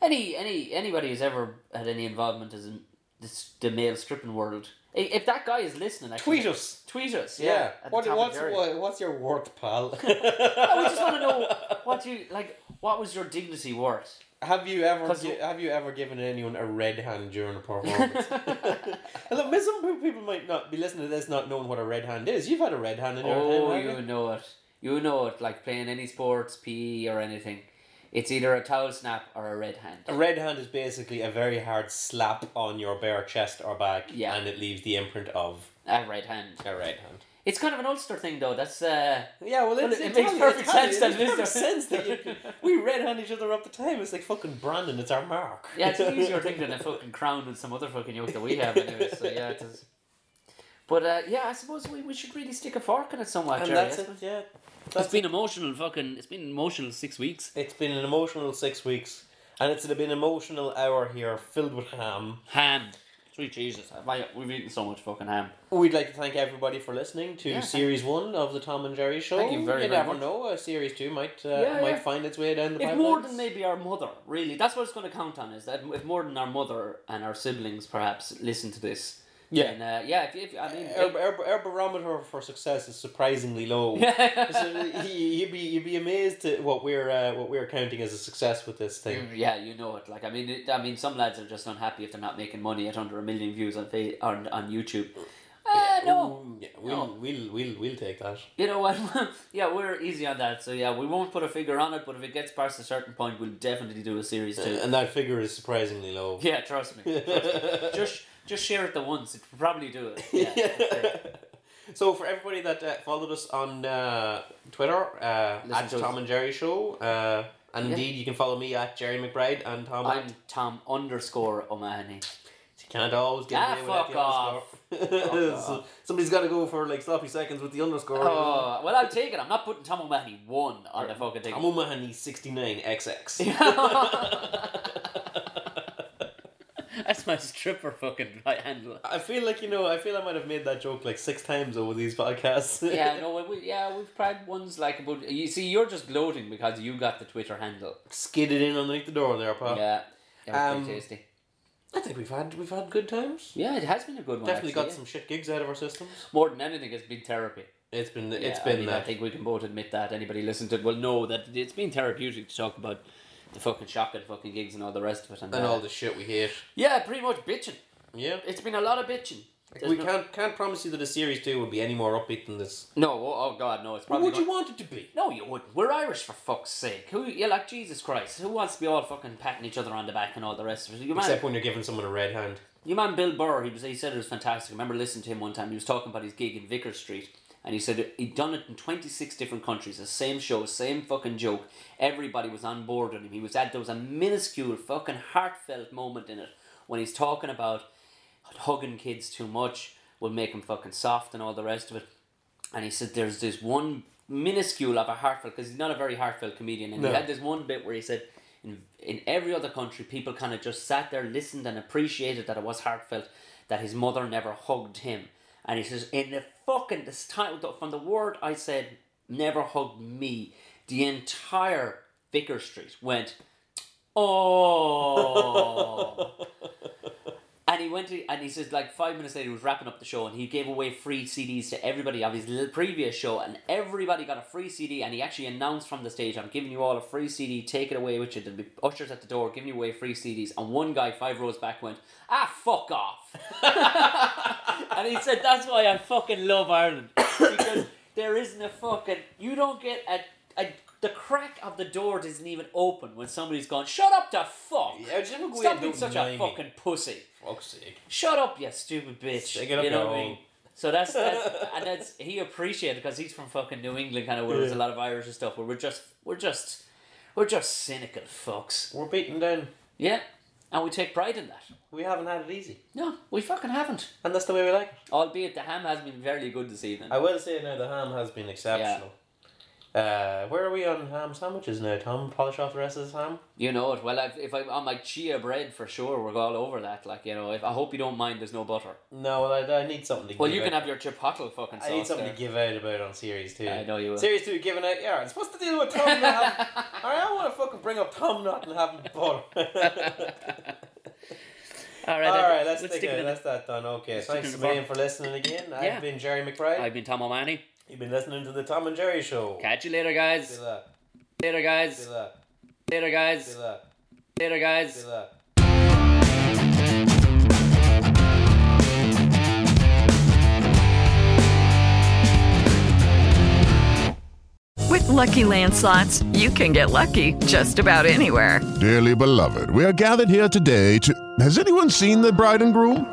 Speaker 2: Any any anybody who's ever had any involvement is in this, the male stripping world. I- If that guy is listening, actually,
Speaker 3: Tweet us.
Speaker 2: Tweet us. Yeah.
Speaker 3: Yeah.
Speaker 2: at the
Speaker 3: What,
Speaker 2: Tom and
Speaker 3: what's
Speaker 2: Jerry.
Speaker 3: what, what's your work, pal?
Speaker 2: I just want to know what you like. What was your dignity worth?
Speaker 3: Have you ever
Speaker 2: 'Cause-
Speaker 3: gi- have you ever given anyone a red hand during a performance? And Look, some pe- people might not be listening to this not knowing what a red hand is. You've had a red hand in your
Speaker 2: Oh,
Speaker 3: time.
Speaker 2: you
Speaker 3: haven't
Speaker 2: know it. You know it. Like playing any sports, PE or anything, it's either a towel snap or a red hand.
Speaker 3: A red hand is basically a very hard slap on your bare chest or back,
Speaker 2: Yeah.
Speaker 3: and it leaves the imprint of
Speaker 2: A red hand.
Speaker 3: a red hand.
Speaker 2: It's kind of an Ulster thing, though. That's uh.
Speaker 3: Yeah, well, it's,
Speaker 2: it
Speaker 3: it's
Speaker 2: makes
Speaker 3: only-
Speaker 2: perfect
Speaker 3: it's only-
Speaker 2: sense that
Speaker 3: it makes
Speaker 2: Mr.
Speaker 3: perfect sense that you, we red hand each other up the time. It's like fucking Brandon. It's our mark.
Speaker 2: Yeah, it's an easier thing than a fucking crown and some other fucking yoke that we have anyway. So yeah, it is. But uh, yeah, I suppose we, we should really stick a fork in it somewhat,
Speaker 3: and
Speaker 2: Jerry. eh?
Speaker 3: that's
Speaker 2: It's
Speaker 3: it. Yeah,
Speaker 2: it's been emotional, fucking. It's been emotional six weeks.
Speaker 3: it's been an emotional six weeks, and it's been an emotional hour here filled with ham.
Speaker 2: Ham. Sweet Jesus, have I- we've eaten so much fucking ham.
Speaker 3: We'd like to thank everybody for listening to
Speaker 2: Yeah, thank-
Speaker 3: series one of the Tom and Jerry show.
Speaker 2: Thank you very,
Speaker 3: You
Speaker 2: very
Speaker 3: never
Speaker 2: much.
Speaker 3: know, uh, series two might uh,
Speaker 2: Yeah,
Speaker 3: might
Speaker 2: yeah.
Speaker 3: find its way down the
Speaker 2: If
Speaker 3: pipeline.
Speaker 2: more than maybe our mother, really, that's what it's going to count on is that if more than our mother and our siblings perhaps listen to this,
Speaker 3: Yeah. Uh,
Speaker 2: then uh, yeah, if, if I mean,
Speaker 3: Our, our, our barometer for success is surprisingly low. so you- you'd be you'd be amazed at what we're uh, what we're counting as a success with this thing.
Speaker 2: Yeah, you know it. Like I mean, it, I mean, some lads are just unhappy if they're not making money at under a million views on fa- on, on YouTube. Uh, no,
Speaker 3: Mm, Yeah, we'll,
Speaker 2: Oh.
Speaker 3: we'll we'll we'll take that.
Speaker 2: you know what? yeah, we're easy on that. So yeah, we won't put a figure on it, but if it gets past a certain point, we'll definitely do a series too.
Speaker 3: And that figure is surprisingly low.
Speaker 2: yeah, trust me. Trust me. just just share it the once. It will probably do it. Yeah.
Speaker 3: So for everybody that uh, followed us on uh, Twitter uh, at
Speaker 2: to us.
Speaker 3: Tom and Jerry Show, uh, and indeed you can follow me at Jerry McBride and Tom.
Speaker 2: I'm
Speaker 3: at-
Speaker 2: Tom underscore O'Mahony.
Speaker 3: you can't always get
Speaker 2: Ah,
Speaker 3: away
Speaker 2: fuck
Speaker 3: with that. the underscore. So somebody's got to go for like sloppy seconds with the underscore.
Speaker 2: Oh, well, I'll take it. I'm not putting Tom O'Mahony 1 on the fucking
Speaker 3: I'm
Speaker 2: thing.
Speaker 3: O'Mahony sixty nine XX.
Speaker 2: That's my stripper fucking right handle.
Speaker 3: I feel like you know. I feel I might have made that joke like six times over these podcasts.
Speaker 2: Yeah, no, we- we, yeah, we've tried ones like about. You see, you're just gloating because you got the Twitter handle.
Speaker 3: Skidded in underneath the door there, pal.
Speaker 2: Yeah, that was
Speaker 3: Oh. Um,
Speaker 2: pretty tasty.
Speaker 3: I think we've had we've had good times.
Speaker 2: Yeah, it has been a good one.
Speaker 3: Definitely
Speaker 2: actually,
Speaker 3: got
Speaker 2: yeah.
Speaker 3: some shit gigs out of our systems.
Speaker 2: More than anything, it's been therapy.
Speaker 3: It's been
Speaker 2: Yeah,
Speaker 3: it's
Speaker 2: I,
Speaker 3: been uh,
Speaker 2: mean, I
Speaker 3: that.
Speaker 2: think we can both admit that. Anybody listening to it will know that it's been therapeutic to talk about the fucking shock and fucking gigs and all the rest of it. And,
Speaker 3: and
Speaker 2: uh,
Speaker 3: all the shit we hate.
Speaker 2: Yeah, pretty much bitching.
Speaker 3: Yeah.
Speaker 2: It's been a lot of bitching. There's
Speaker 3: we
Speaker 2: no-
Speaker 3: can't can't promise you that a series two will be any more upbeat than this.
Speaker 2: No, oh, oh god, no, it's
Speaker 3: What
Speaker 2: probably.
Speaker 3: would you
Speaker 2: not-
Speaker 3: want it to be?
Speaker 2: No, you wouldn't. We're Irish for fuck's sake. Who, yeah, like Jesus Christ. Who wants to be all fucking patting each other on the back and all the rest of it? You man,
Speaker 3: Except when you're giving someone a red hand.
Speaker 2: Your man Bill Burr, he, was, he said it was fantastic. I remember listening to him one time. He was talking about his gig in Vickers Street, and he said he'd done it in 26 different countries. The same show, same fucking joke. Everybody was on board with him. He was at, there was a minuscule fucking heartfelt moment in it when he's talking about hugging kids too much will make them fucking soft and all the rest of it. And he said there's this one minuscule of a heartfelt, because he's not a very heartfelt comedian, and he had this one bit where he said, in, in every other country, people kind of just sat there, listened, and appreciated that it was heartfelt that his mother never hugged him. And he says, in the fucking, this time, from the word I said, never hugged me, the entire Vicker Street went, oh. And he went to, and he says, like five minutes later, he was wrapping up the show, and he gave away free CDs to everybody of his little previous show, and everybody got a free CD, and he actually announced from the stage, "I'm giving you all a free CD. Take it away with you." There'll be ushers at the door giving you away free CDs, and one guy five rows back went, "Ah, fuck off." and he said, "That's why I fucking love Ireland because there isn't a fucking you don't get a, a the crack of the door doesn't even open when somebody's gone. Shut up, the fuck!
Speaker 3: Yeah, just have a go
Speaker 2: Stop
Speaker 3: in,
Speaker 2: being
Speaker 3: don't
Speaker 2: such
Speaker 3: lie
Speaker 2: a
Speaker 3: me.
Speaker 2: fucking pussy.
Speaker 3: Fuck's sake.
Speaker 2: Shut up, you stupid bitch.
Speaker 3: Stick it up
Speaker 2: you know
Speaker 3: your
Speaker 2: what I
Speaker 3: hole.
Speaker 2: mean? So that's, that's and that's he appreciated because he's from fucking New England, kind of where there's a lot of Irish and stuff. Where we're just we're just we're just cynical fucks.
Speaker 3: We're beaten down.
Speaker 2: Yeah, and we take pride in that.
Speaker 3: We haven't had it easy.
Speaker 2: No, we fucking haven't.
Speaker 3: And that's the way we like it.
Speaker 2: Albeit the ham has been very good this evening.
Speaker 3: I will say now the ham has been exceptional. Uh, where are we on ham sandwiches now, Tom? Polish off the rest of this ham?
Speaker 2: You know it well. i if I'm on my chia bread for sure, we're all over that. Like you know, if, I hope you don't mind. There's no butter.
Speaker 3: No, well, I, I need something to
Speaker 2: Well,
Speaker 3: give
Speaker 2: you
Speaker 3: out.
Speaker 2: can have your chipotle fucking sauce.
Speaker 3: I need something
Speaker 2: there.
Speaker 3: to give out about on series two.
Speaker 2: I know you will.
Speaker 3: Series two giving out. Yeah, it's what's the deal with Tom Knot? All right, I want to fucking bring up Tom Knot and have him butter.
Speaker 2: All right,
Speaker 3: All
Speaker 2: I-
Speaker 3: right, let's,
Speaker 2: let's
Speaker 3: take
Speaker 2: stick it
Speaker 3: it.
Speaker 2: in
Speaker 3: That's that done. Okay, thanks
Speaker 2: stick
Speaker 3: a
Speaker 2: it in the
Speaker 3: million for listening again.
Speaker 2: Yeah.
Speaker 3: I've been Jerry
Speaker 2: the-
Speaker 3: McBride.
Speaker 2: I've been Tom O'Mahony.
Speaker 3: You've been listening to the Tom and Jerry Show.
Speaker 2: Catch you later,
Speaker 3: Do
Speaker 2: guys.
Speaker 3: that.
Speaker 2: Later,
Speaker 3: Do
Speaker 2: guys.
Speaker 3: that.
Speaker 2: Later,
Speaker 3: Do
Speaker 2: guys.
Speaker 3: that.
Speaker 2: Later,
Speaker 3: Do
Speaker 2: guys.
Speaker 3: that.
Speaker 6: With Lucky Land slots, you can get lucky just about anywhere.
Speaker 7: Dearly beloved, we are gathered here today to. Has anyone seen the bride and groom?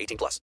Speaker 8: 18 plus.